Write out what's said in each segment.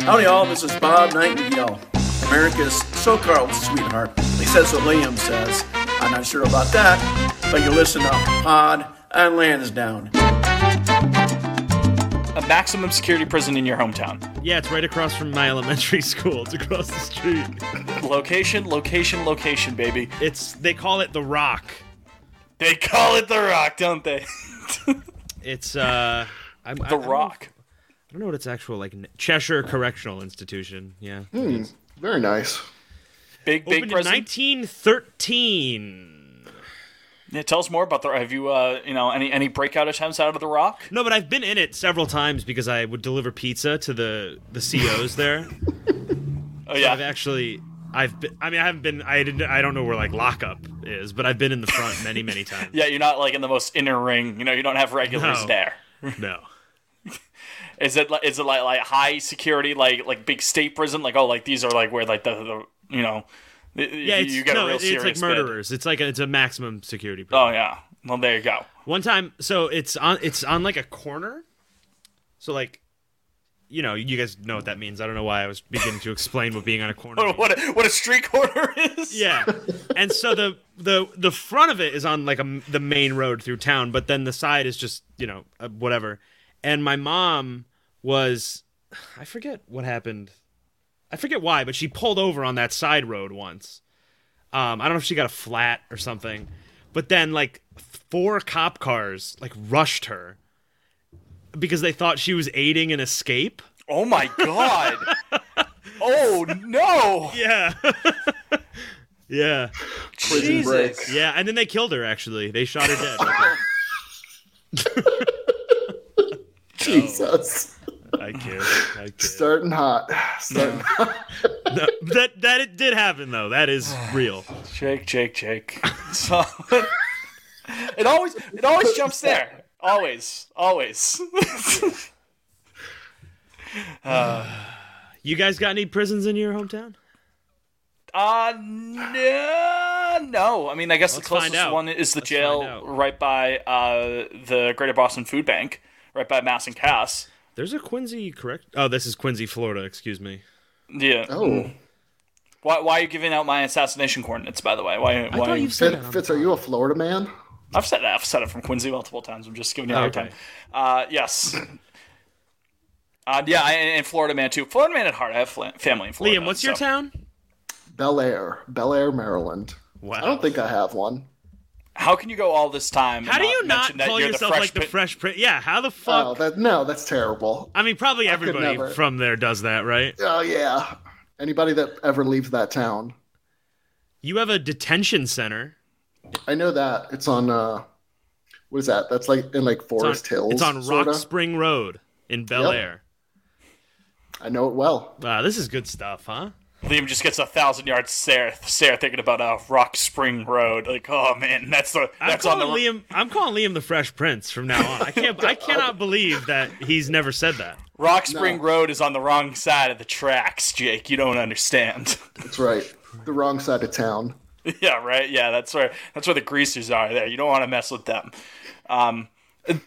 Howdy all, this is Bob Nightingale, America's so-called sweetheart. At least that's what Liam says. I'm not sure about that, but you listen to Pod and Lansdowne. a maximum security prison in your hometown. Yeah, it's right across from my elementary school. It's across the street. Location, location, location, baby. It's they call it the Rock. They call it the Rock, don't they? It's uh, I'm, I- I the don't know- Rock. I don't know what its actual like n- Cheshire Correctional Institution. Yeah, Very nice. Big big opened in prison. 1913. Yeah, tell us more about the. Have you uh you know any any breakout attempts out of the Rock? No, but I've been in it several times because I would deliver pizza to the the COs there. Oh I've yeah. actually. I've been, I mean, I haven't been, I didn't, I don't know where like lockup is, but I've been in the front many, many times. Yeah, you're not like in the most inner ring. You know, you don't have regulars No. there. No. Is it like is it like like high security like like big state prison like oh like these are like where like the, the you know Yeah, yeah, it's, you get no, a real it's serious like bid. murderers. It's like a, it's a maximum security. prison. Oh yeah. Well, there you go. One time, so it's on it's on like a corner. So like you know, you guys know what that means. I don't know why I was beginning to explain what being on a corner. What a, means. what a, what a street corner is. Yeah. And so the the the front of it is on like a, the main road through town, but then the side is just, you know, uh, whatever. And my mom was I forget what happened. I forget why, but she pulled over on that side road once. Um, I don't know if she got a flat or something, but then like four cop cars like rushed her because they thought she was aiding an escape. Oh my god. oh no. Yeah. yeah. Jesus. Yeah, and then they killed her actually. They shot her dead. I Jesus. kid. I kid. I kid. Starting hot. Starting hot. No, that that it did happen though. That is real. Jake, Jake, Jake. So it always it always jumps there. Always. Always. You guys got any prisons in your hometown? uh no, no. I mean I guess Let's the closest find out. one is the Let's find jail out. right by uh the Greater Boston Food Bank, right by Mass and Cass. There's a Quincy correct. Oh, this is Quincy, Florida. Excuse me. Yeah. Oh, Why, why are you giving out my assassination coordinates, by the way? Why, why you've Fitz, Fitz, are you a Florida man? I've said that. I've said it from Quincy multiple times. I'm just giving you a Oh, hard okay. time. Uh, yes. Uh, yeah, I- and Florida man too. Florida man at heart. I have fla- family in Florida. Liam, what's your so- town? Bel Air, Bel Air, Maryland. Wow. I don't think I have one. How can you go all this time? How and do you not mention that call you're yourself the like the fresh fresh prince? Yeah, how the fuck? Oh, that no, that's terrible. I mean, probably could everybody never. from there does that, right? Oh yeah. Anybody that ever leaves that town, You have a detention center. I know that it's on. uh What is that? That's like in like It's on, Forest Hills. it's on Rock sorta. Spring Road in Bel Yep. Air. I know it well. Wow, this is good stuff, huh? Liam just gets a thousand yard stare, stare thinking about uh, Rock Spring Road. Like, oh man, that's the I'm that's on calling the Liam. I'm calling Liam the Fresh Prince from now on. I can't. I cannot believe that he's never said that. Rock Spring Road is on the wrong side of the tracks, Jake. You don't understand. That's right. The wrong side of town. yeah, right. Yeah, that's where that's where the greasers are. There, you don't want to mess with them. Um,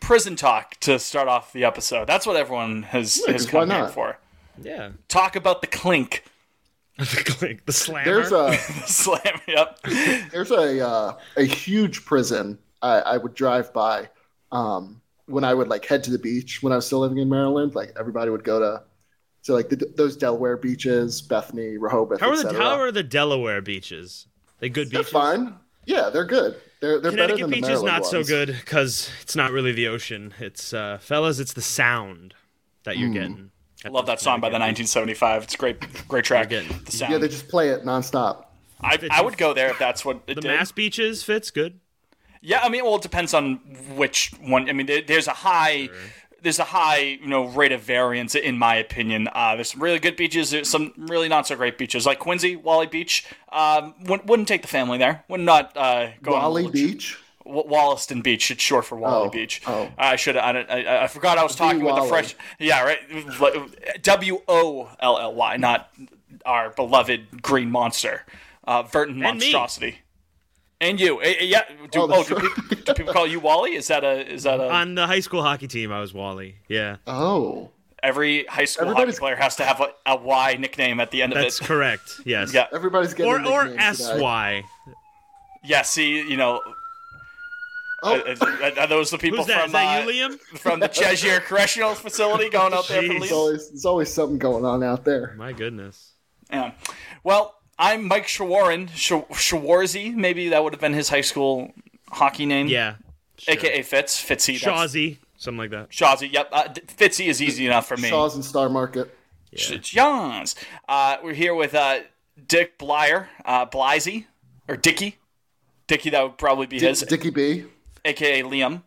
prison talk to start off the episode. That's what everyone has Yeah, has 'cause why come here not? for. Yeah. Talk about the clink. the slammer. There's a slam. Yep. There's a uh, a huge prison I, I would drive by um, when I would like head to the beach when I was still living in Maryland. Like everybody would go to to like the, those Delaware beaches, Bethany, Rehoboth. How are the etc.. How are the Delaware beaches? They good beaches. fine. Yeah, they're good. They're they're better Connecticut than beach the is Maryland not so ones. good because it's not really the ocean. It's uh, fellas, it's the sound that you're Mm. getting. Love that song by the 1975. It's a great, great track. The sound. Yeah, they just play it nonstop. I, I would go there if that's what it The did. Mass beaches fits good. Yeah, I mean, well, it depends on which one. I mean, there, there's a high, there's a high, you know, rate of variance in my opinion. Uh, there's some really good beaches, there's some really not so great beaches, like Quincy, Wally Beach. Um, wouldn't, wouldn't take the family there. Would not uh, go on- Wally Beach. W- Wollaston Beach. It's short for Wally Oh, Beach. oh. I should. I, don't- I, I forgot I was talking with the Wally. fresh. Yeah, right. W o l l y, not our beloved green monster, uh, Verton And me. monstrosity. And you, Eh, eh, yeah. Do, oh, do, people, do people call you Wally? Is that a? Is that a? On the high school hockey team, I was Wally. Yeah. Oh, every high school Everybody's- hockey player has to have a, a Y nickname at the end that's of it. correct. Yes. Yeah. Everybody's Or or S Y. Yeah. See, you know. Oh. uh, uh, are those the people Who's that? from Is that uh, you, Liam? from the Cheshire Correctional Facility going out there for There's leave? always, there's always something going on out there. My goodness. Yeah. Well, I'm Mike Schwarren, Sh- Schwarzy, maybe that would have been his high school hockey name. Yeah. AKA Fitz, Fitzy. that's- Shawzy, something like that. Shawzy, yep. Uh, th- Fitzy is easy enough for me. Shaw's and Star Market. Sh- Johns. Uh, we're here with uh, Dick Blyer, uh, Blisey, or Dicky. Dicky, that would probably be his, Dickie B. AKA Liam.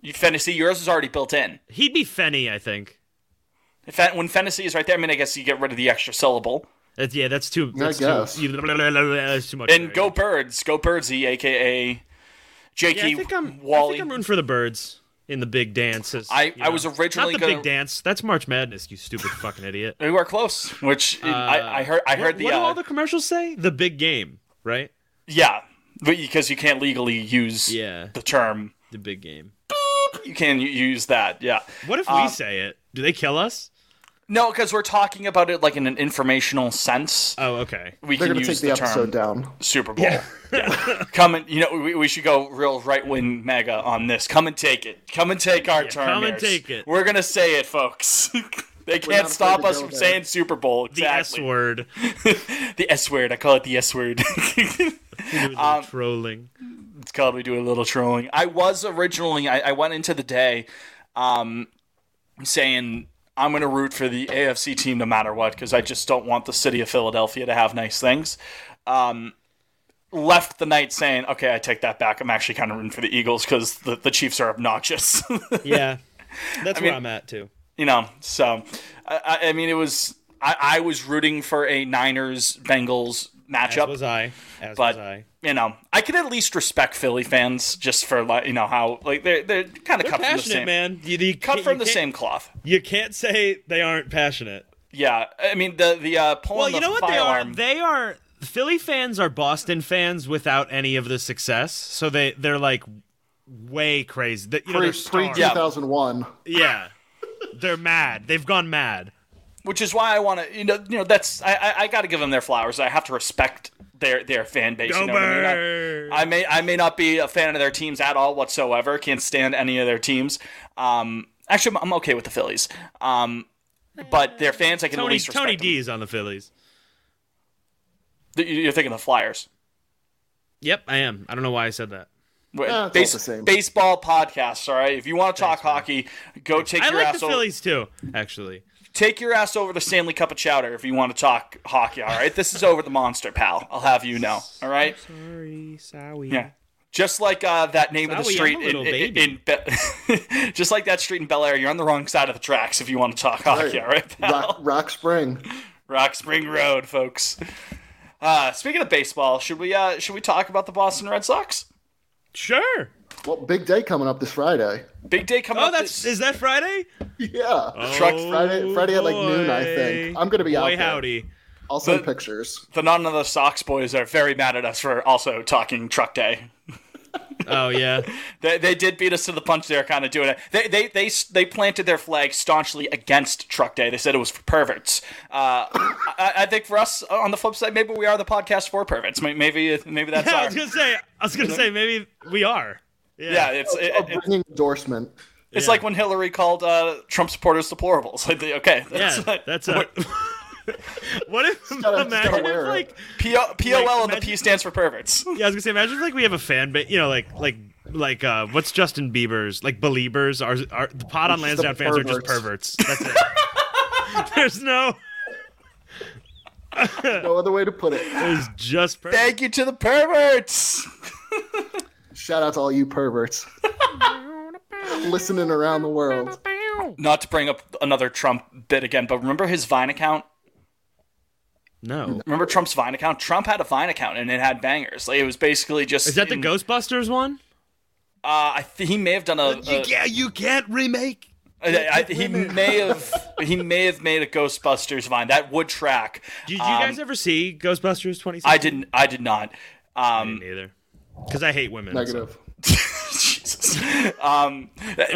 You fantasy, yours is already built in. He'd be Fenny, I think. If that- When fantasy is right there, I mean, I guess you get rid of the extra syllable. That's, yeah, that's too. I That's guess. Too, you- blah, blah, blah, blah, that's too much. And there, Go Birds, Go Birdsy, AKA yeah. Yeah, Jakey I think I'm. I Wally. think I'm rooting for the birds in the big dances. I- you I was originally not the gonna- big dance. That's March Madness. You stupid fucking idiot. We were close, which I, I heard. I What- heard the, What do uh, all the commercials say? The big game, right? yeah, but because you can't legally use Yeah. the term, The big game. you can u- use that. Yeah, What if we Uh, say it? Do they kill us? no, because we're talking about it like in an informational sense. Oh, okay. We They're can gonna take use the, the, episode term down. Super Bowl. Yeah. Come and you know we, we should go real right wing mega on this. Come and take it. Come and take our term. come and ears. take it. We're gonna say it, folks. they not can't stop afraid to us go from there. saying Super Bowl. The S Exactly. word. the S word. I call it the S word. Um, trolling. it's called we do a little trolling i was originally i, I went into the day um, saying i'm going to root for the afc team no matter what because i just don't want the city of philadelphia to have nice things um, left the night saying okay i take that back i'm actually kind of rooting for the eagles because the, the chiefs are obnoxious Yeah, that's I where mean- I'm at too. you know so i, I- I mean it was I, I was rooting for a niners As bengals matchup was I. As but- was I. you know, I can at least respect Philly fans just for like you know how like they're they're kind of They're cut from the passionate, same man. You, you cut can't- from you the can't- same cloth. You can't say they aren't passionate. Yeah, I mean the the uh, pulling Well, you the know what fire they are? alarm. They are Philly fans are Boston fans without any of the success. So they they're like way crazy. They- you know, Pre they're pre stars. two thousand one. yeah. They're mad. They've gone mad. which is why I want to you know you know that's I I, I got to give them their flowers. I have to respect their their fan base. Go you know what I mean? I- Birds! I may I may not be a fan of their teams at all whatsoever. Can't stand any of their teams. Um, actually, I'm I'm okay with the Phillies. Um, but their fans, I can at Tony least respect. Tony them. D's on the Phillies. You- You're thinking the Flyers. Yep, I am. I don't know why I said that. Wait, Yeah, it's all base- the same. Baseball podcasts, all right. If you want to talk hockey, go take I your like ass the over. Phillies too, actually. Take your ass over to Stanley Cup of Chowder if you want to talk hockey, all right. this is over the monster, pal. I'll have you know, all right. Sorry, sorry. Yeah. Just like uh, that name of the Sorry, I'm street a in, little in, baby. in Be- just like that street in Bel Air, you're on the wrong side of the tracks if you want to talk hockey, all right, pal. Rock, Rock Spring. Rock Spring Road, folks. Uh, speaking of baseball, should we uh, should we talk about the Boston Red Sox? Sure. Well, big day coming up this Friday. Big day coming oh, up. that's is that Friday? Yeah. Trucks Friday Friday at like Oh, noon, I think. I'm gonna be out Boy, there. howdy. I'll send pictures. The none of the Sox boys are very mad at us for also talking Truck Day. oh yeah, they, they did beat us to the punch. They're kind of doing it. They they they s- they planted their flag staunchly against Truck Day. They said it was for perverts. Uh, I, I think for us uh, on the flip side, maybe we are the podcast for perverts. May- Maybe maybe that's yeah, I our was gonna say. I was gonna say maybe we are. Yeah, yeah. It's it, A ringing endorsement. It's like when Hillary called uh, Trump supporters deplorables. Like, they- okay, Yeah, that's a- what if gotta imagine wear if it. like P- POL and the P stands for perverts. Yeah, I was gonna say imagine if like we have a fan base, you know, like like like uh what's Justin Bieber's like believers are are the pot on It's just Lansdowne the fans are just perverts. That's it. There's no no other way to put it. It's just perverts. Thank you to the perverts. Shout out to all you perverts listening around the world. Not to bring up another Trump bit again, but remember his Vine account? No. Remember Trump's Vine account? Trump had a Vine account and it had bangers. Like it was basically just. Is that the in- Ghostbusters one? Uh, I th- he may have done a. a- Uh, yeah, you can't remake. I, I, he may have he may have made a Ghostbusters Vine that would track. Uh, Did you guys ever see Ghostbusters 2016? I didn't. I did not. Um, either. Because I hate women. Negative. um,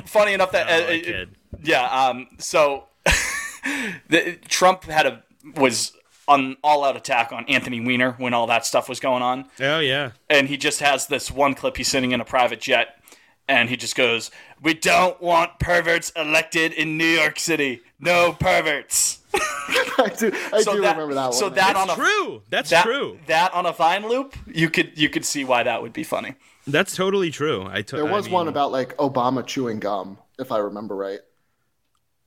funny enough that uh, uh, yeah. Um, so the, Trump had a was on all out attack on Anthony Weiner when all that stuff was going on, Oh yeah. and he just has this one clip. He's sitting in a private jet, and he just goes, "We don't want perverts elected in New York City. No perverts." I do, I do remember that one. So that on a, true. That's true. That on a Vine loop, you could you could see why that would be funny. That's totally true. I took. There was one about like Obama chewing gum, if I remember right.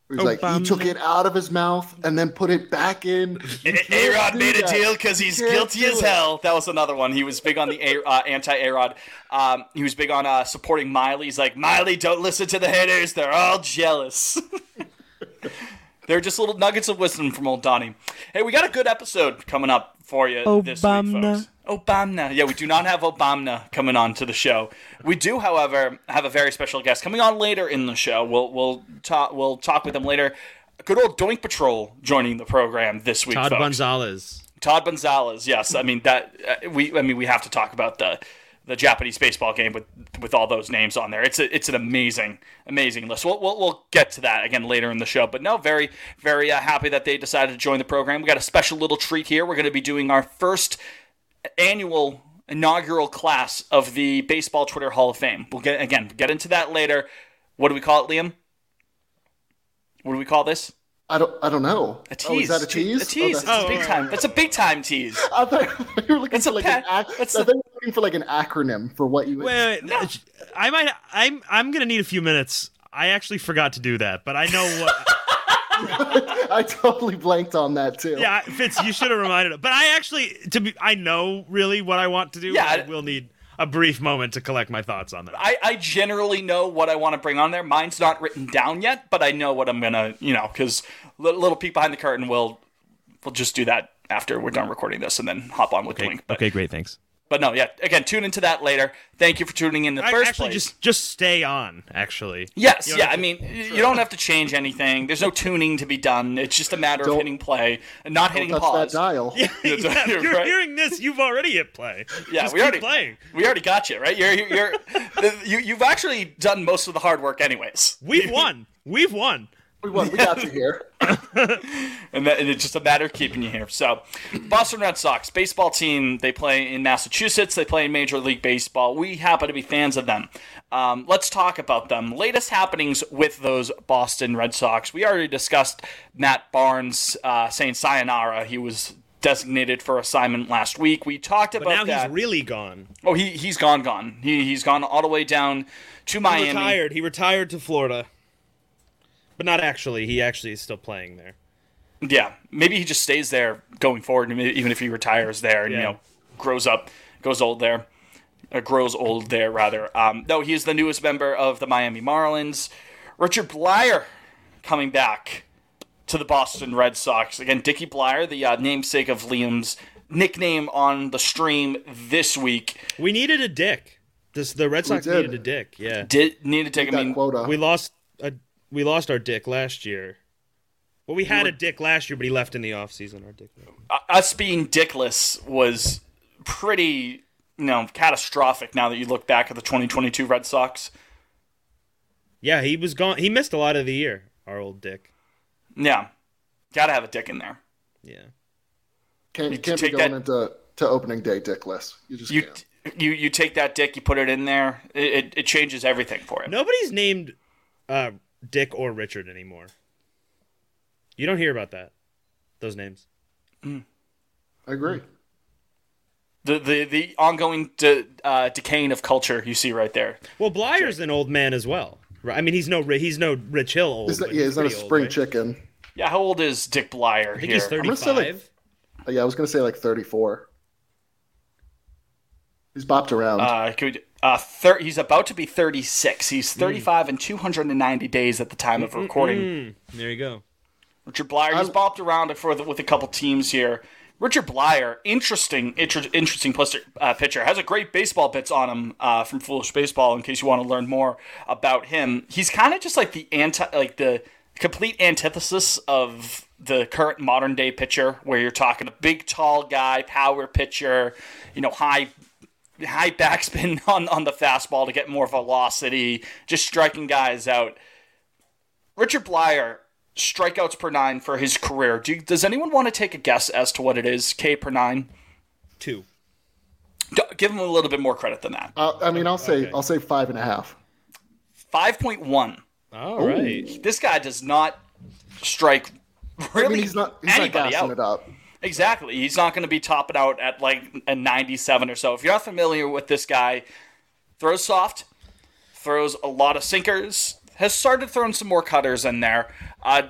It was like he Obama. took it out of his mouth and then put it back in. A Rod do made a that. deal because he's Can't guilty do as it. hell. That was another one. He was big on the a- uh, anti A Rod. Um, he was big on uh, supporting Miley. He's like, Miley, don't listen to the haters. They're all jealous. They're just little nuggets of wisdom from old Donnie. Hey, we got a good episode coming up for you this week, folks. Obama. Yeah, we do not have Obama coming on to the show. We do, however, have a very special guest coming on later in the show. We'll we'll talk we'll talk with them later. Good old Doink Patrol joining the program this week. Todd folks. Gonzalez. Todd Gonzalez. Yes, I mean that uh, we I mean we have to talk about the the Japanese baseball game with with all those names on there. It's a, it's an amazing amazing list. We'll, we'll we'll get to that again later in the show. But no, very very uh, happy that they decided to join the program. We got a special little treat here. We're going to be doing our first annual inaugural class of the Baseball Twitter Hall of Fame. We'll get again get into that later. What do we call it, Liam? What do we call this? I don't. I don't know. A Oh, is tease. that a tease? A tease. Oh, It's a big time. That's a big time tease. I thought you were looking for like an ac- I thought you were looking for like an acronym for what you. would- Wait, wait, I might. I'm. I'm gonna need a few minutes. I actually forgot to do that, but I know what. I totally blanked on that too. yeah, Fitz, you should have reminded. But I actually, to be, I know really what I want to do. Yeah, but I I- will need a brief moment to collect my thoughts on that. I, I generally know what I want to bring on there. Mine's not written down yet, but I know what I'm gonna, you know, because little peek behind the curtain will will just do that after we're done recording this, and then hop on with the link. But, Okay, great. Thanks. but no, yeah. Again, tune into that later. Thank you for tuning in. in The I, first actually, place. just just stay on. Actually. Yes, You don't yeah. have I to- mean, y- you don't have to change anything. There's no tuning to be done. It's just a matter of Don't- hitting play and not hitting Touch pause. that dial. Yeah, if you're Right. hearing this. You've already hit play. Yeah, Just we keep already playing. We already got you right. You're you're, you're you, you've actually done most of the hard work, anyways. We've won. We've won. We won. We got you here. and, that, and it's just a matter of keeping you here. So, Boston Red Sox baseball team they play in Massachusetts. They play in Major League Baseball. We happen to be fans of them. Um, let's talk about them. Latest happenings with those Boston Red Sox. We already discussed Matt Barnes uh, saying sayonara. He was designated for assignment last week. We talked But about now that. he's really gone. oh, he he's gone, gone. He he's gone all the way down to He Miami. retired. He retired to Florida. But not actually. He actually is still playing there. Yeah, maybe he just stays there going forward, and even if he retires there and you Yeah. know grows up, goes old there, or grows old there rather. Um, no, he is the newest member of the Miami Marlins. Richard Blyer coming back to the Boston Red Sox. Again, Dickie Blyer, the uh, namesake of Liam's nickname on the stream this week. We needed a dick. This the Red We Sox did. needed a dick. Yeah, Did needed to take. I mean, we lost a we lost our dick last year. Well, we had a dick last year, but he left in the offseason. Our dick. u- us being dickless was pretty, you know, catastrophic. Now that you look back at the 2022 Red Sox. Yeah, he was gone. He missed a lot of the year. Our old dick. Yeah, gotta have a dick in there. Yeah. Can't, You you can't be take going that- into to opening day dickless. You just You can't. you you take that dick, you put it in there. It it, it changes everything for it. Nobody's named uh, Dick or Richard anymore. You don't hear about that. Those names. I agree. The the the ongoing de- uh, decaying of culture you see right there. Well, Blyer's an old man as well. Right? I mean, he's no ri- he's no Rich Hill old. He's not, but yeah, he's not a pretty old, spring right? chicken. Yeah, how old is Dick Blyer? I think he's here? I'm gonna say like- uh, yeah, I was gonna say like 34. He's bopped around. Uh, can we do- uh, thir- he's about to be 36. He's 35 and 290 days at the time of recording. Mm, there you go. Richard Blyer, he's bopped around for the, with a couple teams here. Richard Blyer, interesting, inter- interesting pitcher, uh, pitcher. Has a great baseball bits on him uh, from Foolish Baseball. In case you want to learn more about him, he's kind of just like the anti, like the complete antithesis of the current modern day pitcher, where you're talking a big, tall guy, power pitcher, you know, high high backspin on, on the fastball to get more velocity, just striking guys out. Richard Blyer, strikeouts per nine for his career. Do you, does anyone want to take a guess as to what it is? K per nine? Two. D- give him a little bit more credit than that. Uh, I mean, I'll say I'll say five and a half. 5.1. All right. This guy does not strike really he's not, he's not anybody gassing out. it up. Exactly. He's not going to be topping out at like a 97 or so. If you're not familiar with this guy, throws soft, throws a lot of sinkers, has started throwing some more cutters in there. Uh,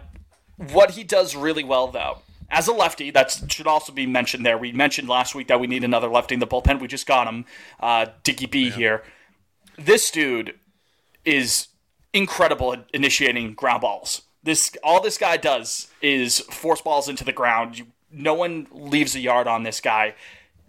what he does really well, though, as a lefty, that should also be mentioned there. We mentioned last week that we need another lefty in the bullpen. We just got him, uh, Dickie B here. This dude is incredible at initiating ground balls. This all this guy does is force balls into the ground. You, no one leaves a yard on this guy.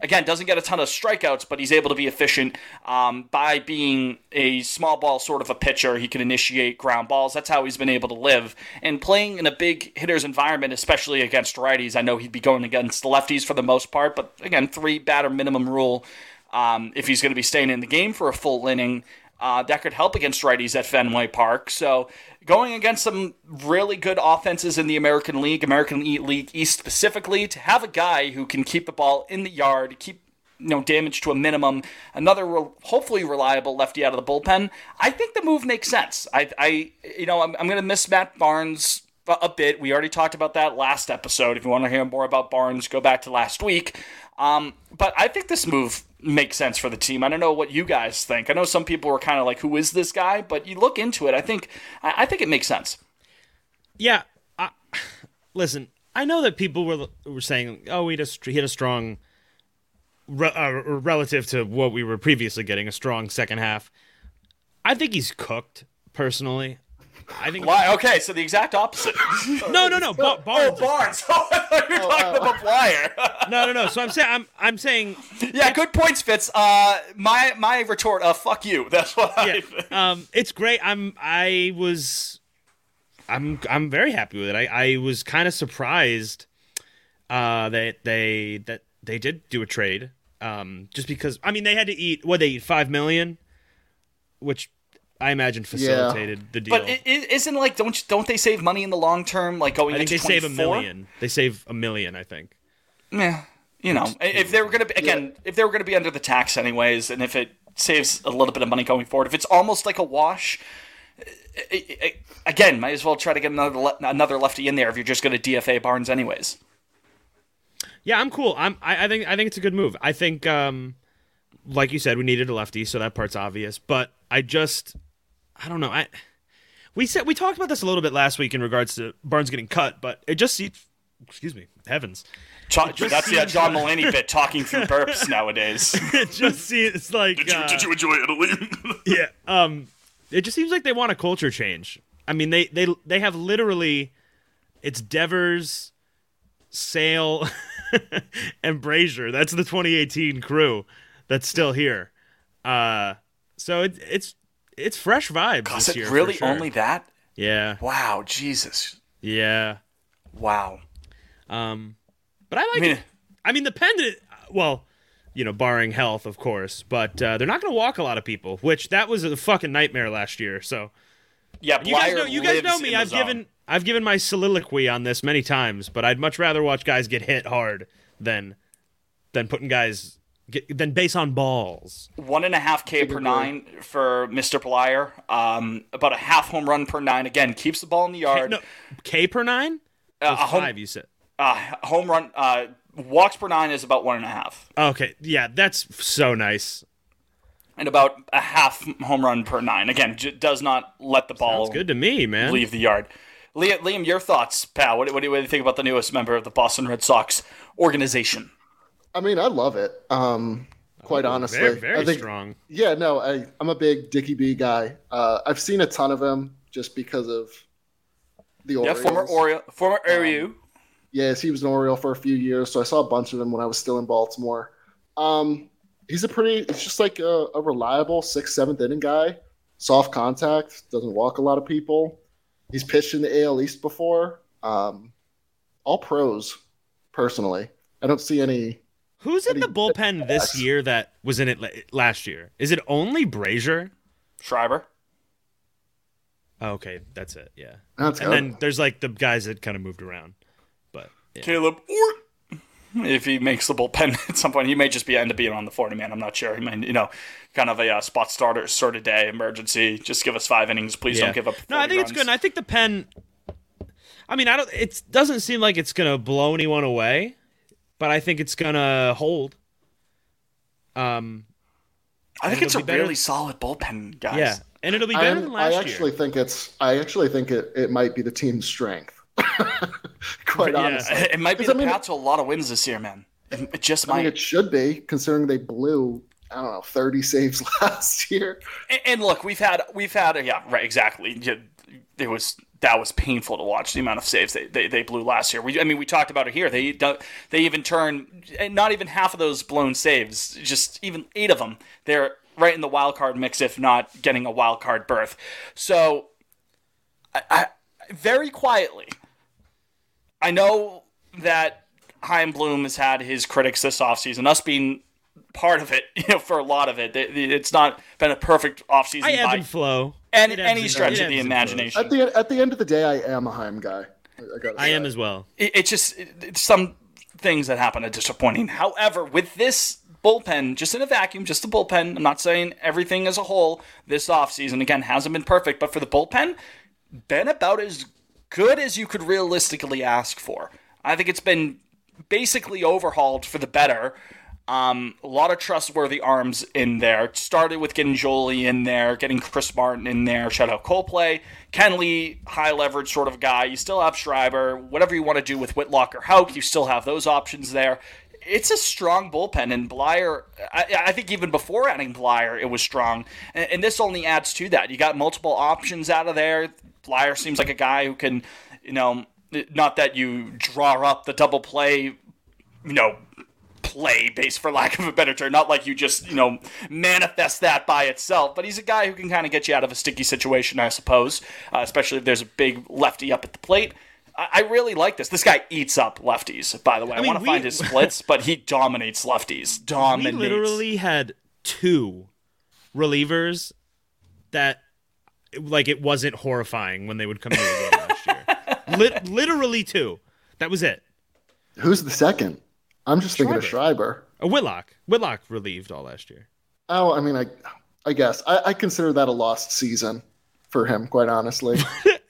Again, doesn't get a ton of strikeouts, but he's able to be efficient um, by being a small ball sort of a pitcher. He can initiate ground balls. That's how he's been able to live. And playing in a big hitter's environment, especially against righties, I know he'd be going against lefties for the most part, but again, three batter minimum rule um, if he's going to be staying in the game for a full inning. Uh, that could help against righties at Fenway Park. So, going against some really good offenses in the American League, American E- League East specifically, to have a guy who can keep the ball in the yard, keep you know damage to a minimum, another re- hopefully reliable lefty out of the bullpen, I think the move makes sense. I, I you know, I'm, I'm going to miss Matt Barnes a a bit. We already talked about that last episode. If you want to hear more about Barnes, go back to last week. Um, but I think this move makes sense for the team. I don't know what you guys think. I know some people were kind of like, "Who is this guy?" But you look into it, I think I, I think it makes sense. Yeah. I, listen, I know that people were were saying, "Oh, he had a, str- he had a strong re, uh, relative to what we were previously getting, a strong second half." I think he's cooked personally. I think Why? Okay, so the exact opposite. no, no, no. Bar- Barnes. Oh, Barnes. Oh, I thought you were talking about Blyer. no, no, no. So I'm saying, I'm, I'm saying, yeah, good points, Fitz. Uh, my my retort, uh, fuck you. That's what. I, um, it's great. I'm I was I'm I'm very happy with it. I, I was kind of surprised uh that they that they did do a trade. Um just because I mean they had to eat what they eat 5 million which I imagine facilitated the deal. But it, it isn't like don't don't they save money in the long term? Like going I think they into save a 24? million. They save a million, I think. Yeah, you know, i- if they were gonna be, again, if they were gonna be under the tax anyways, and if it saves a little bit of money going forward, if it's almost like a wash, i- i- i- again, might as well try to get another le- another lefty in there if you're just gonna DFA Barnes anyways. Yeah, I'm cool. I'm I, I think I think it's a good move. I think um like you said, we needed a lefty, so that part's obvious. But I just I don't know. I we said we talked about this a little bit last week in regards to Barnes getting cut, but it just seems excuse me, heavens. Ta- It just that's the uh, seems- John Mulaney bit talking through burps nowadays. it just seems like Did you, uh, did you enjoy Italy? yeah. Um, it just seems like they want a culture change. I mean, they they they have literally It's Devers, Sale, and Brazier. That's the 2018 crew that's still here. Uh, so it, it's it's fresh vibes. God, this is it year, for really sure. only that? Yeah. Wow, Jesus. Yeah. Wow. Um, but I like. I mean- mean, I mean the pendant. Well, you know, barring health, of course, but uh, they're not going to walk a lot of people, which that was a fucking nightmare last year. So Yeah, you guys Blyer know, you guys lives know me. in the I've zone. given I've given my soliloquy on this many times, but I'd much rather watch guys get hit hard than than putting guys get, than base on balls. one and a half K per nine for Mr. Blyer. Um, about a half home run per nine. Again, keeps the ball in the yard. no, K per nine? Uh, Or a home, five, you said. uh, home run. Uh, walks per nine is about one and a half, Okay, yeah, that's so nice. and about a half home run per nine. Again, j- does not let the ball. Sounds good to me, man. Leave the yard. Liam, Liam, your thoughts, pal? What, do- what, do, what do you think about the newest member of the Boston Red Sox organization? I mean, I love it. Um, quite honestly, very, very I think- strong. Yeah, no, I I'm a big Dickie B guy. Uh, I've seen a ton of him just because of the Yeah, Orioles. former Oriole, former Ariu. Yes, he was an Oriole for a few years, so I saw a bunch of him when I was still in Baltimore. Um, he's a pretty, he's just like a, a reliable sixth, seventh inning guy. Soft contact, doesn't walk a lot of people. He's pitched in the AL East before. Um, all pros, personally. I don't see any. Who's in the bullpen this year that was in it la- last year? Is it only Brazier? Oh, Schreiber. Okay, that's it. Yeah. That's and good. then there's like the guys that kind of moved around. But yeah. Caleb Orr. If he makes the bullpen at some point, he may just be end up being on the forty man. I'm not sure. He might, you know, kind of a uh, spot starter sort of day emergency. Just give us five innings, please. Yeah. Don't give up. No, I 40 think it's good. runs. And I think the pen. I mean, I don't. It doesn't seem like it's gonna blow anyone away, but I think it's gonna hold. Um. I think and it's it'll be a better- really solid bullpen, guys. Yeah, and it'll be I, better am- than last I actually year. think it's. I actually think it, it might be the team's strength. Quite Yeah. honestly, It might be 'Cause I the mean- path to a lot of wins this year, man. It it just I might. mean, it should be considering they blew. I don't know, thirty saves last year. and, and look, we've had we've had yeah right exactly. Yeah, It was that was painful to watch the amount of saves they, they, they blew last year. We I mean we talked about it here. They do- they even turn and not even half of those blown saves, just even eight of them. They're right in the wild card mix, if not getting a wild card berth. So, I, I very quietly, I know that Heim Bloom has had his critics this offseason. Us being part of it, you know, for a lot of it, It- it's not been a perfect offseason. I ebb by- and flow. Any- It ebbs any and- stretch it of the ebbs and imagination. flows. At the at the end of the day, I am a Heim guy. I, I gotta I say. am as well. it, it's just it, it's some things that happen are disappointing. However, with this bullpen, just in a vacuum, just the bullpen, I'm not saying everything as a whole this offseason, again, hasn't been perfect, but for the bullpen, been about as good as you could realistically ask for. I think it's been basically overhauled for the better. Um, a lot of trustworthy arms in there. It started with getting Jolie in there, getting Chris Martin in there. Shout out Coldplay, Kenley, high leverage sort of guy. You still have Schreiber. Whatever you want to do with Whitlock or Houck, you still have those options there. It's a strong bullpen, and Blyer. I, I think even before adding Blyer, it was strong, and, and this only adds to that. You got multiple options out of there. Blyer seems like a guy who can, you know, not that you draw up the double play you know play base for lack of a better term not like you just you know manifest that by itself but he's a guy who can kind of get you out of a sticky situation i suppose uh, especially if there's a big lefty up at the plate I, I really like this this guy eats up lefties by the way i, mean, want to we- find his splits but he dominates lefties we dominates literally had two relievers that like it wasn't horrifying when they would come in the game last year. Lit- literally two. That was it. Who's the second? I'm just thinking of Schreiber. A Whitlock. Whitlock relieved all last year. Oh, I mean, I, I guess I, I consider that a lost season for him. Quite honestly,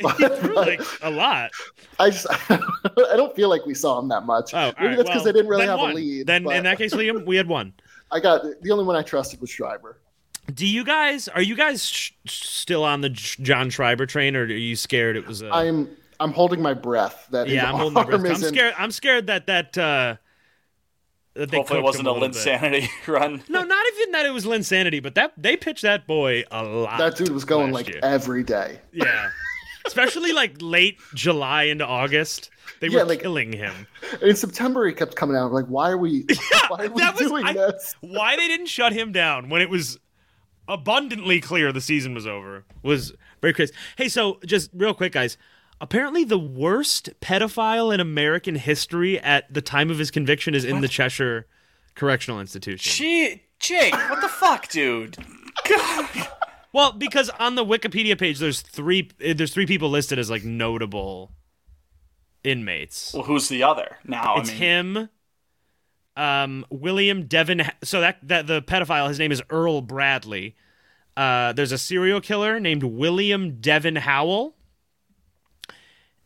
Like a lot. I just I don't feel like we saw him that much. Oh, all Maybe right, that's well, because they didn't really then have one. a lead. Then but in that case, Liam, we had one. I got the only one I trusted was Schreiber. Do you guys are you guys sh- still on the J- John Schreiber train, or are you scared it was a I'm I'm holding my breath. That his yeah? I'm holding my breath. arm I'm isn't- scared. I'm scared that that uh, that they hopefully it cooked him wasn't a a little bit. insanity run No, not even that it was Linsanity, but that they pitched that boy a lot. That dude was going last like year. every day. yeah. especially like late July into August. They Yeah, were like- killing him. In September, he kept coming out. Like, why are we? why are we That was doing I- this? why they didn't shut him down when it was abundantly clear the season was over was very crazy. Hey, so just real quick, guys. Apparently, the worst pedophile in American history at the time of his conviction is in the Cheshire Correctional Institution. Gee, Jake, what the fuck, dude? Well, because on the Wikipedia page, there's three eh, there's three people listed as like notable inmates. Well, who's the other now? I It's mean- him, um, William Devin. So that that the pedophile, his name is Earl Bradley. Uh, there's a serial killer named William Devin Howell,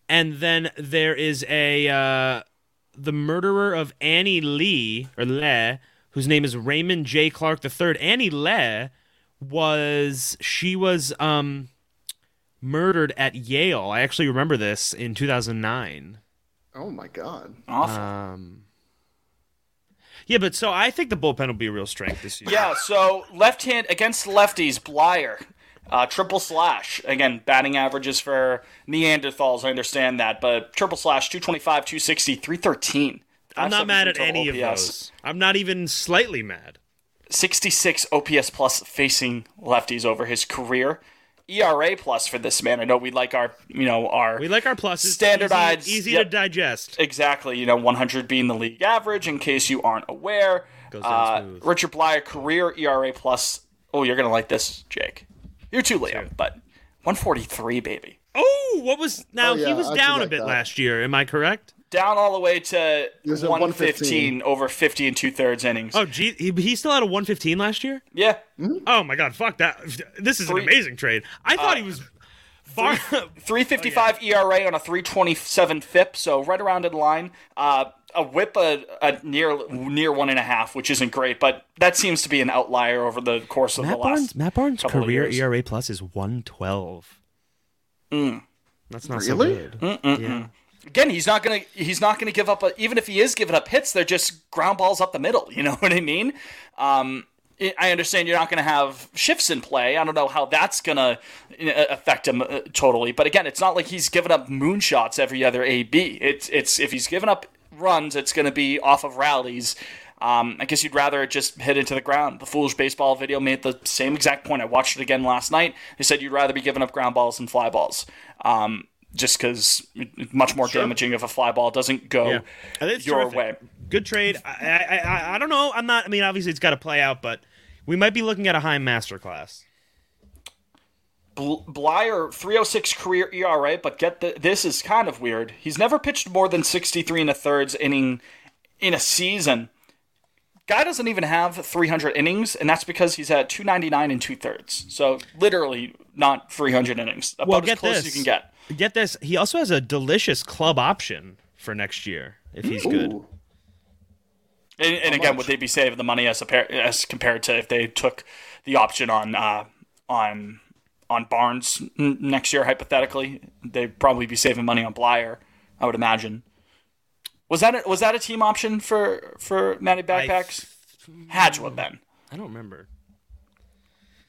and then there is a uh, the murderer of Annie Lee or Le, whose name is Raymond J. Clark III. Annie Le was she was um murdered at Yale. I actually remember this in 2009. Oh my god! Um, yeah, but so I think the bullpen will be a real strength this year. Yeah, so left hand against lefties, Blyer, uh, triple slash. Again, batting averages for Neanderthals, I understand that, but triple slash, 225, 260, 313. I'm not mad at 573 any of total OPS. those. I'm not even slightly mad. 66 OPS plus facing lefties over his career. ERA plus for this man. I know we like our, you know, our we like our pluses standardized, Easy- easy to digest. Exactly. You know, 100 being the league average. In case you aren't aware, Goes down uh, Richard Blyer career ERA plus. Oh, you're gonna like this, Jake. You're too late, but 143, baby. Oh, what was now? Oh, yeah, he was I do down a like bit that. last year. Am I correct? Down all the way to was at 115, 115. over 50 and two thirds innings. Oh, gee, he, he still had a 115 last year. Yeah. Oh my God, fuck that! This Oh, is Three- an amazing trade. I thought he was far. 355 ERA on E a 327 FIP, so right around in line. Uh, a whip a, a near near one and a half, which isn't great, but that seems to be an outlier over the course of Matt the last. Barnes. Matt Barnes' couple of career years. ERA plus is 112. Mm. That's not Really? so good. Mm-mm-mm. Yeah. Again, he's not gonna he's not gonna give up. A, even if he is giving up hits, they're just ground balls up the middle. You know what I mean? Um, I- I understand you're not gonna have shifts in play. I don't know how that's gonna uh, affect him uh, totally. But again, it's not like he's giving up moonshots every other AB. It's it's if he's giving up runs, it's gonna be off of rallies. Um, I guess you'd rather it just hit into the ground. The Foolish Baseball video made the same exact point. I watched it again last night. They said you'd rather be giving up ground balls than fly balls. Um, just because much more damaging if a fly ball doesn't go Yeah. And it's your terrific. way. Good trade. I, I, I, I don't know. I'm not. I mean, obviously, it's got to play out, but we might be looking at a high master class. Bl- Blyer 306 career ERA, but get the, this is kind of weird. He's never pitched more than 63 and a thirds inning in a season. Guy doesn't even have 300 innings, and that's because he's at 299 and two thirds. So literally not 300 innings. About well, as get close this. as you can get. Get this. He also has a delicious club option for next year if he's good. And, and again, would they be saving the money as, a pair, as compared to if they took the option on uh, on on Barnes n- next year? Hypothetically, they'd probably be saving money on Blyer. I would imagine. Was that a, was that a team option for for Matty Backpacks? Had to have been. I don't remember.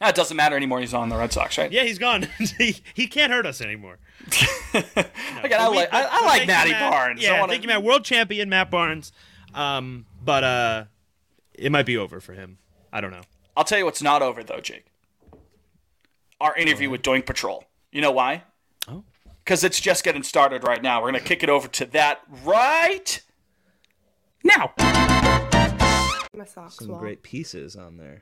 Nah, It doesn't matter anymore. He's on the Red Sox, right? Yeah, he's gone. he, he can't hurt us anymore. Again, I But we- like I, but- I but like thank Matty you, Matt. Barnes. I Yeah, wanna- thank you, Matt. World champion Matt Barnes. Um, but uh, it might be over for him. I don't know. I'll tell you what's not over though, Jake. Our interview with Doink Patrol. You know why? Oh. Because it's just getting started right now. We're gonna kick it over to that right now. My socks Some great pieces on there.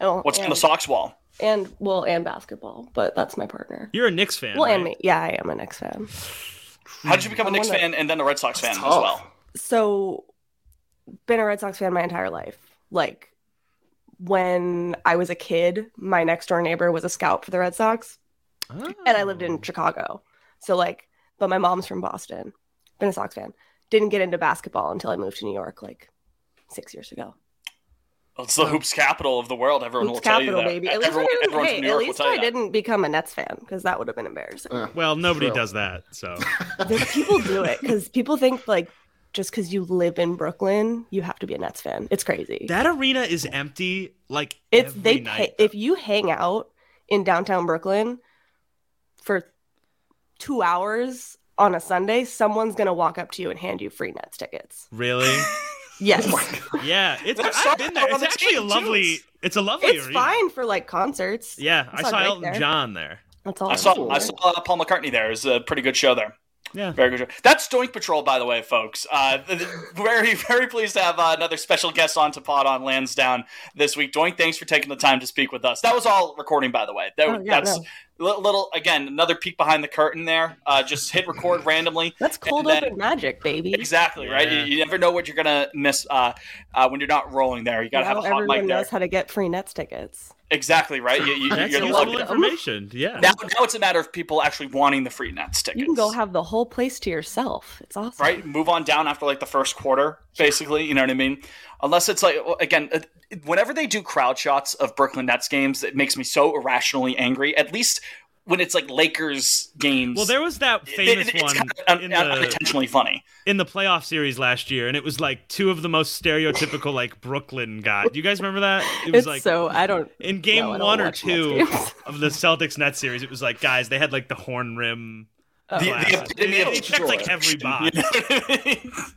Oh, What's on and- the socks wall? And well, and basketball, but that's my partner. You're a Knicks fan. well, and right? me. Yeah, I am a Knicks fan. How did you become a I'm Knicks one of- fan and then a Red Sox fan as tough. well? So, been a Red Sox fan my entire life. Like, when I was a kid, my next door neighbor was a scout for the Red Sox, and I lived in Chicago. So, like, but my mom's from Boston. Been a Sox fan. Didn't get into basketball until I moved to New York, like six years ago. It's the hoops capital of the world. Everyone Hoops will tell capital, you that. baby. At least Everyone, I didn't, everyone hey, from New at York will least tell I you that. didn't become a Nets fan because that would have been embarrassing. Well, nobody True. does that. So people do it because people think like just because you live in Brooklyn, you have to be a Nets fan. It's crazy. that arena is empty. Like it's every they night. pay, if you hang out in downtown Brooklyn for two hours on a Sunday, someone's gonna walk up to you and hand you free Nets tickets. Really? Yes, yeah. It's That's I've been there. on It's the actually a team, lovely. too. It's a lovely it's arena. fine for like concerts. Yeah, That's I not saw great Elton there. John there. That's all. I saw I saw uh, Paul McCartney there. It was a pretty good show there. Yeah, very good show. That's Doink Patrol, by the way, folks. Uh, th- th- very very pleased to have uh, another special guest on to Pod on Lansdowne this week. Doink, thanks for taking the time to speak with us. That was all recording, by the way. That, Oh, yeah, that's li- little again another peek behind the curtain there. Uh, just hit record randomly. That's cold and then- open magic, baby. Exactly right. You, you never know what you're gonna miss uh, uh, when you're not rolling there. You gotta Now have a hot everyone mic there. knows how to get free Nets tickets. Exactly right. You, you, That's you're a plugged little in. information. Yeah. Now, now it's a matter of people actually wanting the free Nets tickets. You can go have the whole place to yourself. It's awesome. right? Move on down after like the first quarter, basically. You know what I mean? Unless it's like well, again, uh, whenever they do crowd shots of Brooklyn Nets games, it makes me so irrationally angry. At least when it's like Lakers games. Well, there was that it- famous it- it's one kind of un- in the- unintentionally funny. in the playoff series last year, and it was like two of the most stereotypical like Brooklyn guys. Do you guys remember that? It was It's like so I don't in game no, I don't one or watch Nets two games. of the Celtics Nets series. It was like guys, they had like the horn rim. Oh, The- the glasses. epitome They- of they checked like every box.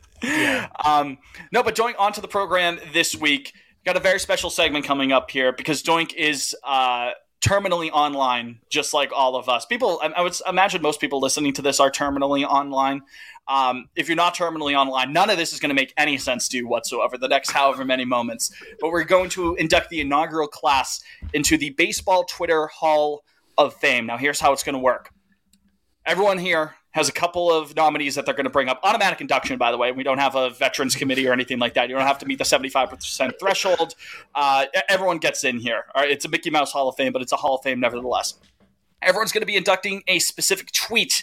Um, no, but Doink onto the program this week. Got a very special segment coming up here because Doink is uh, terminally online, just like all of us. People, I, I would s- imagine most people listening to this are terminally online. Um, if you're not terminally online, none of this is going to make any sense to you whatsoever. The next however many moments, but we're going to induct the inaugural class into the Baseball Twitter Hall of Fame. Now, here's how it's going to work everyone here has a couple of nominees that they're going to bring up. Automatic induction, by the way. We don't have a veterans committee or anything like that. You don't have to meet the 75% threshold. Uh, e- everyone gets in here. All right, it's a Mickey Mouse Hall of Fame, but it's a Hall of Fame nevertheless. Everyone's going to be inducting a specific tweet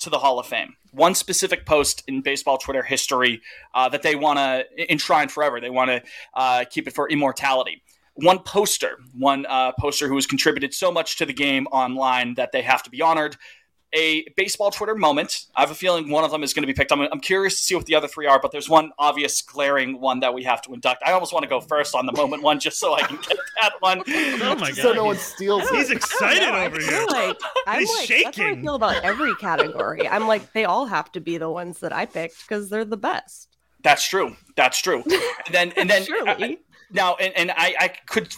to the Hall of Fame. One specific post in baseball Twitter history uh, that they want to enshrine forever. They want to uh, keep it for immortality. One poster, one uh, poster who has contributed so much to the game online that they have to be honored a baseball Twitter moment. I have a feeling one of them is going to be picked. I'm, I'm curious to see what the other three are, but there's one obvious glaring one that we have to induct. I almost want to go first on the moment one just so I can get that one. Oh my god. So no one steals He's it. excited I over feel Oh, here. like I'm He's like that's how I shaking. feel about every category. I'm like they all have to be the ones that I picked because they're the best. That's true. That's true. And then and then uh, Surely. now and, and I, I could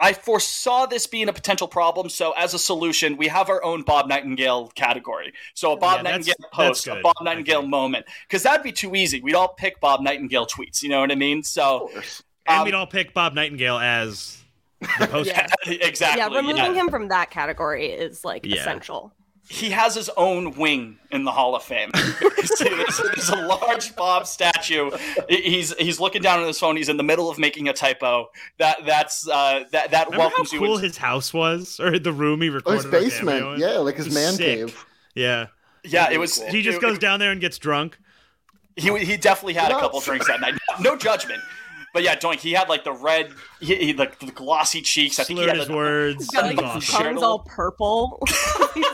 I foresaw this being a potential problem. So as a solution, we have our own Bob Nightingale category. So a Bob Oh, Yeah, that's- Nightingale that's post, a good, Bob I Nightingale moment, because that'd be too easy. We'd all pick Bob Nightingale tweets. You know what I mean? So And um, we'd all pick Bob Nightingale as the poster. Yeah. exactly. yeah, removing yeah. him from that category is like Yeah. essential. he has his own wing in the Hall of Fame. So there's, there's a large Bob statue. He's he's looking down on his phone. He's in the middle of making a typo. That that's uh, that that Remember how welcomes you. cool into- his house was, or the room he Oh, his recorded our basement. cameo in? Yeah, like his It was man sick. cave. Yeah, yeah, it was. he just it- goes down there and gets drunk. He he definitely had a Nuts. couple drinks that night. No judgment. But yeah, Doink, he had like the red, he, he like the glossy cheeks. I think he Slurred had his the- words. got, It like, was awesome. Shared a Tongue's all purple. he's,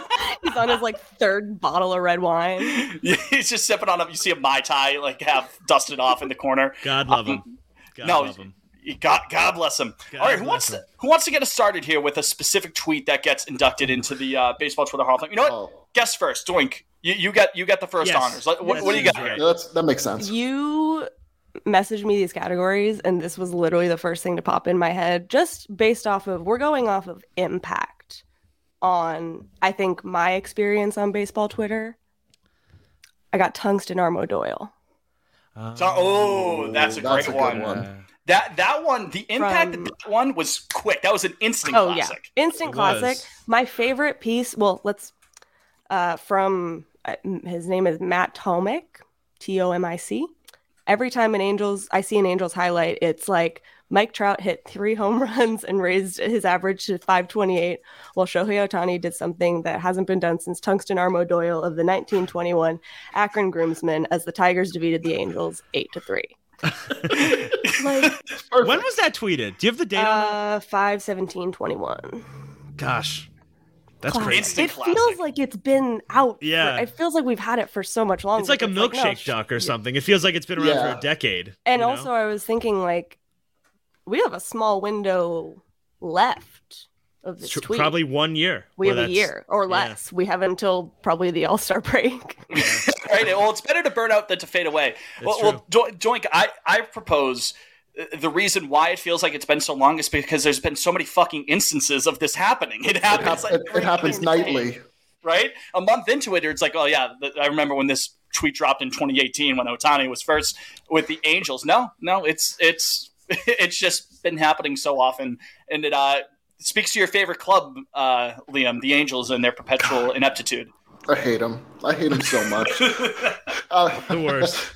he's on his like third bottle of red wine. he's just sipping on a. You see a mai tai like half dusted off in the corner. Um, God love him. God no, love him. God, God bless him. God All right, who bless wants him. to, who wants to get us started here with a specific tweet that gets inducted into the uh, baseball Twitter Hall of Fame? You know what? Guess first, Doink. You you get you get the first Yes. honors. Let- what, Yes, what do you he's got right. here? Yeah, that's, that makes sense. You messaged me these categories, and this was literally the first thing to pop in my head, just based off of we're going off of impact on I think my experience on baseball Twitter. I got tungsten Armo Doyle. So, oh, that's a great that's a one. good one. That that one, the impact of that one was quick. That was an instant oh classic. yeah, instant It was. classic. My favorite piece. Well, let's uh, from uh, m- his name is Matt Tomic, T O M I C. Every time an Angels, I see an Angels highlight, it's like Mike Trout hit three home runs and raised his average to 528, while Shohei Otani did something that hasn't been done since Tungsten Armo Doyle of the 1921 Akron Groomsmen as the Tigers defeated the Angels eight to three. when was that tweeted? Do you have the date? Uh, five seventeen twenty one. Gosh, that's Classic. crazy. It feels like it's been out. for- Yeah. it feels like we've had it for so much longer. it's like a milkshake oh, no, sh- duck or something. It feels like it's been around Yeah. for a decade. and you know? also, I was thinking like, we have a small window left of this It's tr- tweet. probably one year. we where have a that's- year or yeah. less. We have until probably the All Star break. right? Well, it's better to burn out than to fade away. well, well Do- Doink, I, I propose uh, the reason why it feels like it's been so long is because there's been so many fucking instances of this happening. It happens, like, It, it happens nightly. right? A month into it, it's like, oh yeah, th- I remember when this tweet dropped in 2018 when Otani was first with the Angels. No, no, it's it's it's just been happening so often, and it uh, speaks to your favorite club, uh, Liam, the Angels and their perpetual ineptitude. I hate him. I hate him so much. Uh, the worst.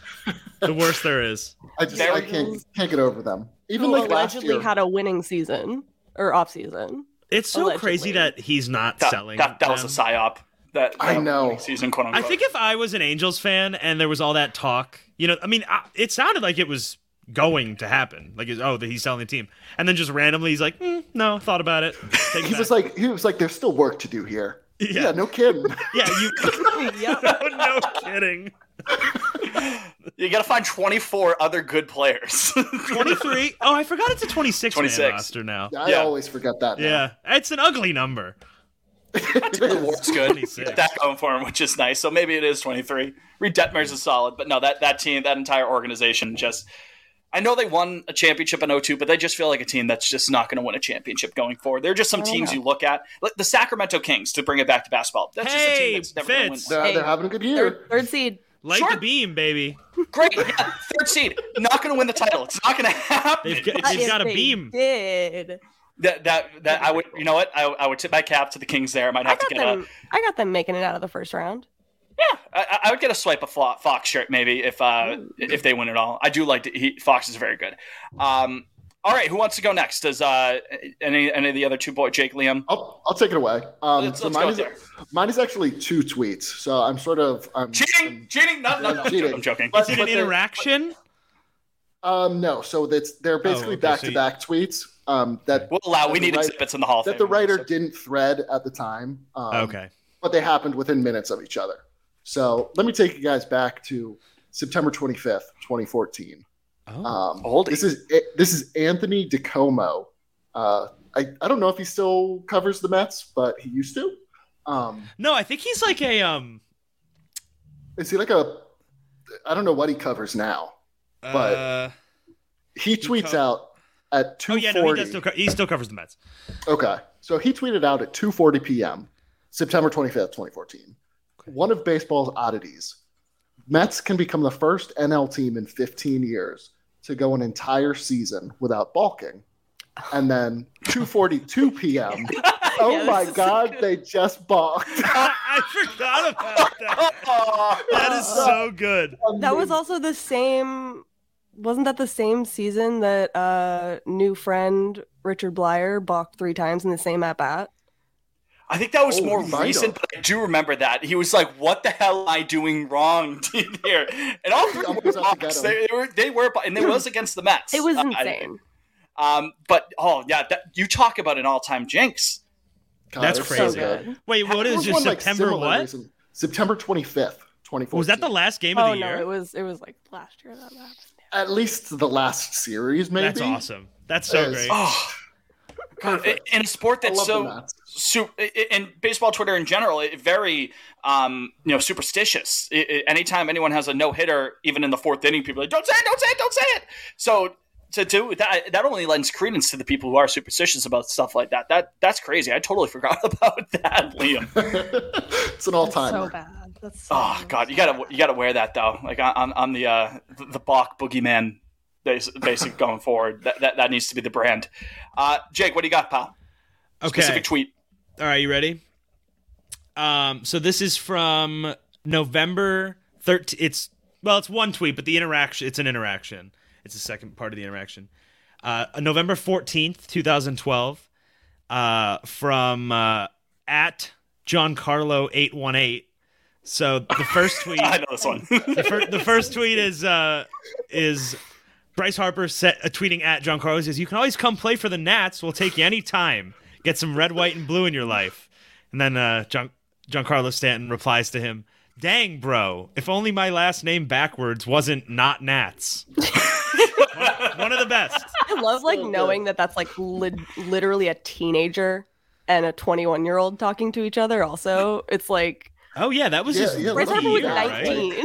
The worst there is. I just I can't can't get over them. Even Who like last allegedly year. had a winning season or off season. It's so Allegedly. crazy that he's not That- selling. that- that was a psyop. That, I know season quote I unquote. think if I was an Angels fan and there was all that talk, you know, I mean, I, it sounded like it was going to happen. Like, it's, oh, that he's selling the team, and then just randomly he's like, mm, no, thought about it. Take it he back. was like he was like there's still work to do here. Yeah. Yeah, no kidding. yeah, you. no kidding. You got to find 24 other good players. 23. Oh, I forgot it's a 26, 26. man roster now. I Yeah. always forget that. Yeah, it's an ugly number. It's good. You got that going for him, which is nice. So maybe it is 23. Reed Detmers is solid, but no, that, that team, that entire organization just. I know they won a championship in 02, but they just feel like a team that's just not going to win a championship going forward. They're just some I don't teams know. you look at. Like the Sacramento Kings, to bring it back to basketball. That's just a team that's never going to They're, win. they're having a good Third, year. third seed. Light the beam, baby. Great. Yeah, third seed. Not going to win the title. It's not going to happen. They've But if they Did That, that, that I would, you know what? I, I would tip my cap to the Kings there. I might have to get a, them, I got them making it out of the first round. I, I would get a swipe of Flo- Fox shirt maybe if uh, if they win it all. I do like to, he, Fox is very good. Um, all right, who wants to go next? Does uh, any any of the other two boy Jake Liam? I'll, I'll take it away. Um, Let's- so let's mine go is there. mine is actually two tweets. So I'm sort of um, I'm cheating. Cheating? No, no, no, I'm joking. I'm joking. Is it an interaction? Um, no. So that's they're basically Oh, okay, so back to back tweets. Um, that we'll allow. We that the need write- exhibits in the Hall of that Fame. the writer didn't thread at the time. Um, Okay. but they happened within minutes of each other. So let me take you guys back to September 25th, 2014. Oh, um, this is this is Anthony DiComo. Uh, I, I don't know if he still covers the Mets, but he used to. Um, No, I think he's like a um. is he like a? I don't know what he covers now, but uh, he tweets out at 2:40. oh yeah, no, he does still co- he still covers the Mets. Okay. So he tweeted out at 2:40 p.m. September 25th, 2014. One of baseball's oddities. Mets can become the first NL team in 15 years to go an entire season without balking. And then 2:42 p.m. oh my god, they just balked. I forgot about that. that is so good. That was also the same. Wasn't that the same season that uh, new friend Richard Blyer balked three times in the same at bat? I think that was Oh, more he might have. recent, but I do remember that he was like, "What the hell am I doing wrong here?" And all three were box. They, they were they were, bo- and it was against the Mets. It was Uh, I- insane. um, but oh yeah, that, you talk about an all-time jinx. God, That's it's crazy. good. Wait, what There is was it, one, like, September similar what? recent- September 25th, 2014. Was that the last game oh of the no, year? it was it was like last year that happened. At least the last series, maybe. That's awesome. That's so Yes. great. Oh. God, in a sport I that's love the so, Mets. su- in baseball Twitter in general, it, very um, you know superstitious. I I- anytime anyone has a no hitter, even in the fourth inning, people are like, "Don't say it! Don't say it! Don't say it!" So to do that, that only lends credence to the people who are superstitious about stuff like that. That that's crazy. I totally forgot about that, Liam. It's an all time. So bad. That's so Oh God, you gotta you gotta wear that though. Like I- I'm I'm the uh, the, the Bach boogeyman, bas- basic going forward. That, that that needs to be the brand. Uh, Jake, what do you got, pal? Okay. Specific tweet. All right, you ready? Um, so this is from November 13th. It's well, it's one tweet, but the interaction it's an interaction. It's the second part of the interaction. Uh, November 14th, 2012, uh, from uh, at Giancarlo818. So the first tweet I know this one. the, fir- the first tweet is uh, is Bryce Harper set, uh, tweeting at John Carlos says, "You can always come play for the Nats. We'll take you any time. Get some red, white, and blue in your life." And then uh, John John Carlos Stanton replies to him, "Dang, bro! If only my last name backwards wasn't not Nats." one, one of the best. I love like knowing that that's like li- literally a teenager and a 21 year old talking to each other. Also, it's like Oh yeah, that was Yeah, his yeah, rookie Bryce Harper was year, right? 19.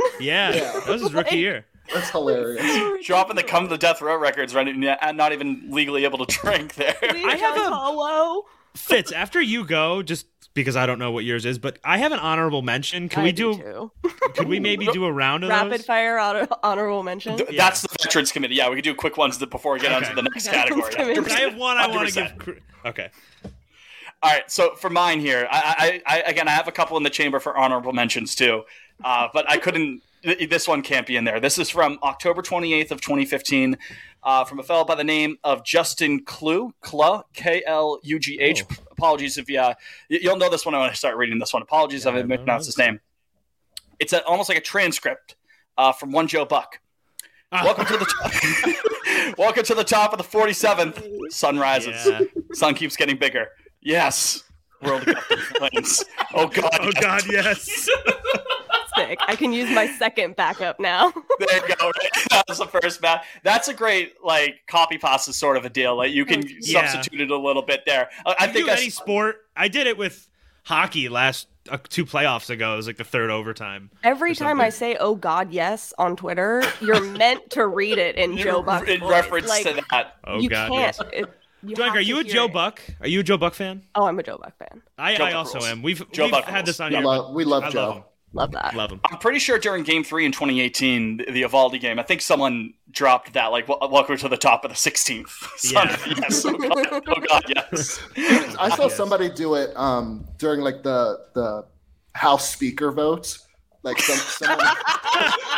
Yeah, that was his rookie year. That's hilarious. Dropping the come to death row records, right? And not even legally able to drink there. I have a Hello. Fitz, after you go, just because I don't know what yours is, but I have an honorable mention. Can I we do do? Could we maybe do a round of Rapid those? fire honor- honorable mention. Th- That's the veterans committee. Yeah, we could do quick ones th- before we get onto the next Veterans category. committee. 100%. I have one I wanna give 100%. Okay. All right. So for mine here, I, I, I again, I have a couple in the chamber for honorable mentions too, uh, but I couldn't. th- This one can't be in there. This is from October 28th of 2015, uh, from a fellow by the name of Justin Clue, Cluh, K L U G H. Oh. Apologies if you, uh, y- you'll know this one when I start reading this one. Apologies if I mispronounced his name. It's a, almost like a transcript uh, from one Joe Buck. Ah. Welcome to the top. welcome to the top of the 47th. Sun rises. Yeah. Sun keeps getting bigger. Yes. World Cup complaints. Oh God. Oh God, yes. Sick. I can use my second backup now. There you go. That was the first match. That's a great like copy pasta sort of a deal. Like you can Yeah. substitute it a little bit there. I, I You think do I, any sport. I did it with hockey last uh, two playoffs ago. It was like the third overtime. Every time I say "Oh God, yes" on Twitter, you're meant to read it in Joe Buck. in reference to that. Oh you God, can't. yes. It- you Doink, have are to you a hear Joe it. Buck? Are you a Joe Buck fan? Oh, I'm a Joe Buck fan. I, Joe I Buck also rules. am. We've, Joe we've Buck had rules. this on We here. love- but we love I Joe. him. Love that. Love him. I'm pretty sure during Game Three in 2018, the, the Evaldi game, I think someone dropped that like "Wel- "Welcome to the top of the 16th." Son, Yeah. yes. Oh God. Oh God. Yes. I saw somebody do it um, during like the the House Speaker votes. Like some, someone,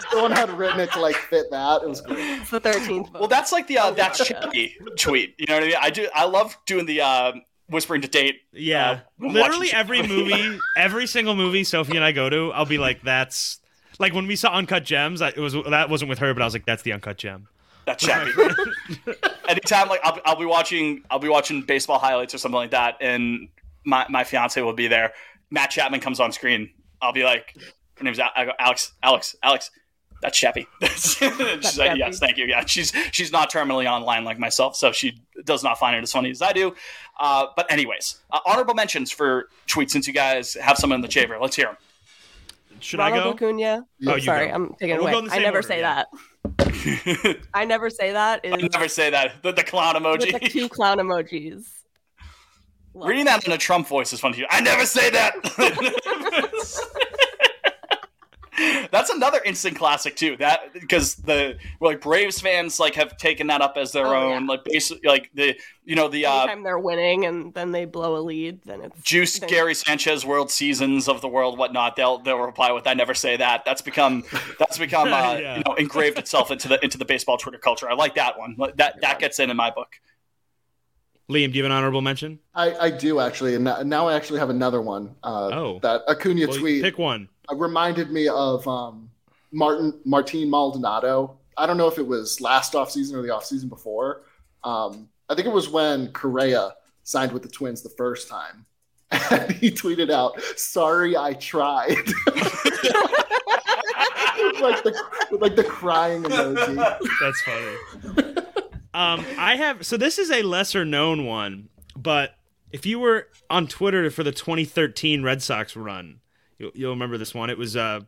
someone had written it to like fit that. It was great. It's the 13th. Well, that's like the uh, that's Shaggy tweet. You know what I mean? I do. I love doing the uh, whispering to date. Yeah. uh, watching Literally shit. every movie, every single movie Sophie and I go to, I'll be like, that's like when we saw Uncut Gems, I, it was that wasn't with her, but I was like, that's the Uncut Gem. That's Shaggy. Anytime, like I'll, I'll be watching, I'll be watching baseball highlights or something like that, and my my fiance will be there. Matt Chapman comes on screen. I'll be like, her name's Al- I go, Alex, Alex, Alex. That's Chappy. she's like, Chappy. yes, thank you. Yeah, she's she's not terminally online like myself, so she does not find it as funny as I do. Uh, but anyways, uh, honorable mentions for tweets since you guys have some in the chamber. Let's hear them. Should I Ronald go? Acuna. Yeah. Oh, you sorry, go. I'm taking it We'll away. go in the I same never order, say yeah. that. I never say that is I never say that. The, the clown emoji. with the two clown emojis. Reading that in a Trump voice is funny. too. I never say that. That's another instant classic too. That because the well, like Braves fans like have taken that up as their Oh, own. Like basically, like the you know the uh, Anytime they're winning and then they blow a lead, then it's juice then- Gary Sanchez world seasons of the world whatnot. They'll they'll reply with I never say that. That's become that's become uh, Yeah. you know engraved itself into the into the baseball Twitter culture. I like that one. That that gets in in my book. Liam, do you have an honorable mention? I, I do actually, and now- now I actually have another one. Uh, Oh. that Acuna Well, tweet Pick one. uh, reminded me of um, Martin Martin Maldonado. I don't know if it was last offseason or the offseason before. Um, I think it was when Correa signed with the Twins the first time. And he tweeted out, "Sorry, I tried." With, like the with, like the crying emoji. That's funny. um, I have so this is a lesser known one, But if you were on Twitter for the 2013 Red Sox run, you'll, you'll remember this one. It was uh,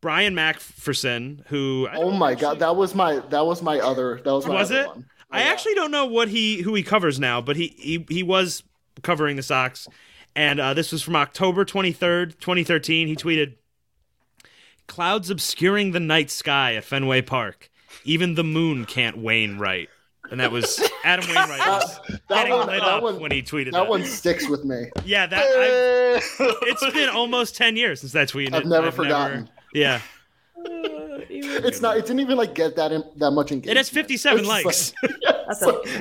Brian Macpherson, who I Oh my god, that was my that was my other that was my was other it? one. I actually don't know what he who he covers now, but he he, he was covering the Sox, and uh, this was from October twenty third, twenty thirteen. He tweeted, "Clouds obscuring the night sky at Fenway Park. Even the moon can't wane right." And that was Adam Wainwright was That getting one, lit that up one, when he tweeted that. that one sticks with me. Yeah, that I, it's been almost ten years since that tweet. I've never forgotten. yeah, It's not. It didn't even like get that in, that much engagement. it has fifty seven It's just likes.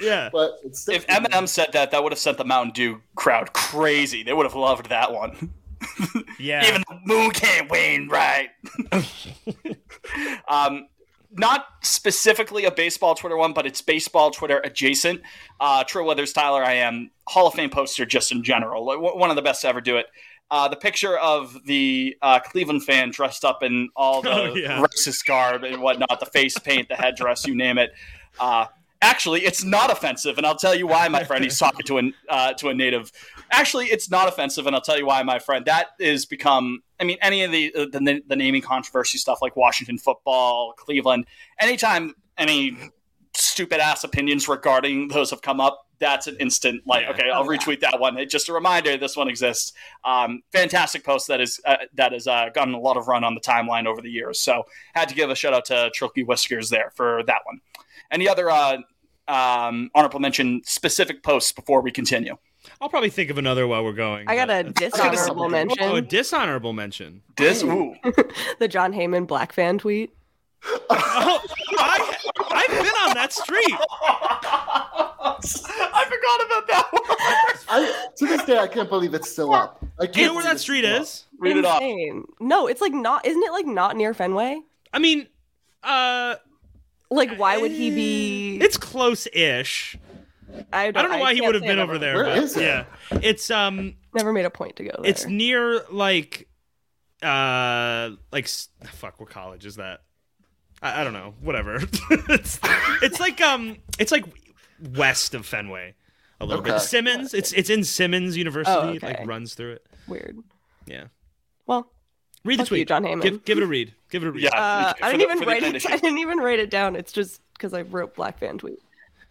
yeah. But if Eminem said that, that would have sent the Mountain Dew crowd crazy. They would have loved that one. yeah. Even the moon can't win, right? um, not specifically a baseball Twitter one, but it's baseball Twitter adjacent. Uh, Troy Weathers, Tyler, I am Hall of Fame poster just in general. Like, one one of the best to ever do it. Uh, the picture of the uh, Cleveland fan dressed up in all the Oh, yeah. racist garb and whatnot, the face paint, the headdress, you name it. Uh, actually, it's not offensive, and I'll tell you why, my friend. He's talking to an uh, to a native. Actually, it's not offensive, and I'll tell you why, my friend. That is become. I mean, any of the the, the naming controversy stuff, like Washington football, Cleveland. Anytime any stupid ass opinions regarding those have come up, that's an instant like, okay, I'll retweet that one. It, just a reminder, this one exists. Um, fantastic post that is uh, that has uh, gotten a lot of run on the timeline over the years. So had to give a shout out to Trilky Whiskers there for that one. Any other uh, um, honorable mention specific posts before we continue? I'll probably think of another while we're going. I got but- a dishonorable mention. Oh, a dishonorable mention. Dis- the John Heyman black fan tweet. I, I've been on that street. I forgot about that I, to this day, I can't believe it's still up. I can't Do you know where believe that it's street still up. is? Oh. Insane. No, it's like not. Isn't it like not near Fenway? I mean, uh, eh, like why would he be? It's close-ish. I I don't, don't know why he can't would have say been I over never- there. but, Yeah, it's um, Never made a point to go there. it's near like, uh, like s- fuck, what college is that? I, I don't know. Whatever. it's it's like um, it's like west of Fenway, a little Okay. bit. Simmons. It's it's in Simmons University. Oh, It, okay. Like runs through it. Weird. Yeah. Well, Read the fuck you, tweet, John Heyman. Give, give it a read. Give it a read. Uh, I didn't even write it. I didn't even write it down. It's just because I wrote black fan tweet.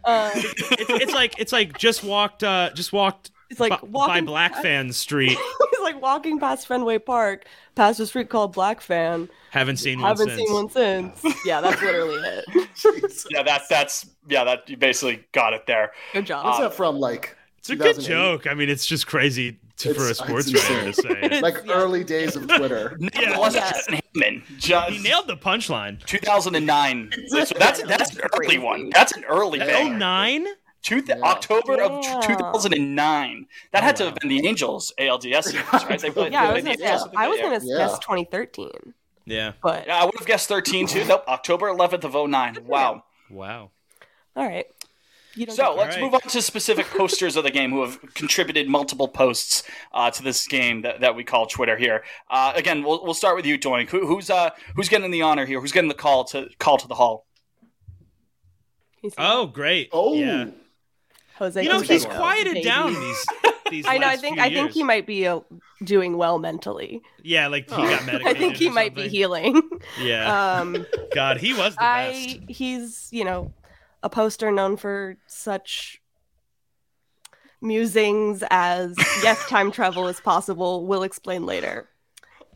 Uh, it's, it's like it's like just walked uh just walked It's like bu- by walking- black fan street He's like walking past Fenway Park, past a street called Black Fan. haven't seen one Haven't since seen one since. Yeah, that's literally it. yeah, that's that's yeah, that you basically got it there. Good job. What's that from? Like it's a good joke i mean it's just crazy to, for a sports writer to say it. Like early days of Twitter. Yeah, it wasn't John Heyman. Just he nailed the punchline 2009. So that's that's an early one. That's an early oh thing. nine Two th- October of t- 2009. That had to have been the Angels ALDS series, right? They played, Oh, yeah, I they played was gonna, the guess, Angels at the I was beginning. gonna guess 2013. yeah but yeah, I would have guessed 13 too. Nope, October 11th of 09. Wow. wow All right. You don't So get- let's move on to specific posters of the game who have contributed multiple posts uh, to this game that, that we call Twitter here. Uh, again, we'll, we'll start with you, Doink. Who, who's uh, who's getting the honor here? Who's getting the call to call to the hall? oh great oh yeah Jose. you know he's Canseco, quieted baby. down these these I know. I last think few I think he years. might be uh, doing well mentally. yeah like he Oh. got medicated I think he or might be something. healing. yeah Um, god he was the best I he's you know a poster known for such musings as yes, time travel is possible. We'll explain later.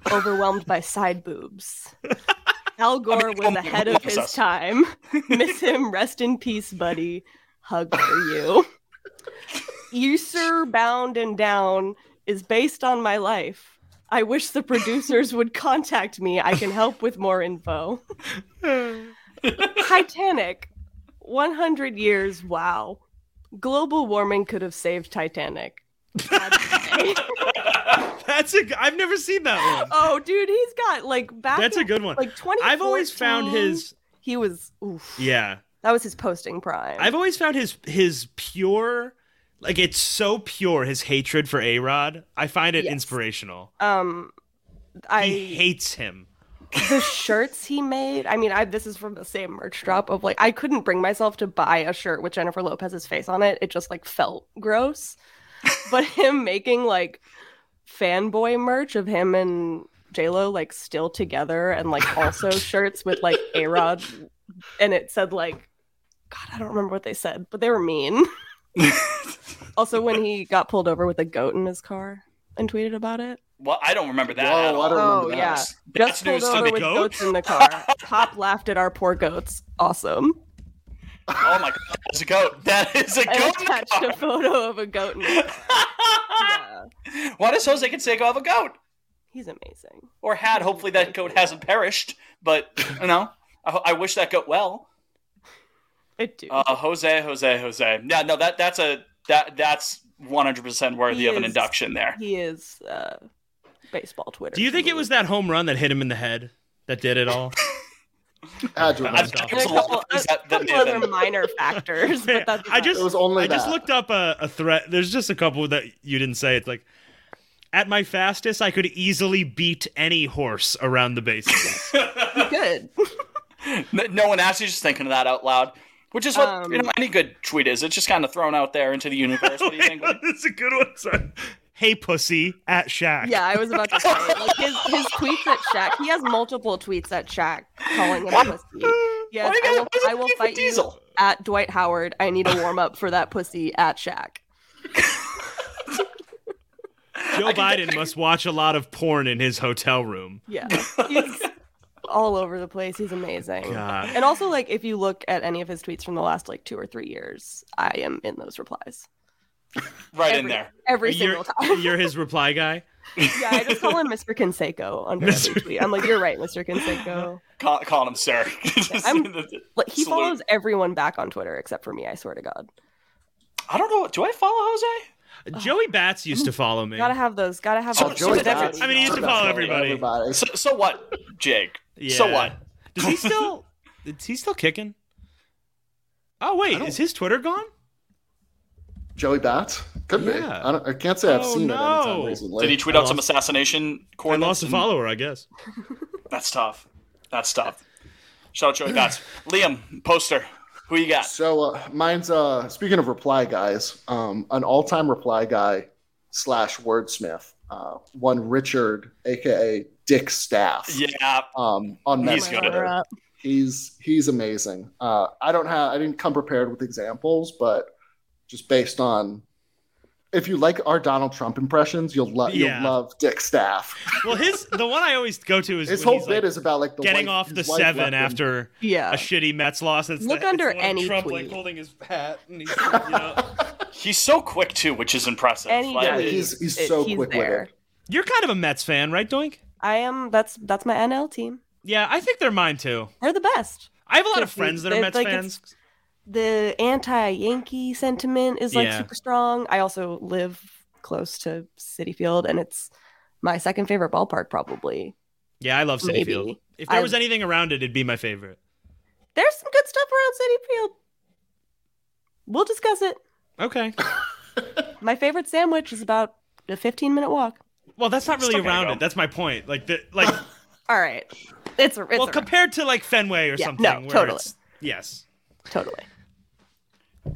Overwhelmed by side boobs. Al Gore was ahead of his us. time. Miss him. Rest in peace, buddy. Hug for you. You sir bound and down is based on my life. I wish the producers would contact me. I can help with more info. Titanic, 100 years. Wow. Global warming could have saved Titanic. that's a g- i've never seen that one Oh, dude, he's got like back. That's in, a good one. Like 20. I've always found his- He was. Oof, yeah that was his posting prime. I've always found his his pure, like it's so pure. His hatred for A Rod, I find it inspirational. Um, I he hates him the shirts he made. I mean, I this is from the same merch drop of like I couldn't bring myself to buy a shirt with Jennifer Lopez's face on it. It just like felt gross. but him making like fanboy merch of him and J Lo like still together and like also shirts with like A Rod and it said like God, I don't remember what they said, but they were mean. also when he got pulled over with a goat in his car and tweeted about it. Well, I don't remember that. Whoa, at all. I don't Oh remember yeah, that. That's just pulled news to over me. with Goat? goats in the car. Pop laughed at our poor goats. Awesome. Oh my god, that's a goat. That is a I goat. attached a photo of a goat. In it. Why does Jose Canseco have a goat? He's amazing. Or had. Hopefully that goat hasn't perished. But you know, I, I wish that goat well. It do. Uh, Jose, Jose, Jose. Yeah, no, that that's a that that's one hundred percent worthy He of an is- induction there. He is uh, baseball Twitter. Do you think it was that home run that hit him in the head that did it all? Had to I- have been. And a couple, a couple other minor factors, but that's I just only I just that. looked up a, a threat. There's just a couple that you didn't say. It's like at my fastest, I could easily beat any horse around the bases. good. No- no one actually just thinking of that out loud. Which is what you Um, know, any good tweet is. It's just kind of thrown out there into the universe. What do you think? That's a good one. Son. Hey, pussy, at Shaq. Yeah, I was about to say like his, his tweets at Shaq. He has multiple tweets at Shaq calling him a pussy. Yes, I will, I will fight you at Dwight Howard. I need a warm up for that pussy at Shaq. Joe Biden must watch a lot of porn in his hotel room. Yeah. He's all over the place. He's amazing. God. And also like if you look at any of his tweets from the last like 2 or 3 years, I am in those replies. Right in Every- there. every You're- single time. You're his reply guy. Yeah, I just call him Mr. Conseco under every tweet. I'm like, you're right, Mr. Conseco. Call, call him sir. I'm like he Salute. follows everyone back on Twitter except for me. I swear to God. I don't know. Do I follow Jose? Joey Bats used to follow me. Gotta have those. Gotta have. Oh, So- those so tweets. does every- I mean, he used to follow everybody. So, so what, Jake? So Yeah. what? Does he still? is he still kicking? Oh wait, is his Twitter gone? Joey Bats could be. Yeah. I, don't, I can't say I've Oh, seen it anytime no. recently. Did he tweet out some assassination coordinates? Lost a follower, I guess. That's tough. That's tough. Shout out Joey Bats. Liam, poster. Who you got? So uh, mine's uh, speaking of reply guys, um, an all-time reply guy slash wordsmith, uh, one Richard, aka Dick Staff. Yeah. Um, on He's Mets good. Twitter. He's he's amazing. Uh, I don't have I didn't come prepared with examples, but just based on if you like our Donald Trump impressions, you'll love Yeah. you'll love Dick Staff. Well, his the one I always go to is His when whole he's, bit like, is about like the getting white- off the his white seven weapon. after Yeah. a shitty Mets loss. It's Look the- under it's the one any Trump, tweet. like holding his hat and he's you know. He's so quick too, which is impressive. And he Like, does. He's- he's It- so he's quick-witted. there. You're kind of a Mets fan, right, Doink? I am. That's that's my NL team. Yeah, I think they're mine too. They're the best. I have a lot of friends that are They're- Mets like, fans. it's- The anti-Yankee sentiment is like Yeah. super strong. I also live close to City Field, and it's my second favorite ballpark probably. Yeah, I love City Maybe. Field. If there I- was anything around it, it'd be my favorite. There's some good stuff around City Field. We'll discuss it. Okay. My favorite sandwich is about a 15-minute walk. Well, that's not really Still gotta around go. it. That's my point. Like, the, like, All right, it's, a- it's well, a- compared to like Fenway or Yeah, something. no, where totally. it's- yes. totally.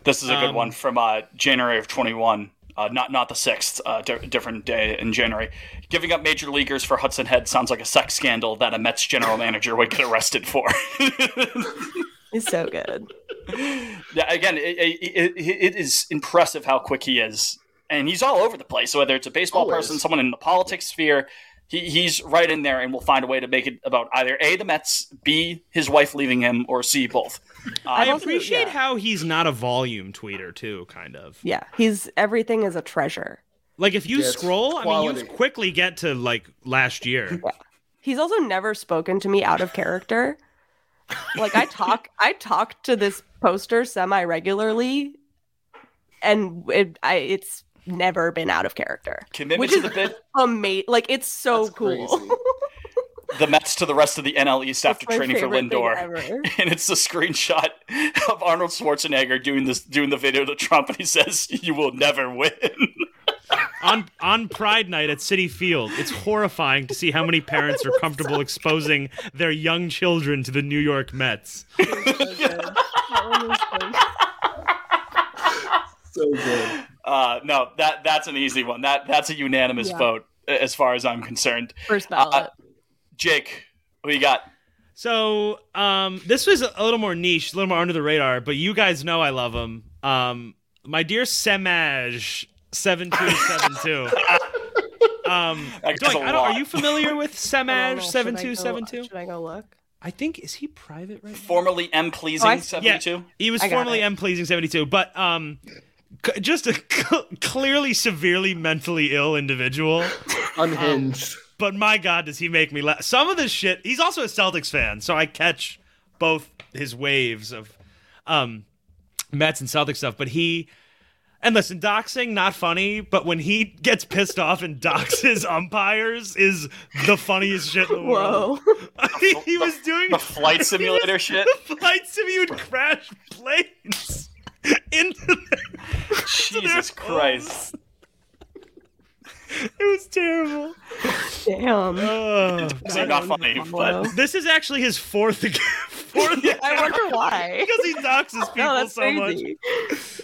This is a good Um, one from uh, January of 21. Uh, not not the sixth, uh, di- different day in January. Giving up major leaguers for Hudson Head sounds like a sex scandal that a Mets general manager would get arrested for. It's so good. yeah, again, it, it, it, it is impressive how quick he is, and he's all over the place. Whether it's a baseball Always. person, someone in the politics sphere, he, he's right in there, and will find a way to make it about either a the Mets, b his wife leaving him, or c both. Uh, I appreciate how he's not a volume tweeter too, kind of. Yeah, he's everything is a treasure. Like if you Yeah, it's scroll, I mean, quality. you quickly get to like last year. He's also never spoken to me out of character. Like I talk, I talk to this poster semi regularly, and it, I, it's never been out of character. Commitment which to is the bit. Amazing, like it's so cool. the Mets to the rest of the NL East after my training for favorite thing Lindor. ever. And it's the screenshot of Arnold Schwarzenegger doing this doing the video to Trump and he says, You will never win. on on Pride Night at City Field. It's horrifying to see how many parents are comfortable exposing their young children to the New York Mets. so good. Uh, no, that that's an easy one. That that's a unanimous Yeah. vote a- as far as I'm concerned. First Uh, ballot. Jake, what you got? So um, this was a little more niche, a little more under the radar, but you guys know I love him. Um, my dear Semaj seven two seven two. Um, Doink, That's a I don't, lot. are you familiar with Semaj seven two seven two? Should I go look? I think is he private right now? Formerly M pleasing Oh, I- seventy two. Yeah, he was formerly M pleasing 72, but um c- just a c- clearly severely mentally ill individual. Um, Unhinged. but my god does he make me laugh. Some of this shit. He's also a Celtics fan, so I catch both his waves of um Mets and Celtics stuff, but he and listen, doxing not funny, but when he gets pissed off and doxes umpires is the funniest shit in the world. Whoa. he was doing The flight he simulator was- shit. The flight simulator would crash planes into the, Jesus Christ. It was terrible. Damn. It's not funny, but This is actually his fourth fourth I wonder why. Oh, because he doxes people that's so crazy.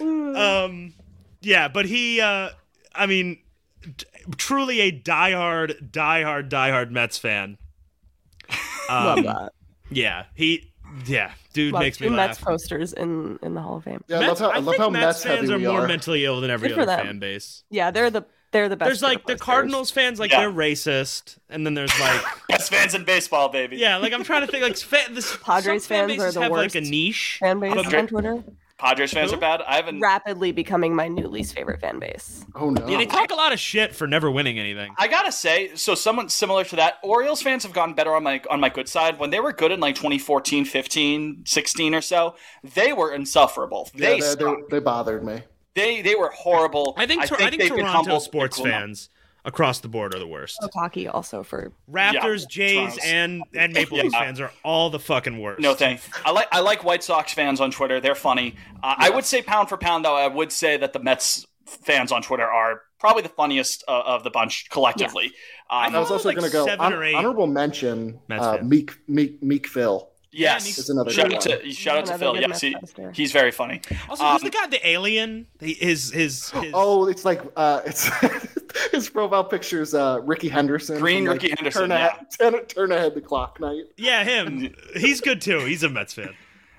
much. Um, yeah, but he, uh, I mean, t- truly a diehard, diehard, diehard Mets fan. Love Um, that. Yeah, he, yeah, dude Love makes me two laugh. Mets posters in in the Hall of Fame. Yeah, I love how I, love think how Mets Mets heavy fans are we more are. mentally ill than every Good for other them. fan base. Yeah, they're the they're the best. There's like the Cardinals fans, like Yeah. they're racist, and then there's like best fans in baseball, baby. yeah, like I'm trying to think like fa- this, Padres some fan fans are bases the have worst like a niche Oh, fan base but- on Twitter. Padres fans are bad. I haven't. Rapidly becoming my new least favorite fan base. Oh no. Yeah, they talk a lot of shit for never winning anything. I gotta say, so someone similar to that, Orioles fans have gotten better on my on my good side. When they were good in like 2014, 15, 16 or so, they were insufferable. Yeah, They they, sucked. they, they bothered me. they they were horrible. I think Tor- I think they've been Toronto humbled sports equal enough. fans across the board are the worst. Hockey also for Raptors, Jays, Toronto's- and and Maple Leafs Yeah. fans are all the fucking worst. No thanks. I like I like White Sox fans on Twitter. They're funny. Uh, I would say pound for pound, though, I would say that the Mets fans on Twitter are probably the funniest uh, of the bunch collectively. Um, I was also going to go seven hon- or eight honorable mention Mets uh, fans. Meek Meek Meek Phil. yes, It's another shout good out one. to shout out to Another Phil. good Yes, Mets he, fans there. he's very funny. Also, who's the guy? The alien? He- His his. his Oh, it's like uh, it's his profile picture's uh, Ricky Henderson. Green from, like, Ricky Henderson, Turn, ahead, turn, turn ahead the clock night. yeah, him. He's good too. He's a Mets fan. Um,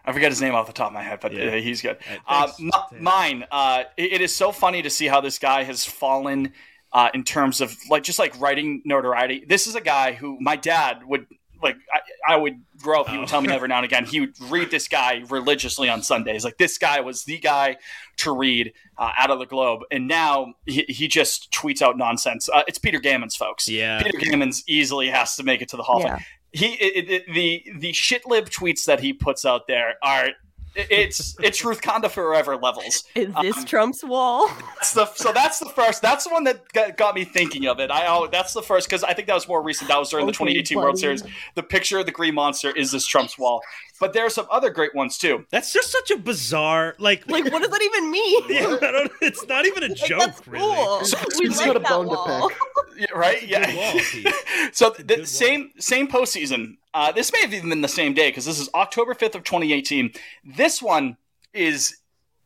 I forget his name off the top of my head, but Yeah. uh, he's good. All Uh, right, m- thanks. mine, uh, it- it is so funny to see how this guy has fallen uh, in terms of like just like writing notoriety. This is a guy who my dad would like. I, I would grow up. He would tell me every now and again. He would read this guy religiously on Sundays. Like this guy was the guy to read uh, out of the Globe, and now he, he just tweets out nonsense. Uh, it's Peter Gammons, folks. Yeah. Peter Gammons easily has to make it to the Hall of Fame Yeah. he it, it, the the shit lib tweets that he puts out there are it's it's Ruth Conda forever levels. Is this Trump's wall? That's the, so that's the first. That's the one that got, got me thinking of it. I oh, that's the first because I think that was more recent. That was during the Okay, 2018 World buddy. Series. The picture of the green monster is this Trump's wall, but there are some other great ones too. That's just such a bizarre like. Like, what does that even mean? Yeah, I don't- it's not even a joke, That's really. cool. We He's like got a that bone to wall. pick. Yeah, right? Good wall, Yeah. Pete. so the same same postseason. Uh, this may have even been the same day because this is October 5th of 2018. This one is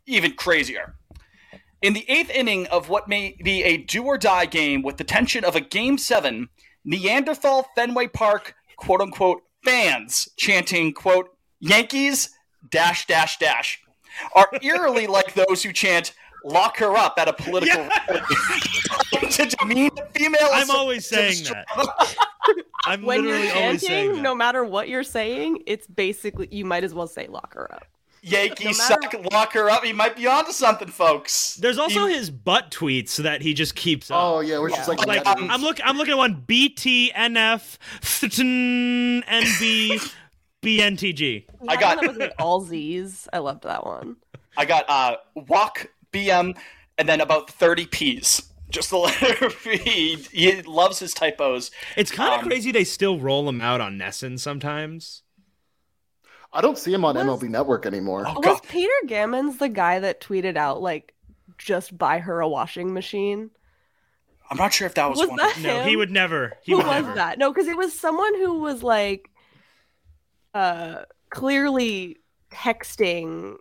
even crazier. In the eighth inning of what may be a do or die game with the tension of a game seven, Neanderthal Fenway Park quote unquote fans chanting quote Yankees dash dash dash are eerily like those who chant lock her up at a political to demean the female I'm always saying that. I'm When you're literally always saying that. chanting, no matter what you're saying, it's basically you might as well say lock her up. Yankees No matter- suck, lock her up. He might be onto something, folks. There's also He- his butt tweets that he just keeps up. Oh yeah, which is like, like another- I'm look I'm looking at one BTNF NB BNTG. I That got- one that was like all Z's. I loved that one. I got uh, walk BM, and then about 30 P's. Just the letter P. He loves his typos. It's kind of Um, crazy they still roll them out on Nessun sometimes. I don't see him on MLB Network anymore. Oh was god, Peter Gammons the guy that tweeted out like just buy her a washing machine? I'm not sure if that was, Was one. that of them. No, he would never. who was that? Uh, No, because it was someone who was like uh clearly texting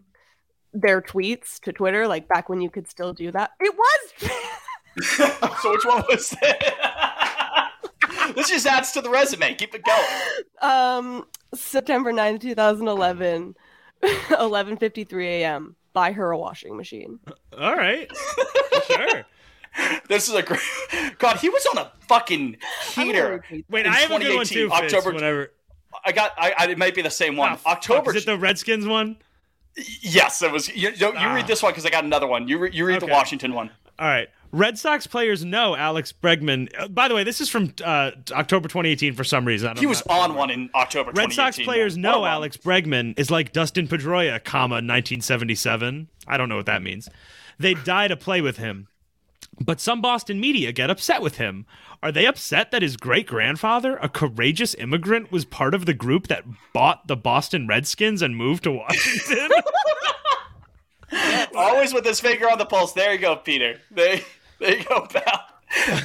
their tweets to Twitter, like back when you could still do that. It was so which one was that? this just adds to the resume. Keep it going. um September 9th, 2011, 11:53 a.m. Buy her a washing machine. All right. sure. This is a great. God, he was on a fucking heater. Wait, in I have a good one too. 2018, Fitz, October. whenever. I got. I, I. It might be the same one. October. Is it the Redskins one? Yes, it was. You, you, you read this one because I got another one. You re, you read the Ah. Okay. Washington one. All right. Red Sox players know Alex Bregman. Uh, By the way, this is from uh, October 2018 for some reason. I don't He was know. on one in October. Red Sox 2018, players man. know What a Alex Bregman is like Dustin Pedroia, comma 1977. I don't know what that means. They die to play with him. But some Boston media get upset with him. Are they upset that his great grandfather, a courageous immigrant, was part of the group that bought the Boston Redskins and moved to Washington? Always with his finger on the pulse. There you go, Peter. There, there you go, pal.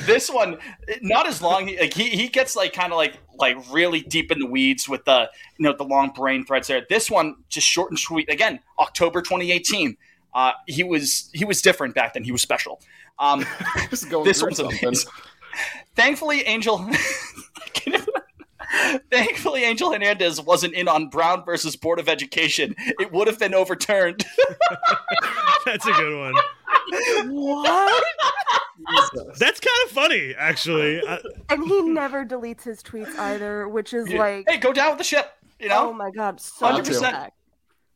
This one, not as long. He- Like he, he gets like kind of like like really deep in the weeds with the you know the long brain threads there. This one just short and sweet. Again, October 2018. Uh, he was he was different back then. He was special. Um, this through one's something. amazing. Thankfully, Angel. Thankfully, Angel Hernandez wasn't in on Brown versus Board of Education. It would have been overturned. That's a good one. What? That's kind of funny, actually. I- And he never deletes his tweets either, which is Yeah. like Hey, go down with the ship, you know? Oh my god, so 100%.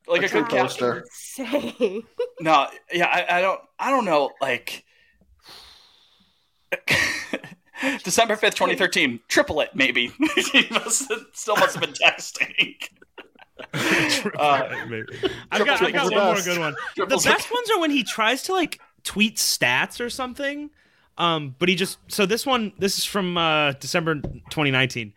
Like a good captain. Say. No, yeah, I, I don't, I don't know. Like December fifth, twenty thirteen, triple it maybe. he must have, still must have been texting. Uh, I've got, I Triples got are one more best. good one. The Triples are best ones are when he tries to like tweet stats or something. Um, but he just so this one this is from uh, December 2019.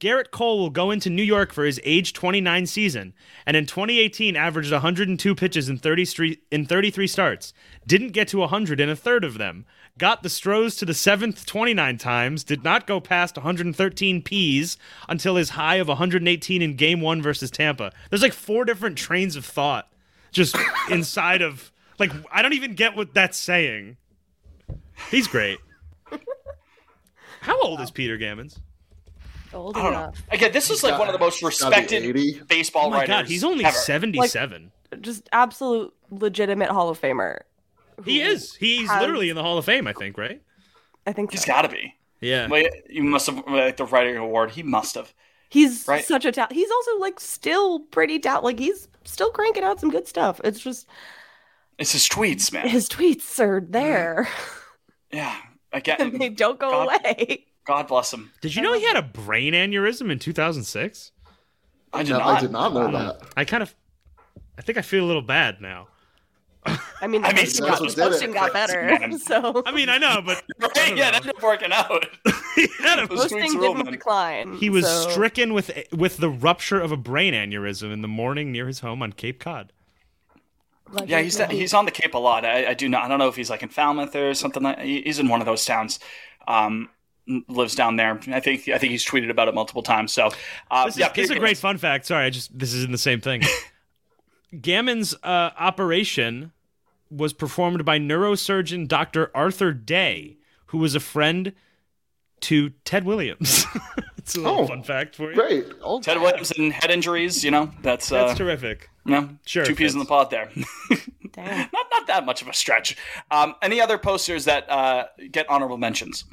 Garrett Cole will go into New York for his age 29 season, and in 2018 averaged 102 pitches in 30 stre- in 33 starts. Didn't get to 100 in a third of them. Got the Stros to the seventh 29 times. Did not go past 113 Ps until his high of 118 in Game One versus Tampa. There's like four different trains of thought just inside of like I don't even get what that's saying. He's great. How old is Peter Gammons? Old I don't know. Again, this is like one of the most respected baseball Oh my writers. god, he's only ever. 77. Just absolute legitimate Hall of Famer. he is. He's has- literally in the Hall of Fame, I think, right? I think He's got to be. Yeah. Wait, you must have like the writing award. He must have. He's Right. such a talent. He's also like still pretty talent. Like he's still cranking out some good stuff. It's just It's his tweets, man. Mm-hmm. his tweets are there. yeah, again, they don't go God- away. God bless him. Did you know he had a brain aneurysm in 2006? I did No, I not. did not know that. I kind of I think I feel a little bad now. I mean, I mean, his that's what did it. posting got better. So I mean, I know, but yeah, that ended up working out. Those posting tweets rule, didn't man. decline. He was so- stricken with with the rupture of a brain aneurysm in the morning near his home on Cape Cod. Yeah, he's he's on the Cape a lot. I, I do not. I don't know if he's like in Falmouth or something. Like he- he's in one of those towns. Um, lives down there. I think I think he's tweeted about it multiple times. So uh, This is, yeah, this is a Peter- great fun fact. Sorry, I just this is in the same thing. Gammon's uh, operation was performed by neurosurgeon Dr. Arthur Day, who was a friend to Ted Williams. it's a little Oh, fun fact for you. Great. Ted Williams and head injuries. You know that's uh, That's terrific. Yeah, Sure, Two peas in the pod there. Not not that much of a stretch. Um, any other posters that uh, get honorable mentions?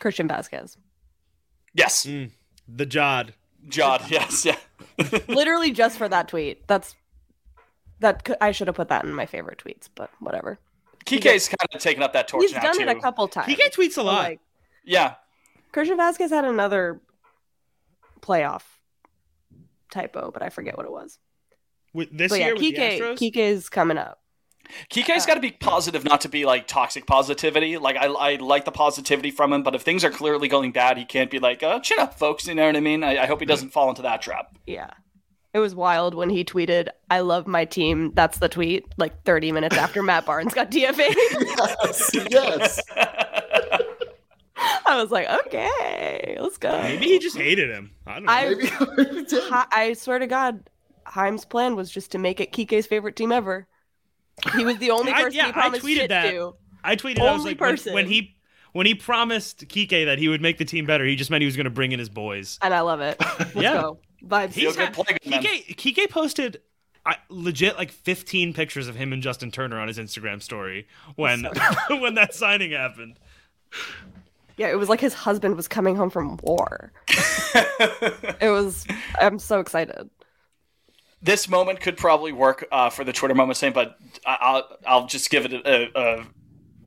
Christian Vasquez. Yes. The Jod. Jod. Yes. Yeah. Literally just for that tweet. That's that could, I should have put that in my favorite tweets, but whatever. Kike's kind of taken up that torch He's now done too. it a couple times. Kike tweets a but, lot. like, yeah. Christian Vasquez had another playoff typo, but I forget what it was. With this but year yeah, with the Kike, Astros? Kike is coming up. Kike's got to be positive, not to be like toxic positivity. Like I, I like the positivity from him, but if things are clearly going bad, he can't be like, uh, "Chin up, folks." You know what I mean? I, I hope he doesn't fall into that trap. Yeah. It was wild when he tweeted, I love my team. That's the tweet, like 30 minutes after Matt Barnes got DFA. yes. I was like, okay, let's go. Maybe he just hated him. I don't know. I, Hi- I swear to God, Heim's plan was just to make it Kike's favorite team ever. He was the only I- person he yeah, I promised shit tweeted that. to. I tweeted. I was Only like, when- person. When, he when he promised Kike that he would make the team better, he just meant he was going to bring in his boys. And I love it. Let's Yeah. go. Vibes. He's ha- Kike, Kike posted I, legit like 15 pictures of him and Justin Turner on his Instagram story when when that signing happened. Yeah, it was like his husband was coming home from war. it was. I'm so excited. this moment could probably work uh, for the Twitter moment saying, but I- I'll I'll just give it a, a, a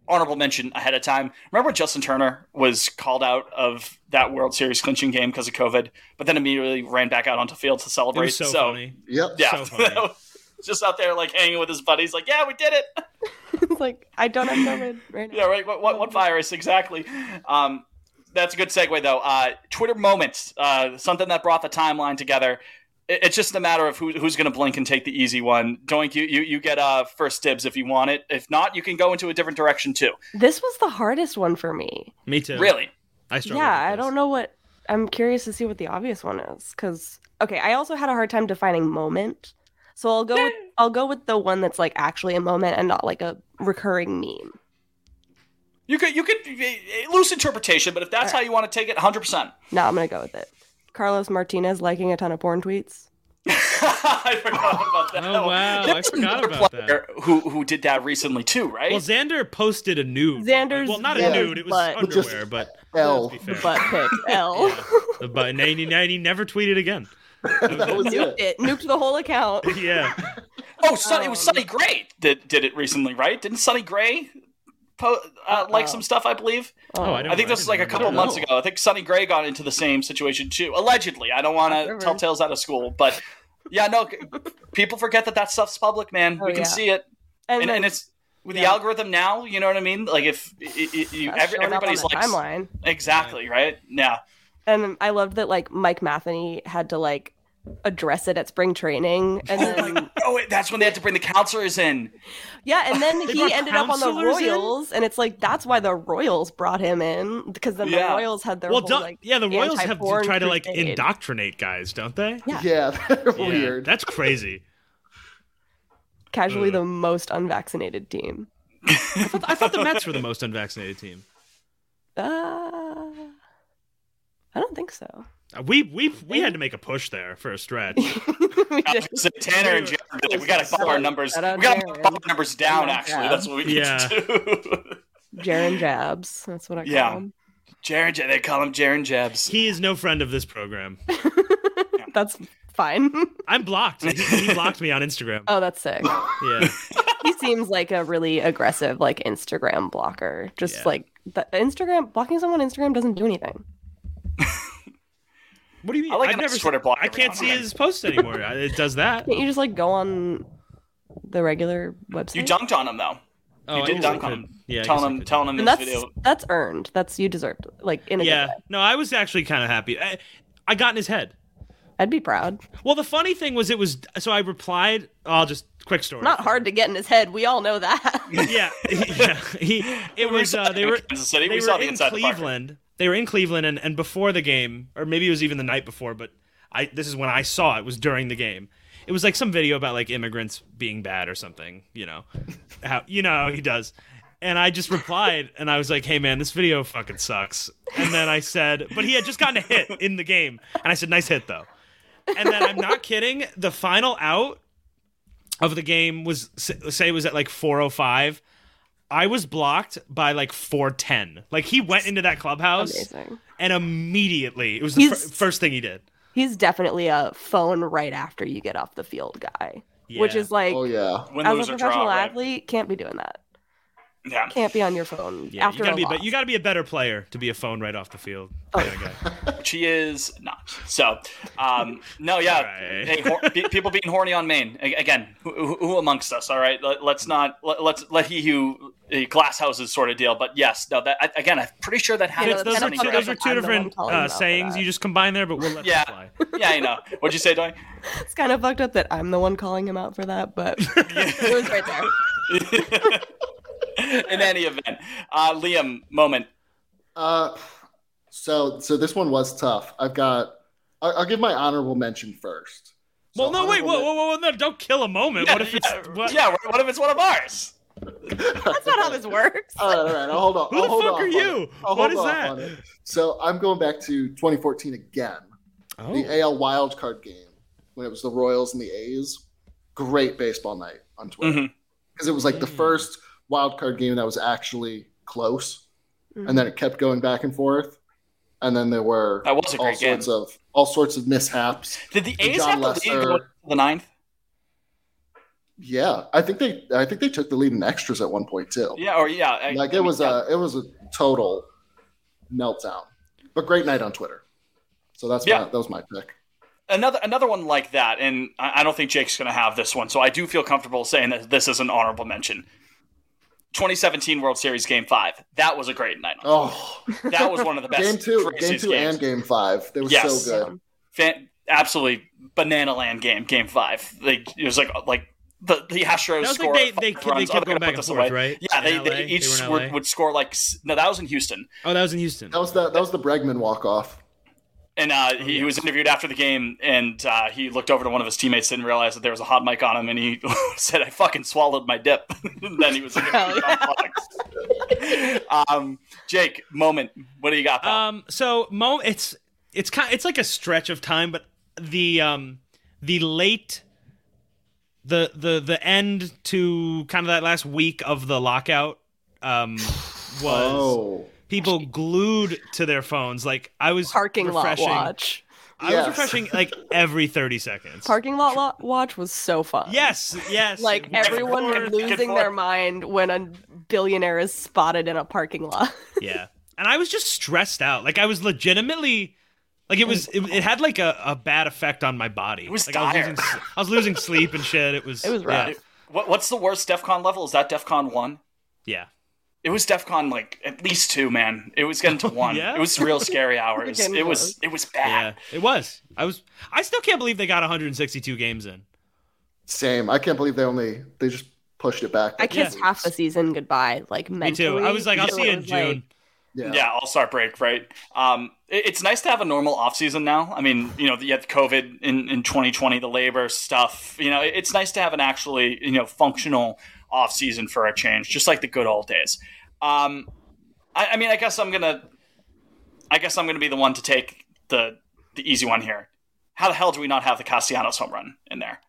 honorable mention ahead of time. Remember when Justin Turner was called out of that World Series clinching game because of COVID, but then immediately ran back out onto the field to It celebrate. was so, funny. Yep. Yeah. So funny. just out there like hanging with his buddies, like, yeah, we did it. like I don't have COVID right now. Yeah, right. What, what, what virus exactly? Um, that's a good segue though. Uh, Twitter moments, uh, something that brought the timeline together. It, it's just a matter of who, who's going to blink and take the easy one. Doink, you you, you get uh, first dibs if you want it. If not, you can go into a different direction too. This was the hardest one for me. Me too. Really? I yeah, I don't know what. I'm curious to see what the obvious one is, because okay, I also had a hard time defining moment, so I'll go with I'll go with the one that's like actually a moment and not like a recurring meme. You could you could eh, eh, loose interpretation, but if Eh. that's how you want to take it, hundred percent. No, I'm gonna go with it. Carlos Martinez liking a ton of porn tweets. I forgot about that. Oh wow, I forgot about that. Who who did that recently too? Right? Well, Xander posted a nude. Xander's well, not Xander's a nude. It was butt. underwear, but L. let's be fair. butt pic L. The butt. And then he- then he never tweeted again. Nuked it. Nuked the whole account. Yeah. Oh, Son, it was um, Sonny Gray that did it recently, right? Didn't Sonny Gray po- uh, like some stuff? I believe. Oh, Um, I don't- I think I this was like a didn't couple know. months ago. I think Sonny Gray got into the same situation too. Allegedly, I don't want to tell tales out of school, but yeah, no, c- people forget that that stuff's public, man. Oh, we can yeah. see it, And and, and then- it's with the algorithm now. You know what I mean? Like if i i you, That's every, showing up on everybody's the like timeline. exactly right. Yeah, And I loved that like Mike Matheny had to like address it at spring training, and then oh, wait, that's when they had to bring the counselors in. yeah, and then They he brought ended up on the counselors in? Royals, and it's like that's why the Royals brought him in because then Yeah. the Royals had their well, whole, don't- like, yeah, the Royals have to anti-porn try to like crusade. indoctrinate guys, don't they? Yeah. Yeah, That's crazy. casually Mm. the most unvaccinated team. I thought the Mets were the most unvaccinated team. Uh, I don't think so. Uh, We we we had to make a push there for a stretch. So Tanner and Jared, were like, we got to bump our numbers. We Shout out got to Jared. bump our numbers down. Shout out Actually, Jared. that's what we need Yeah. to do. Jaren Jabs. That's what I call Yeah. him. Jaren, Ja- they call him Jaren Jabs. He is no friend of this program. That's fine. I'm blocked. He, he blocked me on Instagram. oh, that's sick. Yeah. he seems like a really aggressive like Instagram blocker. Just like the Instagram blocking someone on Instagram doesn't do anything. What do you mean? I like I've a nice never Twitter block I every can't now see and his posts anymore. I- It does that. Can't you just like go on the regular website? You dunked on him though. Oh, you I did guess dunk I on could. him. Yeah, I guess telling I him, could. telling him in and this that's video. that's earned. That's you deserved. it, Like in a good Yeah. way. No, I was actually kind of happy. I, I got in his head. I'd be proud. Well, the funny thing was, it was so I replied. I'll just quick story. Not hard to get in his head. We all know that. yeah, yeah. He, it was. Uh, they were. Kansas City. They We were saw the in inside of the park. Cleveland. They were in Cleveland, and, and before the game, or maybe it was even the night before, but I this is when I saw it was during the game. It was like some video about like immigrants being bad or something. You know, how you know how he does. And I just replied, and I was like, "Hey man, this video fucking sucks." And then I said, "But he had just gotten a hit in the game," and I said, "Nice hit though." And then I'm not kidding. The final out of the game was say it was at like 405 i was blocked by like 410 like he went into that clubhouse Amazing. and immediately it was the fir- He's- first thing he did He's definitely a phone right after you get off the field guy. Which Yeah. is like Oh yeah. Win, as lose, a or draw, professional right? athlete, can't be doing that. Yeah. Can't be on your phone yeah, after you a gotta be loss. be you gotta be a better player to be a phone right off the field uh, kind of guy. Which he is not. So, um, no, yeah. Right. Hey, hor- pe- people being horny on Maine A- again. Who, who- who amongst us? All right, let, let's not let, let's let he who uh, glass houses sort of deal. But yes, no. That I- again, I'm pretty sure that happened. It's- those, are two, those are two different uh, sayings you just combine there but we'll let Yeah. them fly yeah, I know. What'd you say, Doy? It's kind of fucked up that I'm the one calling him out for that, but it was right there. In any event, uh, Liam moment. Uh, So, so this one was tough. I've got. I'll, I'll give my honorable mention first. well, no, wait, whoa, whoa, whoa, whoa, no, don't kill a moment. what if it's what? yeah? What if it's one of ours? That's not how this works. All right, all right. I'll hold on. Who the I'll hold fuck off are on you? it. I'll What Oh, hold is off that? on it. So I'm going back to 2014 again. Oh. The AL wildcard game when it was the Royals and the A's. Great baseball night on Twitter Mm-hmm. because it was like the first wildcard game that was actually close, and then it kept going back and forth. And then there were That was a all great game. sorts of all sorts of mishaps. Did the And A's John have the lead Lester- going into the ninth? Yeah, I think they I think they took the lead in extras at one point too. Yeah, or yeah, I- like I it mean, was yeah. a it was a total meltdown. But great night on Twitter. So that's my, Yeah. that was my pick. another another one like that, and I I don't think Jake's going to have this one, so I do feel comfortable saying that this is an honorable mention. 2017 World Series Game Five. That was a great night. Oh, that was one of the best. game two, game preseason two, games. and game five. They were Yes. so good. Fan- absolutely banana land game. Game Five. Like it was like like. The, the Astros That was like scored they- five they- they runs. kept Oh, going they're gonna back put and this forth, away. right? Yeah, they, In they LA? They each were in would- LA? would score like s- no, that was in Houston. Oh, that was in Houston. That was the that was the Bregman walk off. And uh, Oh, he, he was interviewed after the game, and uh, he looked over to one of his teammates, didn't realize that there was a hot mic on him, and he said, "I fucking swallowed my dip." and then he was like, um, "Jake, moment, what do you got?" Pal? Um, so mo, it's it's kind, it's like a stretch of time, but the um, the late, the the the end to kind of that last week of the lockout, um, was Oh. people glued to their phones. Like I was Parking lot refreshing- watch. I Yes. was refreshing like every thirty seconds. Parking lot, lot watch was so fun. Yes, yes. Like Back and everyone forth, was back and losing their mind when a billionaire is spotted in a parking lot. yeah and i was just stressed out like i was legitimately like it was it, it had like a, a bad effect on my body it was like I, was dire. losing, s- I was losing sleep and shit it was yeah. What, what's the worst DEF CON level? Is that DEF CON one? Yeah. It was DEF CON like at least two, man. It was getting to one. Yeah? It was real scary hours. It it was was. it was bad. yeah it was i was i still can't believe they got 162 games in Same. I can't believe they only they just pushed it back. I kissed half the season goodbye, like mentally. so it was like- yeah, All Star break, right? Um, it- it's nice to have a normal off season now. I mean, you know, you had COVID in, in 2020, the labor stuff. You know, it- it's nice to have an actually you know functional off season for a change, just like the good old days. Um, I, I mean, I guess I'm gonna, I guess I'm gonna be the one to take the the easy one here. How the hell do we not have the Castellanos home run in there?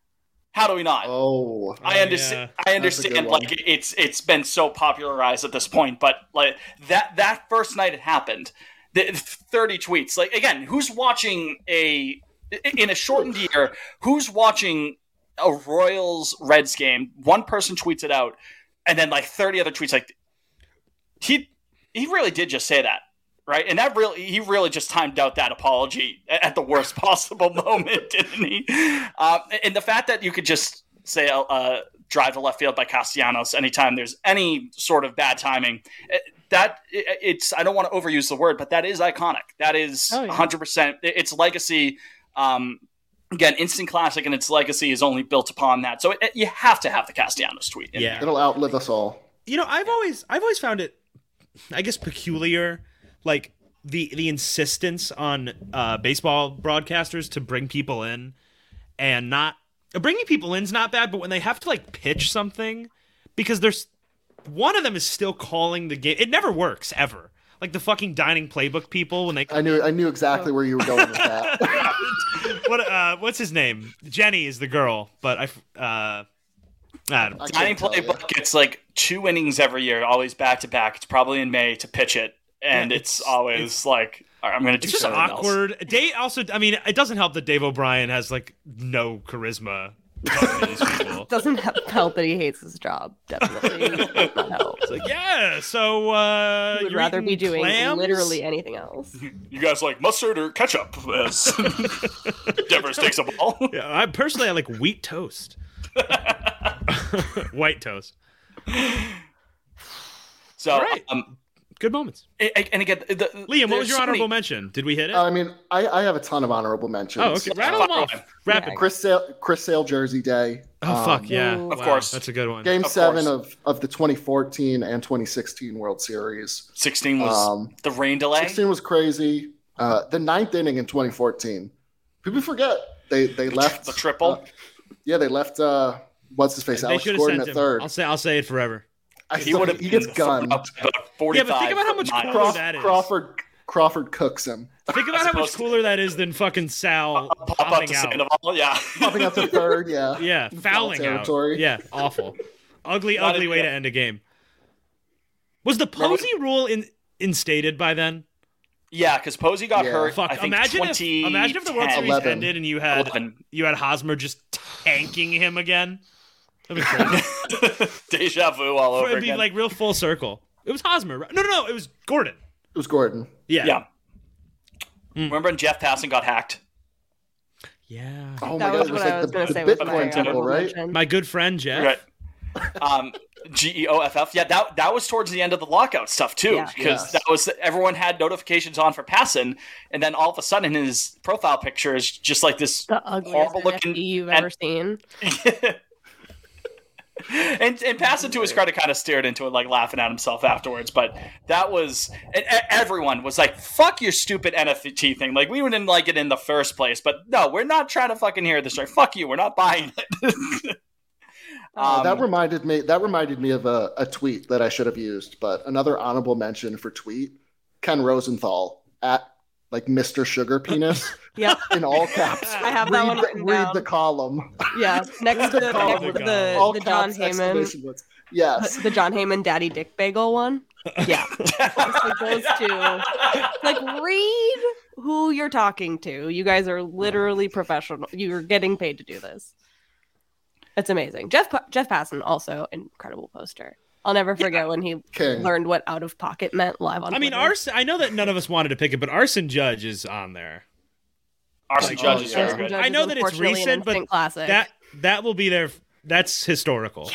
How do we not? Oh, I understand. I understand. Like it's it's been so popularized at this point, but like that that first night it happened, the, thirty tweets. Like again, who's watching a in a shortened year? Who's watching a Royals Reds game? One person tweets it out, and then like thirty other tweets. Like he he really did just say that. Right, and that really he really just timed out that apology a- at the worst possible moment, didn't he? Uh, and the fact that you could just say a uh, drive to left field by Castellanos anytime there's any sort of bad timing, eh, that it- it's I don't want to overuse the word, but that is iconic. That is Oh, yeah. 100%. it- It's legacy. Um, again, instant classic, and its legacy is only built upon that. So it, it- you have to have the Castellanos tweet. in there. It'll outlive us all. you know i've always i've always found it i guess peculiar like the the insistence on uh baseball broadcasters to bring people in and not bringing people in's not bad but when they have to like pitch something because there's one of them is still calling the game it never works ever like the fucking dining playbook people when they I knew I knew exactly where you were going with that. what uh what's his name jenny is the girl but i f- uh I don't know. Dining playbook gets like two innings every year, always back to back. It's probably in May to pitch it, and Yeah, it's, always like, "All right, I'm going to do it's just something else." awkward. Dave also, I mean, it doesn't help that Dave O'Brien has like no charisma. talking to these people. Doesn't help, help that he hates his job. Definitely. It's like, yeah. So uh, he would you're rather be eating doing clams? literally anything else. You guys like mustard or ketchup? As Devers takes a ball. Yeah, I personally I like wheat toast, white toast. So, All right. um, Good moments. And again, the, Liam, what was there's your so honorable many- mention? Did we hit it? Uh, I mean, I, I have a ton of honorable mentions. Uh, Oh, okay. Rattle 'em off. Rapid. Chris Sale, Chris Sale Jersey Day. Oh, fuck, yeah. Um, Of Wow, course. that's a good one. Game Of seven course. of, of the 2014 and 2016 World Series. 16 was the rain delay. 16 was crazy. Uh, the ninth inning in 2014. People forget they they left the triple. yeah, they left. Uh, what's his face? They Alex should have Gordon at sent him. third. I'll say I'll say it forever. I still- would've he gets been gunned. up to about Yeah, but think about how much cooler Crawf- that is. Crawford Crawford cooks him. Think about how much cooler that is than fucking Sal popping out. yeah. Popping out to third, yeah. Yeah, fouling out. territory. Yeah, awful. ugly, Not ugly even- way to end a game. Was the Remember- Posey rule in, instated by then? Yeah, because Posey got hurt. Fuck, I think imagine if 2010. imagine if the World Series ended and you had 11. you had Hosmer just tanking him again. That'd be crazy. deja vu all over It'd be again. like real full circle. It was Hosmer. Right? No, no, no. It was Gordon. It was Gordon. Yeah. Yeah. Remember when Jeff Passan got hacked? Yeah. Oh That was what I was gonna say. was my honorable mention. My good friend Jeff. Right. Um, G E O F F. Yeah, that that was towards the end of the lockout stuff too, Yeah. because Yes. that was everyone had notifications on for Passan, and then all of a sudden his profile picture is just like this The ugliest horrible looking. you've and- ever seen. And and Passan to his credit kind of stared into it, like laughing at himself afterwards. But that was and e- everyone was like, "Fuck your stupid NFT thing." Like we didn't like it in the first place, but no, we're not trying to fucking hear this. Right? Fuck you. We're not buying it. Oh, Uh, that Um, reminded me. That reminded me of a, a tweet that I should have used, but another honorable mention for tweet: Ken Rosenthal at like Mr. Sugar Penis. Yep. In all caps. I have that read, one the- written read down. the column. Yeah, next to the, Oh next to the, All the John caps, exclamation Heyman, points. Yes. the John Heyman Daddy Dick Bagel one. Yeah, Like those two. Like read who you're talking to. You guys are literally professional. You're getting paid to do this. It's amazing. Jeff Pa- Jeff Passan also incredible poster. I'll never forget when he King. learned what out of pocket meant live on. I mean, Twitter. Arson. I know that none of us wanted to pick it, but Arson Judge is on there. Arson Judge is very Arson good. Judge I know is that it's unfortunately an recent, but instant classic. that that will be there. That's historical.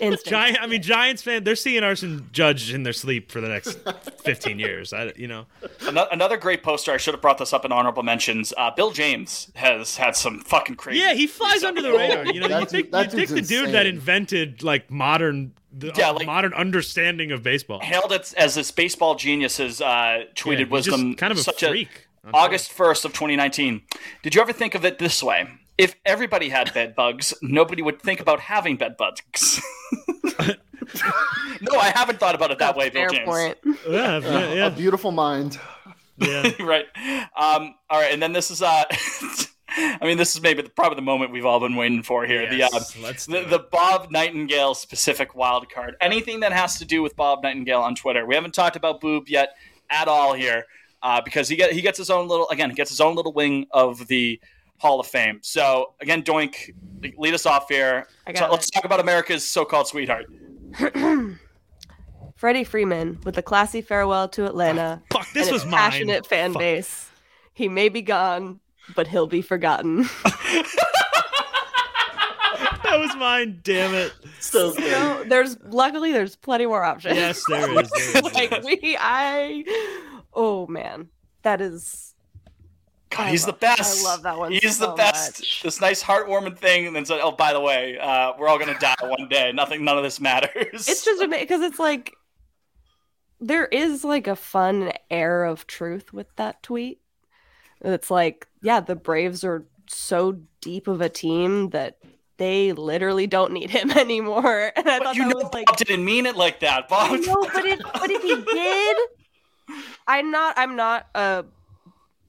Instant. Giant. I mean, Giants fan. They're seeing Arson Judge in their sleep for the next fifteen years. I, you know. Ano- Another great poster. I should have brought this up in honorable mentions. Uh, Bill James has had some fucking crazy. Yeah, he flies under the radar. You know, you That's- think you that think dude's the dude that insane. invented like modern the Yeah, uh, modern understanding of baseball. hailed it as this baseball genius's uh, tweeted he's just wisdom. kind of a such freak, August first of 2019. Did you ever think of it this way? If everybody had bed bugs, nobody would think about having bed bugs. no, I haven't thought about it that way, Bill James. Yeah, a- A beautiful mind. right. Um, all right, and then this is. Uh, I mean, this is maybe the, probably the moment we've all been waiting for here. Yes, the uh, let's the, the Bob Nightingale specific wild card. Anything that has to do with Bob Nightingale on Twitter. We haven't talked about Boob yet at all here uh, because he get, he gets his own little again he gets his own little wing of the Hall of Fame. So again, Doink, lead us off here. I So got let's talk about America's so-called sweetheart. Freddie Freeman with a classy farewell to Atlanta. fuck, this and was its mine. passionate fan base. He may be gone, but he'll be forgotten. that was mine. Damn it. So you know, there's luckily there's plenty more options. Yes, there is. There is. like we, I, oh man, that is. God, I he's love- the best. I love that one. He's the so best. much. This nice heartwarming thing, and then said, "Oh, by the way, uh, we're all gonna die one day. Nothing, none of this matters." It's just because it's like there is like a fun air of truth with that tweet. It's like, yeah, the Braves are so deep of a team that they literally don't need him anymore. And I thought you that know, was like Bob didn't mean it like that, I Bob. know, but if but if he did, I'm not I'm not a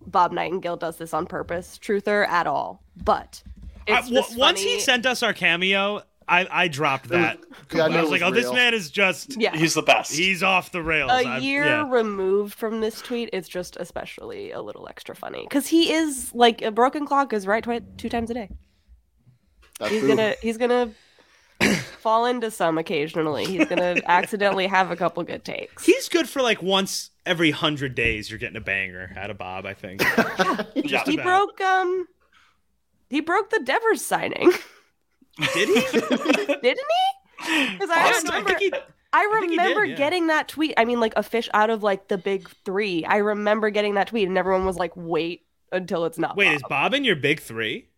Bob Nightingale does this on purpose truther at all. But I- it's w- just once funny- he sent us our cameo, I, I dropped that. Yeah, I I, knew was it like, was oh, this real. man is just. Yeah. He's the best. He's off the rails. a I'm- year yeah. removed from this tweet is just especially a little extra funny because he is like a broken clock is right twi- two times a day. That's he's Boob. gonna he's gonna fall into some occasionally. He's gonna accidentally have a couple good takes. He's good for like once every hundred days. You're getting a banger out of Bob, I think. Just He about. broke um he broke the Devers signing, Did he? didn't he? Because I Awesome. remember. I, I think he did, remember yeah. getting that tweet. I mean, like a fish out of like the big three. I remember getting that tweet, and everyone was like, "Wait until it's not." Wait, Bob." is Bob in your big three?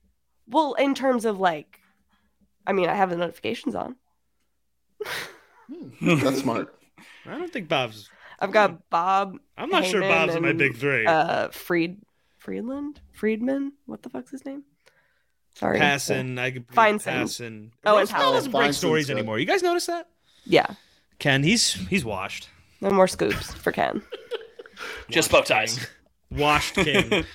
well, in terms of like, I mean, I have the notifications on. That's smart. I don't think Bob's. I've got Bob. I'm not sure Heyman, Bob's in my and, big three. Uh, Fried, Friedland, Friedman. What the fuck's his name? Sorry, Passon, I could Feinstein. Passon. Oh, and Rosenthal Powell. doesn't break Feinstein's stories good. anymore. You guys notice that? Yeah, Ken, he's he's washed. no more scoops for Ken. Just bow ties. Washed king.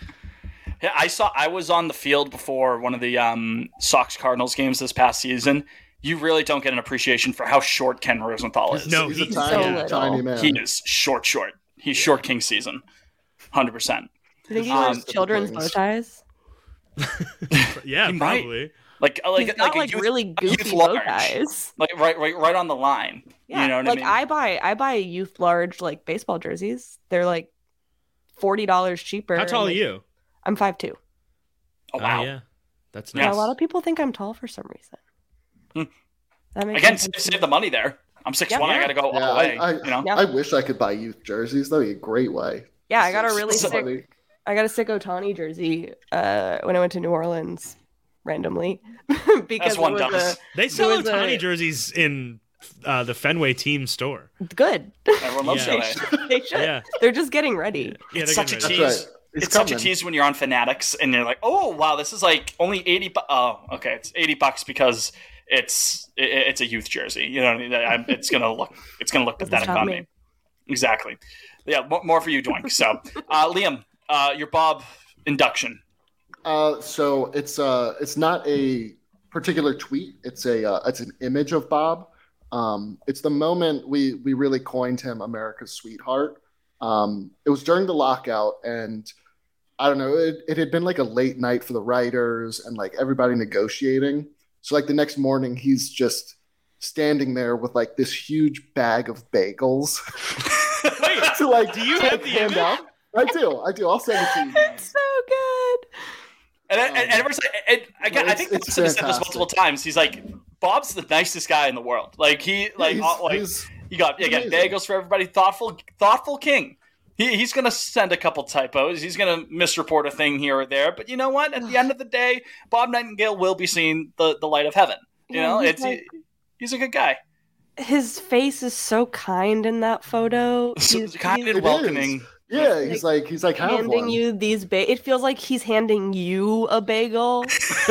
Yeah, I saw. I was on the field before one of the um, Sox Cardinals games this past season. You really don't get an appreciation for how short Ken Rosenthal is. Oh, No, He's a he's tiny- so little. tiny man. He is short, short. He's short king season, hundred percent. You think he Um, wears children's bow ties? Yeah, probably. Like, uh, like, He's got, like, a like, youth- really a goofy youth bow large. ties. Like right, right, right on the line. Yeah, you know what like I mean. buy I buy youth large like baseball jerseys. They're like forty dollars cheaper. How tall are and- you? I'm five two. Oh wow, yeah, that's Yeah, nice. a lot of people think I'm tall for some reason. That makes Hmm. Again, sense. save, save the money there. I'm six one. I gotta go Yeah, all the way. I, I, you know. I wish I could buy youth jerseys. That'd be a great way. Yeah, I got a So really funny. sick. I got a sick Otani jersey uh, when I went to New Orleans randomly That's because it was a, they there sell was a- Otani jerseys in uh, the Fenway team store. Good. Everyone loves Yeah. LA. They should. Yeah. They're just getting ready. it's such a getting tease. ready. That's It's, It's such a coming. tease when you're on Fanatics and you're like, oh wow, this is like only eighty. Bu- oh, okay, it's eighty bucks because it's i- i it's a youth jersey. You know, what I mean? I'm- it's gonna look it's gonna look pathetic stop on me. me. Exactly. Yeah, more, more for you, Doink. So, uh, Liam, uh, your Bob induction. Uh, so it's uh, it's not a particular tweet. It's a uh, it's an image of Bob. Um, it's the moment we we really coined him America's sweetheart. Um, it was during the lockout, and I don't know. It, it had been like a late night for the writers and like everybody negotiating. So like the next morning, he's just standing there with like this huge bag of bagels. to like, do you have the image? I do. I do. I'll send it to you. It's so good. And, I- and, and ever since, and again, I it's- think the it's person has said this multiple times. He's like, Bob's the nicest guy in the world. Like he, like, he's- all, like he's you got yeah, again amazing. bagels for everybody. Thoughtful, thoughtful king. He, he's gonna send a couple typos. He's gonna misreport a thing here or there. But you know what? At the end of the day, Bob Nightingale will be seeing the, the light of heaven. You Yeah, know, he's it's like- he's a good guy. His face is so kind in that photo. He's, kind he's and welcoming. Yeah, he's like he's like have handing one. you these ba- it feels like he's handing you a bagel.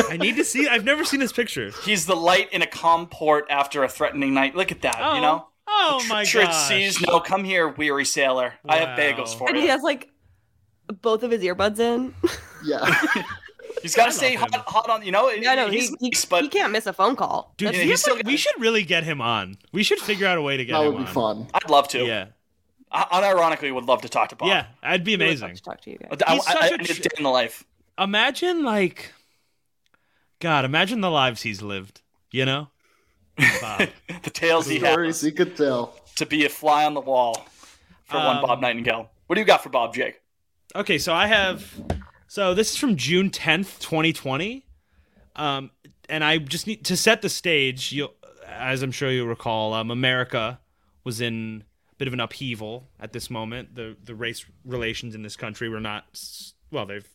I need to see. I've never seen this picture. He's the light in a calm port after a threatening night. Look at that. you know. Oh my Trid gosh. seas no. Come here, weary sailor. I have bagels for and you. he has like both of his earbuds in. Yeah. He's got to stay hot, hot on. You know, I know he's he, he, he can't miss a phone call. Dude, That's- he has, like, we should really get him on. We should figure out a way to get That him would be on. fun. I'd love to. Yeah. I unironically would love to talk to Bob. Yeah, that'd be amazing. talk to you guys. I- I, He's such I- I a need ch- a day in the life. Imagine like, God, imagine the lives he's lived. You know, Bob. The tales he had Stories he could tell. to be a fly on the wall for one Um, Bob Nightingale. What do you got for Bob, Jake? Okay, so I have. So this is from June tenth, twenty twenty, um, and I just need to set the stage. You, as I'm sure you recall, um, America was in a bit of an upheaval at this moment. The the race relations in this country were not s- well. They've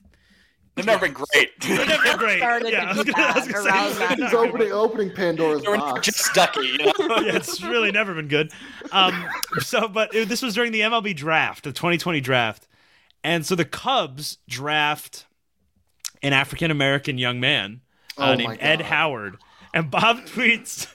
they've never been great. They've never been great. Started to Yeah, I was do gonna- I was that gonna say- around that He's opening opening Pandora's box. Just ducky. You know? yeah, it's really never been good. Um, so, but it, this was during the MLB draft, the 2020 draft, and so the Cubs draft an African American young man uh, Oh my named Ed God. Howard, and Bob tweets,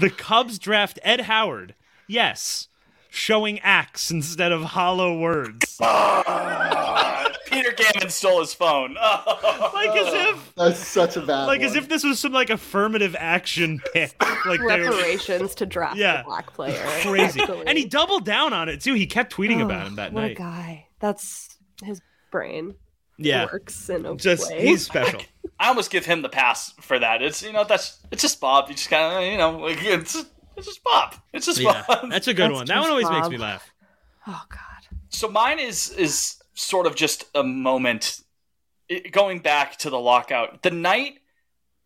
"The Cubs draft Ed Howard. Yes." Showing acts instead of hollow words, like Peter Gammon stole his phone. as if, That's such a bad like as one. if this was some like affirmative action pick, like they were- reparations to draft Yeah. a black player. crazy. actually. And he doubled down on it too. He kept tweeting about him that what a night. guy. That's his brain. Yeah. Works in a Just way. he's special. I almost give him the pass for that. It's you know that's it's just Bob. You just kind of you know like it's it's just Bob. It's just Yeah, Bob. that's a good one. That just one always makes Bob. me laugh. Oh god. so mine is is sort of just a moment It- going back to the lockout the night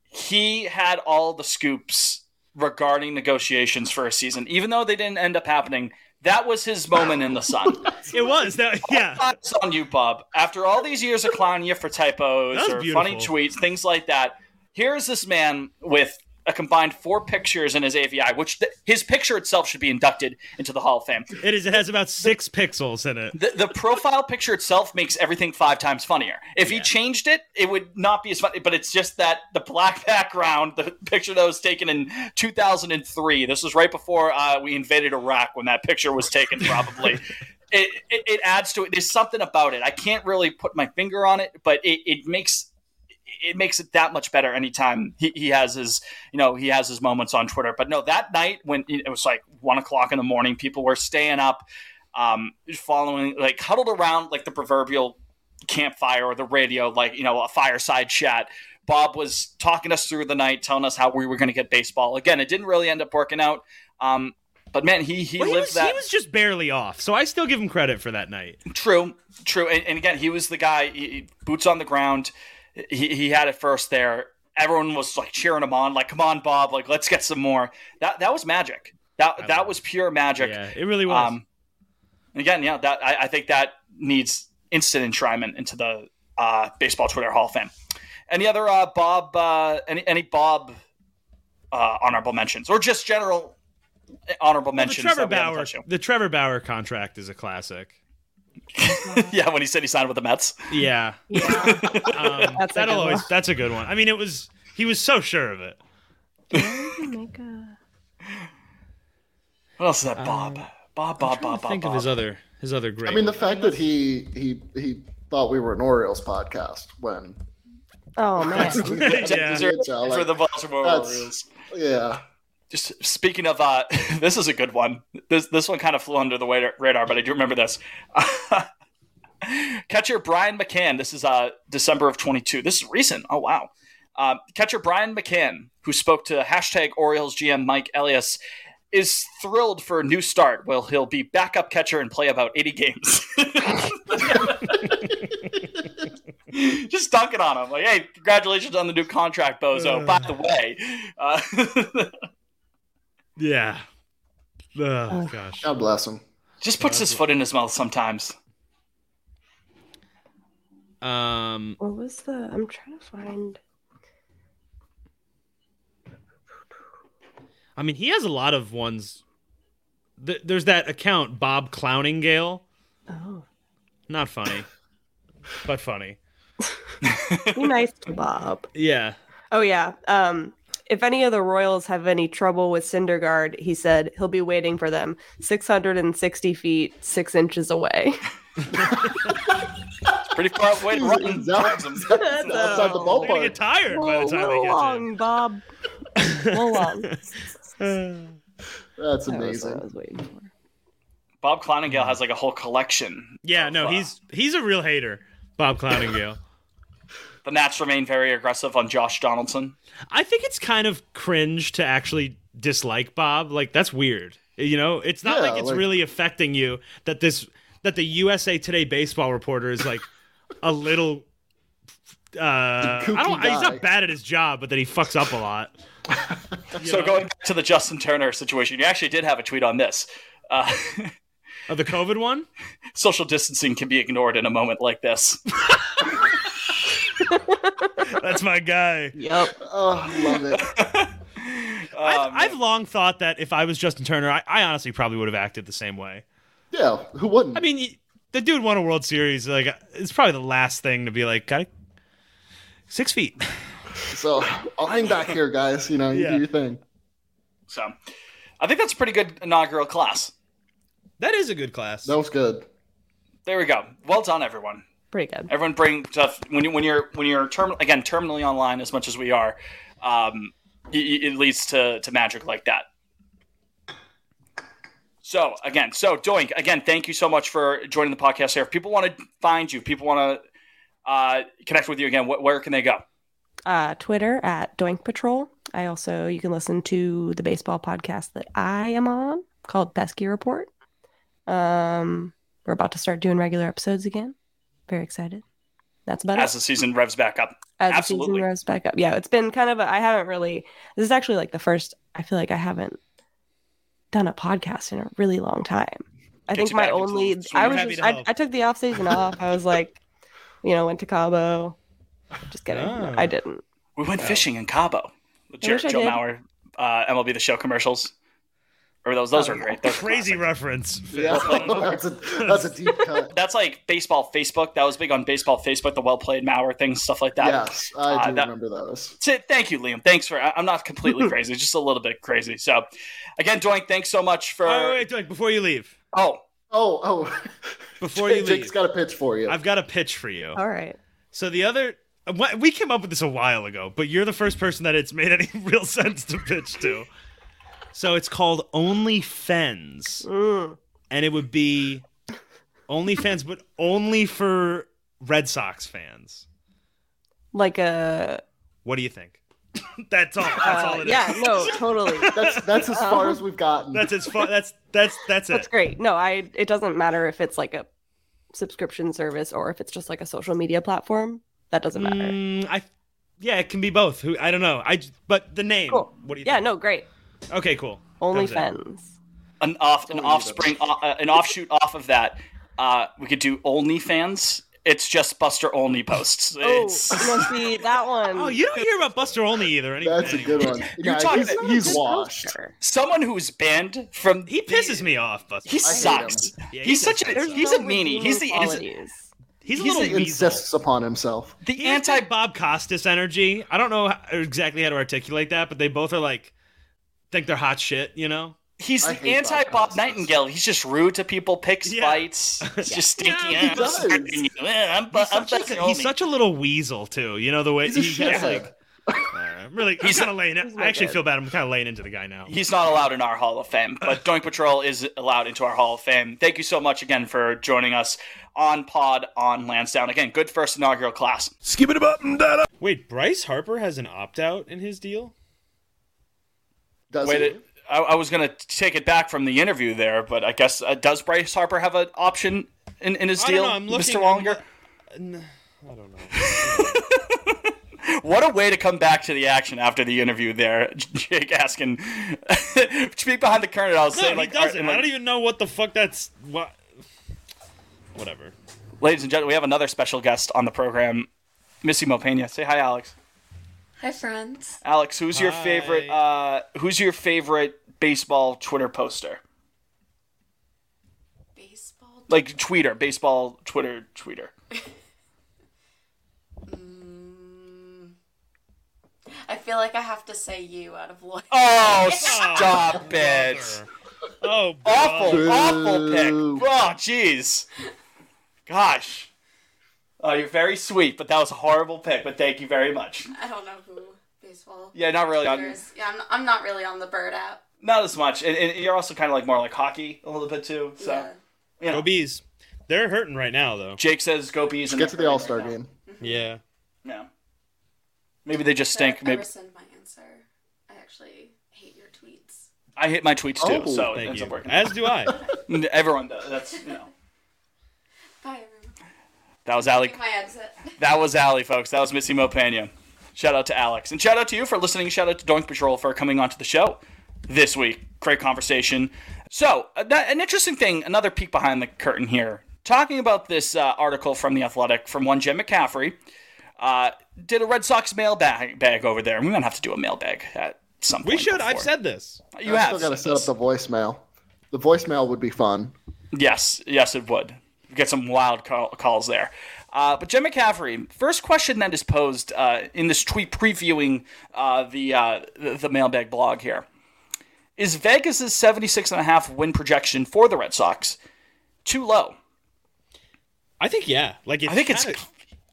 he had all the scoops regarding negotiations for a season, even though they didn't end up happening. That was his moment in the sun. it was that. Yeah, it's on you, Bob. After all these years of clowning you for typos That was or funny beautiful. tweets, things like that, here is this man with a combined four pictures in his AVI, which th- his picture itself should be inducted into the Hall of Fame. It is. It has about six pixels in it. The, the profile picture itself makes everything five times funnier. If he changed it, it would not be as funny. But it's just that the black background, the picture that was taken in 2003. This was right before uh, we invaded Iraq when that picture was taken, probably. it, it, it adds to it. There's something about it. I can't really put my finger on it, but it, it makes it makes it that much better anytime he, he has his you know he has his moments on twitter but no that night when it was like one o'clock in the morning people were staying up um following like huddled around like the proverbial campfire or the radio like you know a fireside chat bob was talking us through the night telling us how we were going to get baseball again it didn't really end up working out um but man he he Well, he, lived was, that he was just barely off, so I still give him credit for that night. True, true. And, and again, he was the guy, he, he- boots on the ground. He, he had it first there. Everyone was like cheering him on, like, come on, Bob, like, let's get some more. That that was magic. That that was pure magic. Yeah, it really was. um, and again, yeah, that I, I think that needs instant enshrinement into the uh, baseball Twitter Hall of Fame. Any other uh, Bob, uh, any, any Bob uh, honorable mentions or just general eh, honorable The mentions? Trevor that we haven't Bauer, touched on? the Trevor Bauer contract is a classic. yeah, when he said he signed with the Mets. Yeah, um, That's a that'll good always one. that's a good one. I mean, it was he was so sure of it. What else is that, Bob? Um, Bob, Bob, Bob, Bob. Think of Bob. his other his other great. I mean, the fact that he he he thought we were an Orioles podcast when Oh man. These are- these are the Baltimore That's- Orioles. yeah. Just speaking of, uh, this is a good one. This this one kind of flew under the wa- radar, but I do remember this. catcher Brian McCann. This is uh, December of 22. This is recent. Oh, wow. Uh, catcher Brian McCann, who spoke to hashtag Orioles GM Mike Elias, is thrilled for a new start. Well, he'll be backup catcher and play about 80 games. Just dunk it on him. Like, hey, congratulations on the new contract, Bozo. By the way, uh, Yeah. Oh gosh. God bless him. just puts his foot in his mouth sometimes. Um, What was the? I'm trying to find. I mean, he has a lot of ones. Th- there's that account Bob Clowningale. Oh. Not funny, but funny. Be nice to Bob. Yeah. Oh yeah. Um, if any of the Royals have any trouble with Syndergaard, he said he'll be waiting for them 660 feet, six inches away. Pretty far away to run. towards him. outside the They're gonna get tired by the time they get to. long, Bob. Roll long. That's That was amazing. what I was waiting for. Bob Cloningale has like a whole collection. Yeah, no, he's he's a real hater, Bob Clowningale. The Nats remain very aggressive on Josh Donaldson. I think it's kind of cringe to actually dislike Bob. Like that's weird. You know, it's not Yeah, like it's like- really affecting you that this that the USA Today baseball reporter is like a little. Uh, I kooky don't. He's guy. not bad at his job, but that he fucks up a lot. so going back to the Justin Turner situation, you actually did have a tweet on this. Uh, of the COVID one, social distancing can be ignored in a moment like this. That's my guy. Yep. Oh, love it. I've, I've long thought that if I was Justin Turner, I, I honestly probably would have acted the same way. Yeah, who wouldn't? I mean, y- the dude won a World Series. Like, it's probably the last thing to be like, got six feet. So I'll hang back here, guys. You know, you Yeah. do your thing. So I think that's a pretty good inaugural class. That is a good class. That was good. There we go. Well done, everyone. Pretty good. Everyone bring stuff when you when you're when you're term, again terminally online as much as we are. Um, y- y- it leads to to magic like that. So again, so Doink, again, thank you so much for joining the podcast here. If people want to find you, people want to uh, connect with you again, wh- where can they go? uh, Twitter at Doink Patrol. I also you can listen to the baseball podcast that I am on called Pesky Report. Um, we're about to start doing regular episodes again. Very excited. That's about As it. the season revs back up. As the Absolutely. season rose back up, yeah, it's been kind of. A, I haven't really. This is actually like the first I feel like I haven't done a podcast in a really long time. I Get think you my back into only it. I We're was happy just, to I, help. I took the off season off. I was like, you know, went to Cabo. Just kidding. Ah. I didn't. We went fishing in Cabo. The I Jer- wish I Joe did. Mauer, uh, MLB The Show commercials. Or those? Those Oh, are great. Those are Crazy reference. Yeah. that's, a, that's a deep cut. That's like baseball Facebook. That was big on baseball Facebook, the well played Mauer things, stuff like that. Yes, I Uh, do that- remember those. That's it. Thank you, Liam. Thanks for. I- I'm not completely crazy, just a little bit crazy. So, again, Doink, thanks so much for. Oh, wait, wait, Doink, before you leave. Oh. Oh, oh. Before you leave. Jake's got a pitch for you. I've got a pitch for you. All right. So the other. wh- We came up with this a while ago, but you're the first person that it's made any real sense to pitch to. So it's called Only Fens. Mm. And it would be Only Fans, but only for Red Sox fans. Like a What do you think? That's all. That's Uh, all it is. yeah, no, totally. That's that's as far as we've gotten. That's as far. That's that's that's it. That's great. No, I it doesn't matter if it's like a subscription service or if it's just like a social media platform. That doesn't matter. Mm, I, yeah, it can be both. Who I don't know. I j- but the name. What do you? yeah, no, great. think? Okay, cool. Only That was fans. an off an offspring uh, uh, an offshoot off of that uh, we could do only fans it's just buster only posts it's no, see that one. Oh, you don't hear about Buster Only either. Anyway. That's a good one. You're Yeah, talking he's- about- he's washed. someone who's banned from he pisses me off buster he I hate sucks him. Yeah, he he's such does. a There's he's no a meanie redeeming he's the innocent qualities. He's a He's little the- He insists upon himself. The anti Bob Costas energy. I don't know how, exactly how to articulate that, but they both are like think they're hot shit. You know. he's the anti bob nightingale he's just rude to people picks fights he's just stinky Yeah, he ass. does. You know, "Eh, I'm, bu- He's I'm such, like Buster a, Olney." he's such a little weasel too. You know the way He's a he has shithead. like. I'm really. I'm He's kind of a- laying. he's I not actually good. feel bad. I'm kind of laying into the guy now. He's not allowed in our Hall of Fame, but Doink Patrol is allowed into our Hall of Fame. Thank you so much again for joining us on Pod on Lansdowne. Again, good first inaugural class. Skip it up and da Wait, Bryce Harper has an opt out in his deal. Does Wait, it- I, I was going to take it back from the interview there, but I guess uh, does Bryce Harper have an option in, in his I don't deal, know, I'm Mr. looking- Wallinger? I don't know. what a way to come back to the action after the interview there, Jake asking to be behind the curtain. and I was No, saying he like, doesn't. and, like, I don't even know what the fuck that's. What? Whatever. Ladies and gentlemen, we have another special guest on the program, Missy Mopena. Say hi, Alex. Hi, friends. Alex, who's your favorite? Uh, who's your favorite baseball Twitter poster? Baseball. Like tweeter, baseball Twitter tweeter. I feel like I have to say you out of loyalty. Oh, stop it! Oh, awful, brother. awful pick. Oh, jeez. Gosh. Oh, you're very sweet, but that was a horrible pick. But thank you very much. I don't know who baseball. Yeah, not really on- players- Yeah, I'm, I'm not really on the bird app. Not as much, and, and you're also kind of like more like hockey a little bit too. So. Yeah. Go bees. They're hurting right now though. Jake says go bees. Get to the All Star game. Yeah. No. Maybe they just stink. I Maybe rescind my answer. I actually hate your tweets. I hate my tweets too, Oh, so thank it ends you. up working. As do I. Everyone does. That's you know. Bye, everyone. That was Allie. Take my exit. That was Allie, folks. That was Missy Mopania. Shout out to Alex. And shout out to you for listening. Shout out to Doink Patrol for coming onto the show this week. Great conversation. So, a- an interesting thing, another peek behind the curtain here. Talking about this uh, article from The Athletic from one Jim McCaffrey, uh, did a Red Sox mailbag bag over there. We might have to do a mailbag at some point. We should. I've before. said this. You I have still got to said set up the voicemail. The voicemail would be fun. Yes, yes, it would. You get some wild call- calls there. Uh, but Jim McCaffrey, first question that is posed uh, in this tweet previewing uh, the, uh, the the mailbag blog here is Vegas's 76.5 win projection for the Red Sox too low? I think yeah. Like it's I think it's kinda-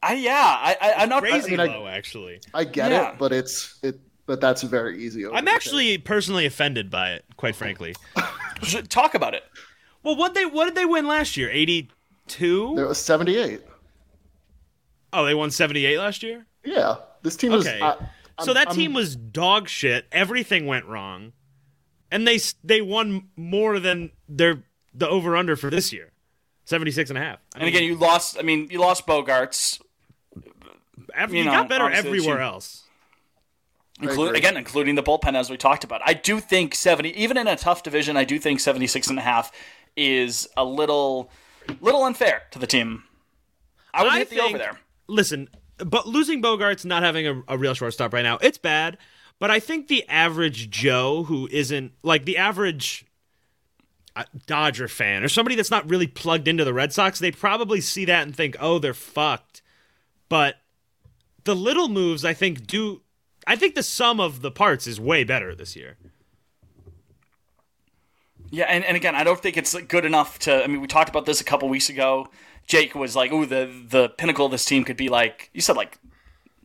I, yeah. I, I, I'm not crazy I mean, I- low actually. I get Yeah. it, but it's it. But that's very easy. I'm actually personally offended by it, quite frankly. Talk about it. Well, what they what did they win last year? 82? There was 78. Oh, they won 78 last year? Yeah, this team was. okay. I- so I'm- that I'm- team was dog shit. Everything went wrong. And they s- they won more than their the over under for this year. 76 and a half. I and mean, again, you lost. I mean, you lost Bogarts. ev- you you, know, got better obviously the everywhere team- else. Inclu- again, including the bullpen as we talked about. I do think 70, even in a tough division, I do think 76 and a half is a little, little unfair to the team. I would hit the over there. Listen, but losing Bogarts, not having a, a real shortstop right now, it's bad. But I think the average Joe who isn't like the average uh, Dodger fan or somebody that's not really plugged into the Red Sox, they probably see that and think, "Oh, they're fucked." But the little moves, I think, do. I think the sum of the parts is way better this year. Yeah, and, and again, I don't think it's good enough to. I mean, we talked about this a couple weeks ago. Jake was like, "Ooh, the the pinnacle of this team could be like you said, like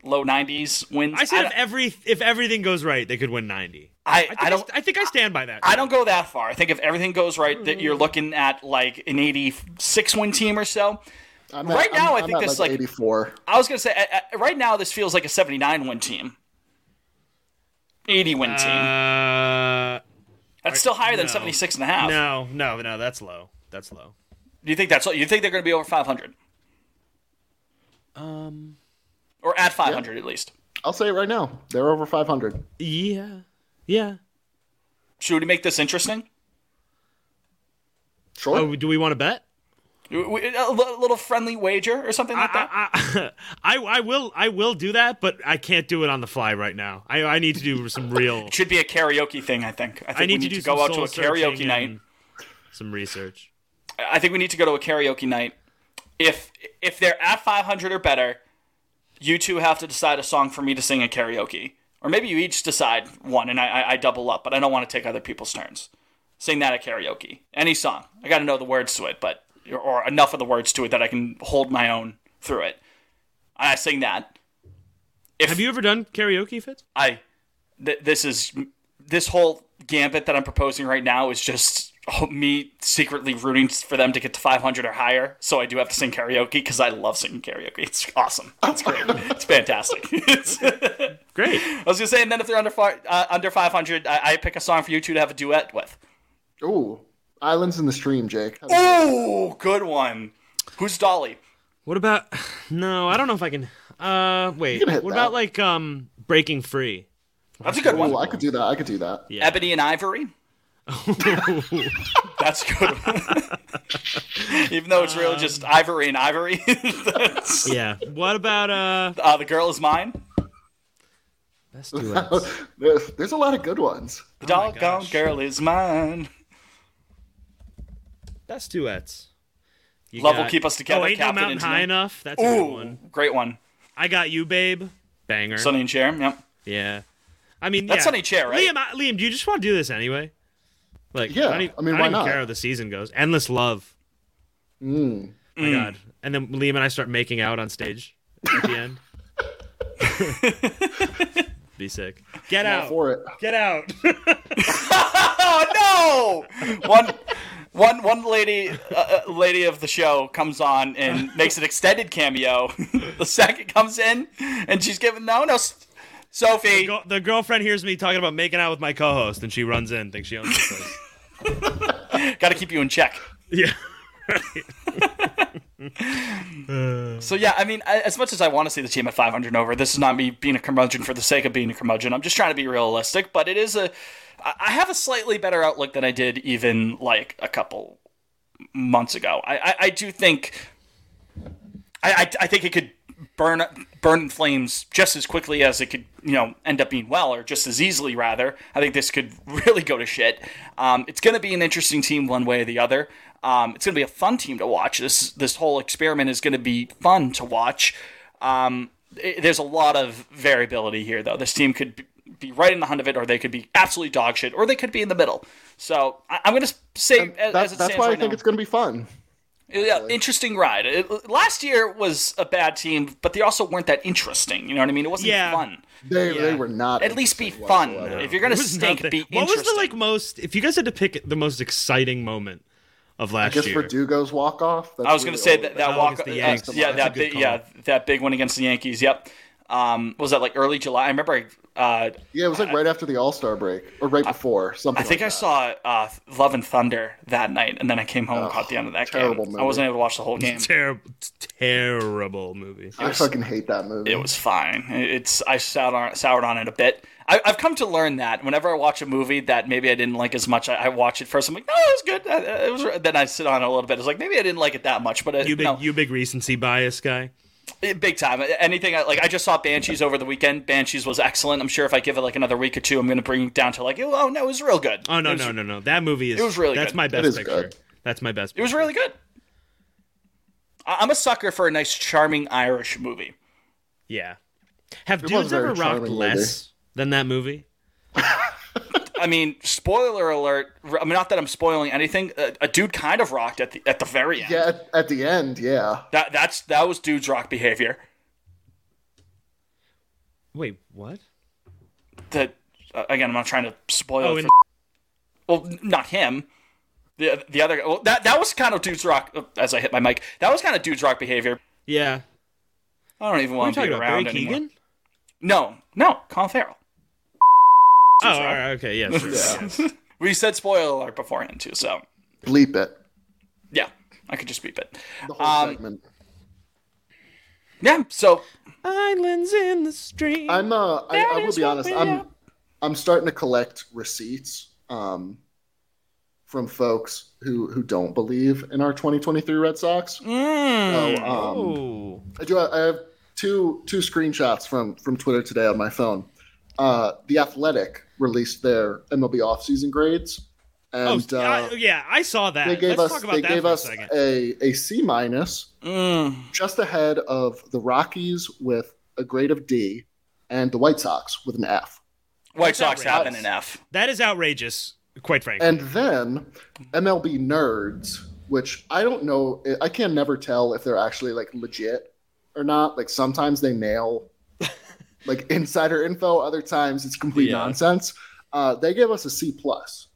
low nineties wins." I said I, if every if everything goes right, they could win ninety. I, think I don't. I, think I stand by that. I don't go that far. I think if everything goes right, that you're looking at like an eighty-six win team or so. at- right I'm- now, I I'm think at, this like, like 84. I was gonna say I, I, right now this feels like a seventy-nine win team, eighty win team. Uh, that's still higher than no. 76 and a half. No, no, no, that's low. That's low. Do you think that's you think they're going to be over five hundred Um, or at five hundred at least? I'll say it right now. They're over 500. Yeah. Yeah. Should we make this interesting? Sure. Oh, do we want to bet? We- we- A li- little friendly wager or something like that. I, I will I will do that, but I can't do it on the fly right now. I, I need to do some real. It should be a karaoke thing. I think. I think I need we need to to, do go some out to a soul karaoke searching night. and Some research. I think we need to go to a karaoke night. If if they're at 500 or better, you two have to decide a song for me to sing at karaoke, or maybe you each decide one, and I, I, I double up. But I don't want to take other people's turns. Sing that at karaoke. Any song. I got to know the words to it, but or enough of the words to it that I can hold my own through it. I sing that. Have you ever done karaoke, Fitz? I th- this is this whole gambit that I'm proposing right now is just me secretly rooting for them to get to 500 or higher. So I do have to sing karaoke because I love singing karaoke. It's awesome. It's great. it's fantastic. It's great. I was gonna say, and then if they're under fi- uh, under 500, I-, I pick a song for you two to have a duet with. Ooh. Islands in the Stream, Jake. Oh, good one. Who's Dolly? What about? No, I don't know if I can. Uh, wait. can What hit about like um breaking free? That's a good one. Ooh, I could do that. I could do that. Ebony and Ivory. That's a good. one. Even though it's really just Um, Ivory and Ivory. That's- Yeah. What about uh? Uh, the girl is mine. Oh Best There's there's a lot of good ones. The doggone girl is mine. That's duets. You Love will got- keep us together. Oh, ain't no Captain mountain and high Tonight. enough. That's a good Ooh, one. Great one. I got you, babe. Banger. Sonny and Cher. Yep. Yeah. I mean, That's yeah. Sonny Cher, right? Liam, I, Liam, do you just want to do this anyway? Like, Yeah, I, don't even, I mean, I why don't even not? care how the season goes. Endless love. Mm. My God. And then Liam and I start making out on stage at the end. Be sick. Get I'm all out. for it. Get out. oh no! One, one, one lady, uh, uh, lady of the show comes on and makes an extended cameo. the second comes in and she's giving no, no, S- Sophie. Go- the girlfriend hears me talking about making out with my co-host, and she runs in, thinks she owns the place. Got to keep you in check. Yeah. So yeah, I mean, I- as much as I want to see the team at 500 and over, this is not me being a curmudgeon for the sake of being a curmudgeon. I'm just trying to be realistic, but it is a. I I have a slightly better outlook than I did even like a couple months ago. I I, I do think. I, I I think it could burn burn in flames just as quickly as it could you know end up being well or just as easily rather. I think this could really go to shit. Um, it's going to be an interesting team one way or the other. Um, it's going to be a fun team to watch. This this whole experiment is going to be fun to watch. Um, it- there's a lot of variability here though. This team could be, be right in the hunt of it, or they could be absolutely dog shit, or they could be in the middle. So I, I'm going to say as, That- as it that's stands why I right think now- it's going to be fun. yeah, interesting ride. It- last year was a bad team, but they also weren't that interesting. You know what I mean? It wasn't Yeah. fun. They, they were not. At least be fun. If you're gonna It was stink, nothing. be What was the interesting. like most? If you guys had to pick the most exciting moment of I last guess year, Verdugo's walk off. I was gonna say that that walk. against the uh, Yanks. yeah, That's a that good big, yeah that big one against the Yankees. Yep. Um, was that like early July? I remember I Uh, yeah, it was like right after the All Star break, or right before something. I think like I saw uh, Love and Thunder that night, and then I came home and caught the end of that terrible game. I movie. wasn't able to watch the whole game. Terrible, terrible movie. I fucking hate that movie. It was fine. It's I soured on, soured on it a bit. I, I've come to learn that whenever I watch a movie that maybe I didn't like as much, I, I watch it first. I'm like, no, it was good. Uh, It was. Then I sit on it a little bit. It's like maybe I didn't like it that much, but it, You big, no. you big recency bias guy. Eh, Big time. Anything I, like I just saw Banshees over the weekend. Banshees was excellent. I'm sure if I give it like another week or two, I'm going to bring it down to like, oh no, it was real good. Oh no, It was- no, no, no. That movie is. It was really That's good. my It best is picture. good. That's my best. It was really good. I- I'm a sucker for a nice, charming Irish movie. Yeah. Have It was dudes a very ever rocked charming less than that movie? I mean, spoiler alert. I mean, not that I'm spoiling anything. A, a dude kind of rocked at the at the very end. Yeah, at, at the end, yeah. That that's that was dude's rock behavior. Wait, what? That uh, again, I'm not trying to spoil. Oh, it in- for- well, n- not him. The the other well, that that was kind of dude's rock. oh, As I hit my mic, that was kind of dude's rock behavior. Yeah. I don't even What are you want to be talking about, around Barry anymore. Keoghan? No, no, Colin Farrell. Oh, all right, okay, yes, yes, we said spoiler alert beforehand too, so Bleep it. yeah, I could just beep it. Um, The whole segment. Yeah, so Islands in the stream. I'm uh, I, That I will is be what honest. we are. I'm I'm starting to collect receipts um, from folks who who don't believe in our 2023 Red Sox. Mm. So, um, I do. I have two two screenshots from from Twitter today on my phone. Uh, the Athletic released their MLB offseason grades, and oh, uh, I- yeah, I saw that. they gave Let's us talk about they that gave for us a second. Mm. a, a C minus, just ahead of the Rockies with a grade of D, and the White Sox with an F. White That's Sox outrageous. having an F. That is outrageous, quite frankly. And then MLB nerds, which I don't know, I can never tell if they're actually like legit or not. Like sometimes they nail like insider info, other times it's complete Yeah. nonsense. Uh, they gave us a C plus.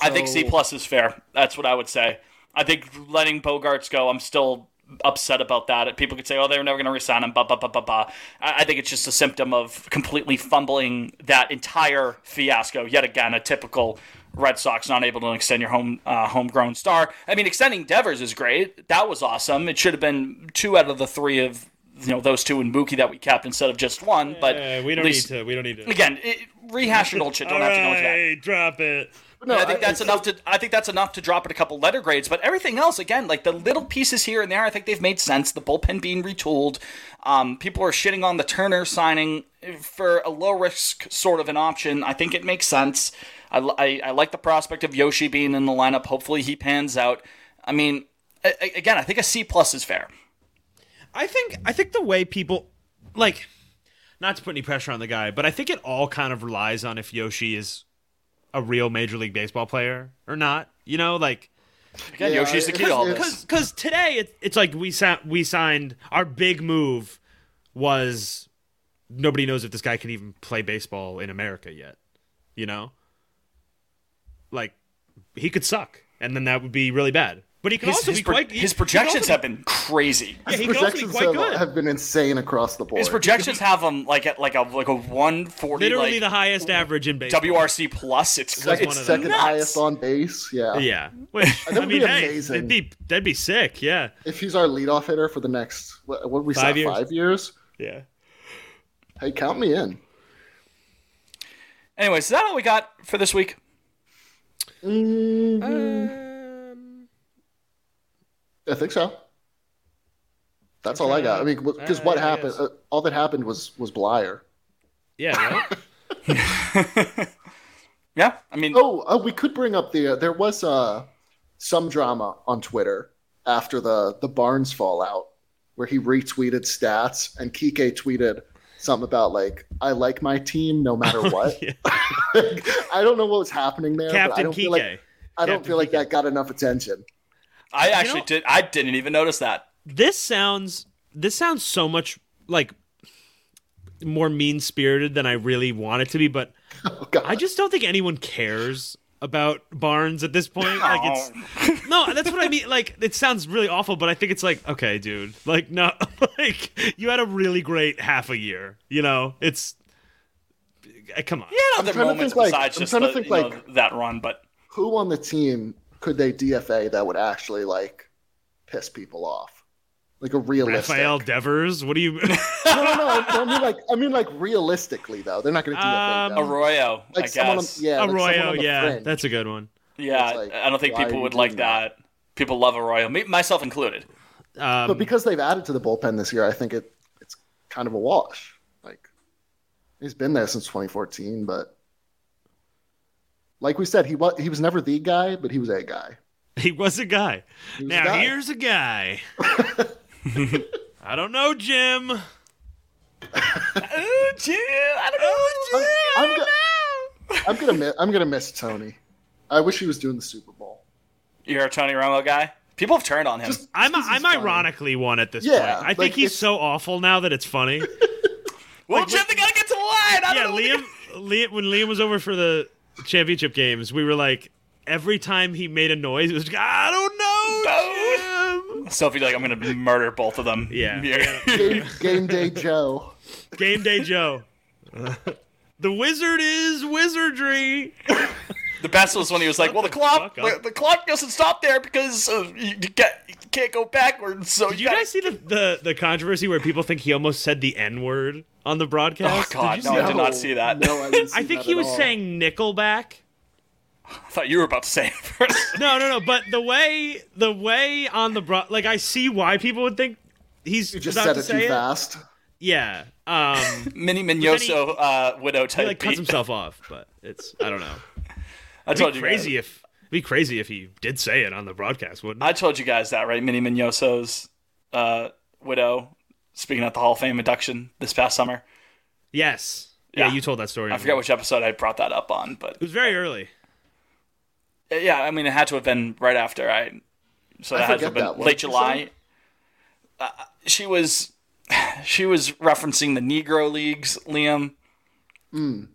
I think C plus is fair. That's what I would say. I think letting Bogarts go, I'm still upset about that. People could say, "Oh, they were never going to resign him." Ba ba ba ba ba. I, I think it's just a symptom of completely fumbling that entire fiasco yet again. A typical Red Sox not able to extend your home uh, homegrown star. I mean, extending Devers is great. That was awesome. It should have been two out of the three of you know those two and Mookie that we kept instead of just one. But Yeah, we at don't least- need to. We don't need to. Again, it, rehash and old shit. Don't have to go into that. Alright, drop it. No, I think that's enough to. I think that's enough to drop it a couple letter grades. But everything else, again, like the little pieces here and there, I think they've made sense. The bullpen being retooled, um, people are shitting on the Turner signing for a low risk sort of an option. I think it makes sense. I, li- I, I like the prospect of Yoshi being in the lineup. Hopefully, he pans out. I mean, a- a- again, I think a C plus is fair. I think I think the way people like not to put any pressure on the guy, but I think it all kind of relies on if Yoshi is a real major league baseball player or not. You know, like Again, Yeah, Yoshi's the key to all this. Because today it, it's like we sa- we signed our big move was nobody knows if this guy can even play baseball in America yet. You know, like he could suck, and then that would be really bad. But he could His, also his be pro- quite. he- his he could projections also have been crazy. Yeah, he His could also be projections quite have, good. have been insane across the board. His projections have him like at like a like a one forty. literally like, the highest average in baseball. WRC plus. It's second, it's second nuts. highest on base. Yeah, Yeah. Which, That would I mean, be hey, amazing. that'd be that'd be sick. Yeah. If he's our leadoff hitter for the next what, what did we Five say years? five years, Yeah. hey, count me in. Anyway, so that all we got for this week. I think so. That's all I got. I mean, because what happened? Uh, all that happened was was Blyer. Yeah. Right? yeah, I mean, oh, oh, we could bring up the uh, there was uh, some drama on Twitter after the the Barnes fallout where he retweeted stats and Kike tweeted something about like I like my team no matter what. I don't know what was happening there. but I Captain don't feel Kike. like I don't Captain feel like that got enough attention. I actually did. I didn't even notice that. this sounds this sounds so much like more mean spirited than I really want it to be, but I just don't think anyone cares about Barnes at this point. Like it's no, that's what I mean. Like it sounds really awful, but I think it's like okay, dude. Like no, like you had a really great half a year. You know, it's uh, come on. Yeah, other trying to moments think, like- besides I'm just trying to the- think, you know, like- that run, but Who on the team could they DFA that would actually like piss people off? Like a realistic. Raphael Devers. What do you? no, no, no. I mean like I mean like realistically though, they're not going to DFA. Um, them. Arroyo, like I someone on- guess. yeah, like someone Arroyo. on the yeah, fringe. that's a good one. yeah, I don't think why are people you would like doing that. People love Arroyo, me, myself included. Um, but because they've added to the bullpen this year, I think it it's kind of a wash. Like he's been there since 2014, but like we said, he was he was never the guy, but he was a guy. He was a guy. He was a now guy. here's a guy. I don't know, Jim. oh, Jim, I don't know. Jim, Oh, I'm, go- I'm gonna miss, I'm gonna miss Tony. I wish he was doing the Super Bowl. You're a Tony Romo guy. People have turned on him. I'm I'm ironically one at this Yeah, point. I like, think he's it's- so awful now that it's funny. well, Jim, they gotta get to the line. I yeah, don't know. Liam, Liam. When Liam was over for the championship games, we were like, every time he made a noise, it was like, I don't know. Jim." Sophie's like, I'm gonna murder both of them. Yeah. Game, game day Joe. Game day, Joe. the wizard is wizardry. The best was when he was like, "Well, the clock, the, the clock doesn't stop there because uh, you, you, can't, you can't go backwards." So Did you guys see the, the the controversy where people think he almost said the N word on the broadcast? Oh, God, Did you no, see I that? did not see that. No, Oh, I I, didn't see think that he at was all. saying Nickelback. I thought you were about to say it first. no, no, no. But the way the way on the broad, like I see why people would think he's You just about said to it too say fast. Yeah. Um, Mini then he- Mignoso, uh, widow type. he like cuts beat. himself off, but it's I don't know. I It'd told be you crazy guys. if it'd be crazy if he did say it on the broadcast, wouldn't? it? I told you guys that, right? Minnie Mignoso's uh, widow speaking at the Hall of Fame induction this past summer. Yes. Yeah, Yeah. you told that story. I forget which episode I brought that up on, but It was very early. uh, yeah, I mean, it had to have been right after I. So I that had to have forget been that. What late did you July. Uh, she was, she was referencing the Negro leagues, Liam. Mm.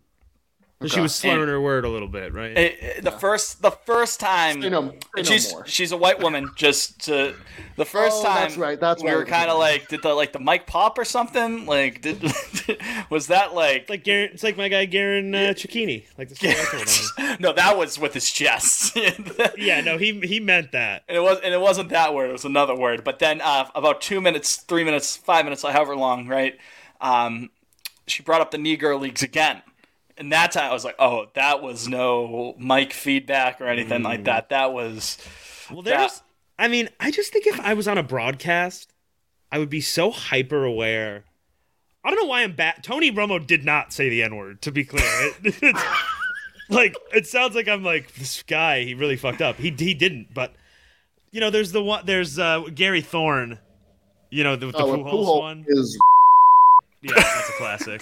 So She was slurring And- her word a little bit, right? It- it- the first the first time say no she's more. she's a white woman just to, the first Oh, time that's right, that's we right. were kind of like did the like the mic pop or something like did was that like like Garen, it's like my guy Garen uh, Cicchini, like the story I told on him. no that was with his chest yeah no he he meant that and it was and it wasn't that word it was another word but then uh, about two minutes three minutes five minutes however long right um, she brought up the Negro leagues again and that time I was like oh that was no mic feedback or anything like that that was Mm. Well, there's. I mean, I just think if I was on a broadcast, I would be so hyper aware. I don't know why I'm bad. Tony Romo did not say the N word. To be clear, It- it's, like it sounds like I'm like this guy. He really fucked up. He he didn't. But you know, there's the one. There's uh, Gary Thorne. You know, the, with the Oh, oh, Pujols one. and Pujols is- Yeah, that's a classic.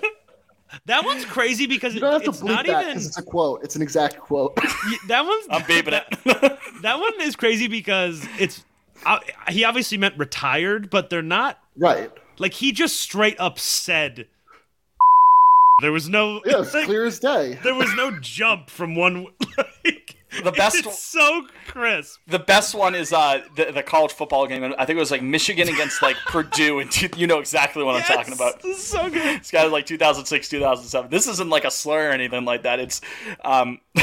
that one's crazy because it, You have it's to bleep not that even 'cause it's a quote. It's an exact quote. that one's I'm beeping it. that one is crazy because it's I, he obviously meant retired, but they're not right. Like he just straight up said. There was no Yeah, it's clear as day. There was no jump from one. the best It's so crisp. The best one is uh, the, the college football game. and I think it was like Michigan against like Purdue, and you- you know exactly what I'm talking about. This is so good. It's got like 2006, 2007. This isn't like a slur or anything like that. It's um,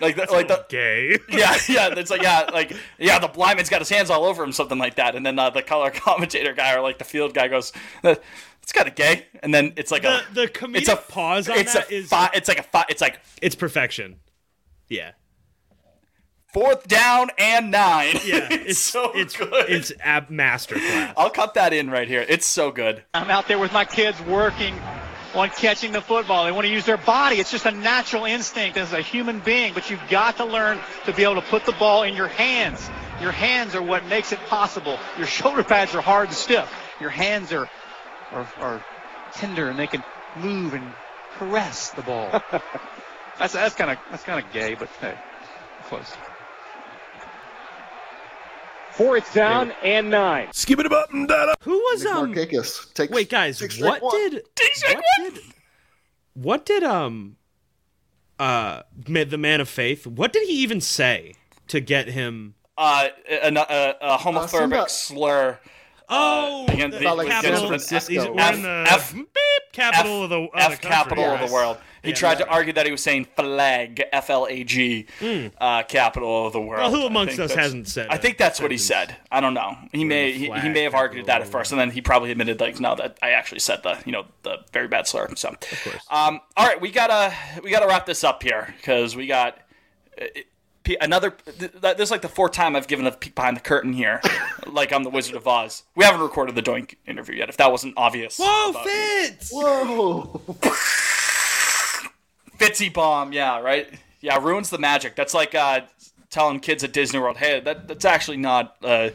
like the, like the gay. Yeah, yeah. It's like yeah, like yeah. The blind man's got his hands all over him, something like that. And then uh, the color commentator guy or like the field guy goes, "It's kind of gay." And then it's like a The comedic it's a pause on it's that a is- fi- it's like a fi- it's like it's perfection. Yeah. Fourth down and nine. Yeah, it's so it's good. it's ab masterclass. I'll cut that in right here. It's so good. I'm out there with my kids working on catching the football. They want to use their body. It's just a natural instinct as a human being, but you've got to learn to be able to put the ball in your hands. Your hands are what makes it possible. Your shoulder pads are hard and stiff. Your hands are are, are tender and they can move and caress the ball. that's that's kind of that's kind of gay, but hey, close. Fourth down and nine. Skip it up and that up. Who was Nick um? Markakis takes Wait, guys, takes what strike one. did what did what did um uh ma- the man of faith? What did he even say to get him? Uh, a, a, a Uh, homophobic some- slur. uh, Oh, against the- about like San against Francisco. F- We're in the- F- beep, capital of the- of the F country. capital of Yes. the world. He Yeah, tried right. to argue that he was saying flag, F L A G, Mm. uh, capital of the world. Well, who I amongst think us that's- hasn't said I think that's what he said. I don't know. He may he, he may have argued that at first, and then he probably admitted like, no, that I actually said the you know the very bad slur. So, of course. Um, all right, we gotta we gotta wrap this up here because we got. It, P- Another, th- th- this is like the fourth time I've given a peek behind the curtain here, like I'm the Wizard of Oz. We haven't recorded the Doink interview yet. If that wasn't obvious, Whoa, about- Fitz! Whoa! Fitzy bomb, yeah, right. Yeah, ruins the magic. That's like uh, telling kids at Disney World, hey, that that's actually not. Uh,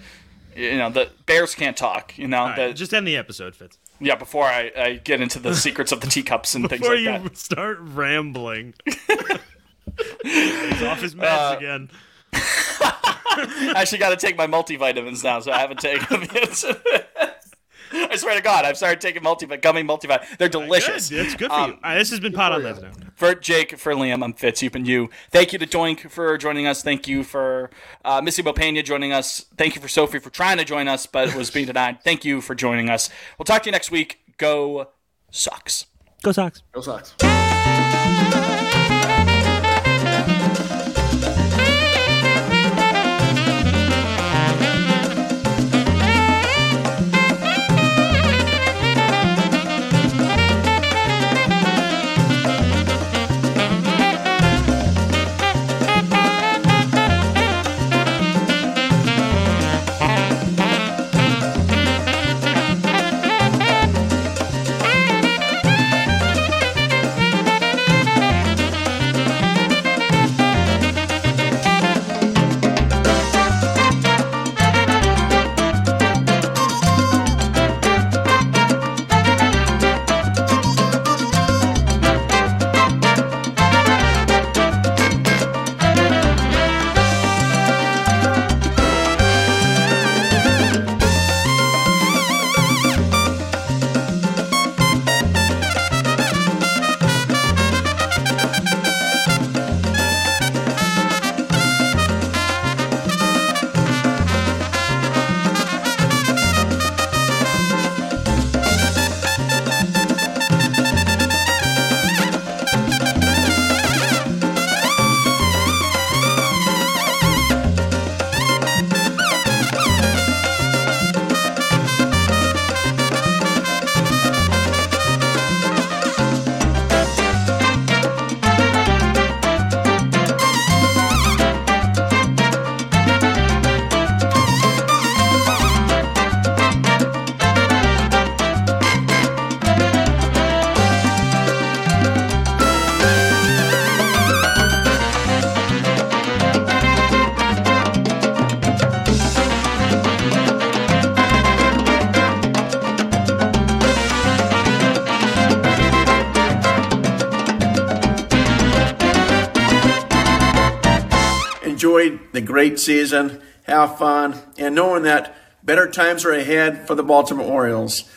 you know, the bears can't talk. You know, All right, the- just end the episode, Fitz. yeah. Before I, I get into the secrets of the teacups and things Before like you that. start rambling. He's off his meds Uh, again. I actually got to take my multivitamins now, so I haven't taken them yet. I swear to God, I've started taking multivit gummy multivit. They're delicious. Good. That's good for Um, you. All right, this has been pot on this now. For Jake, for Liam, I'm Fitz, you've been you. Thank you to Doink for joining us. Thank you for uh, Missy Bopena joining us. Thank you for Sophie for trying to join us, but was being denied. Thank you for joining us. We'll talk to you next week. Go Sox. Go Sox. Go Sox. enjoyed the great season, have fun, and knowing that better times are ahead for the Baltimore Orioles.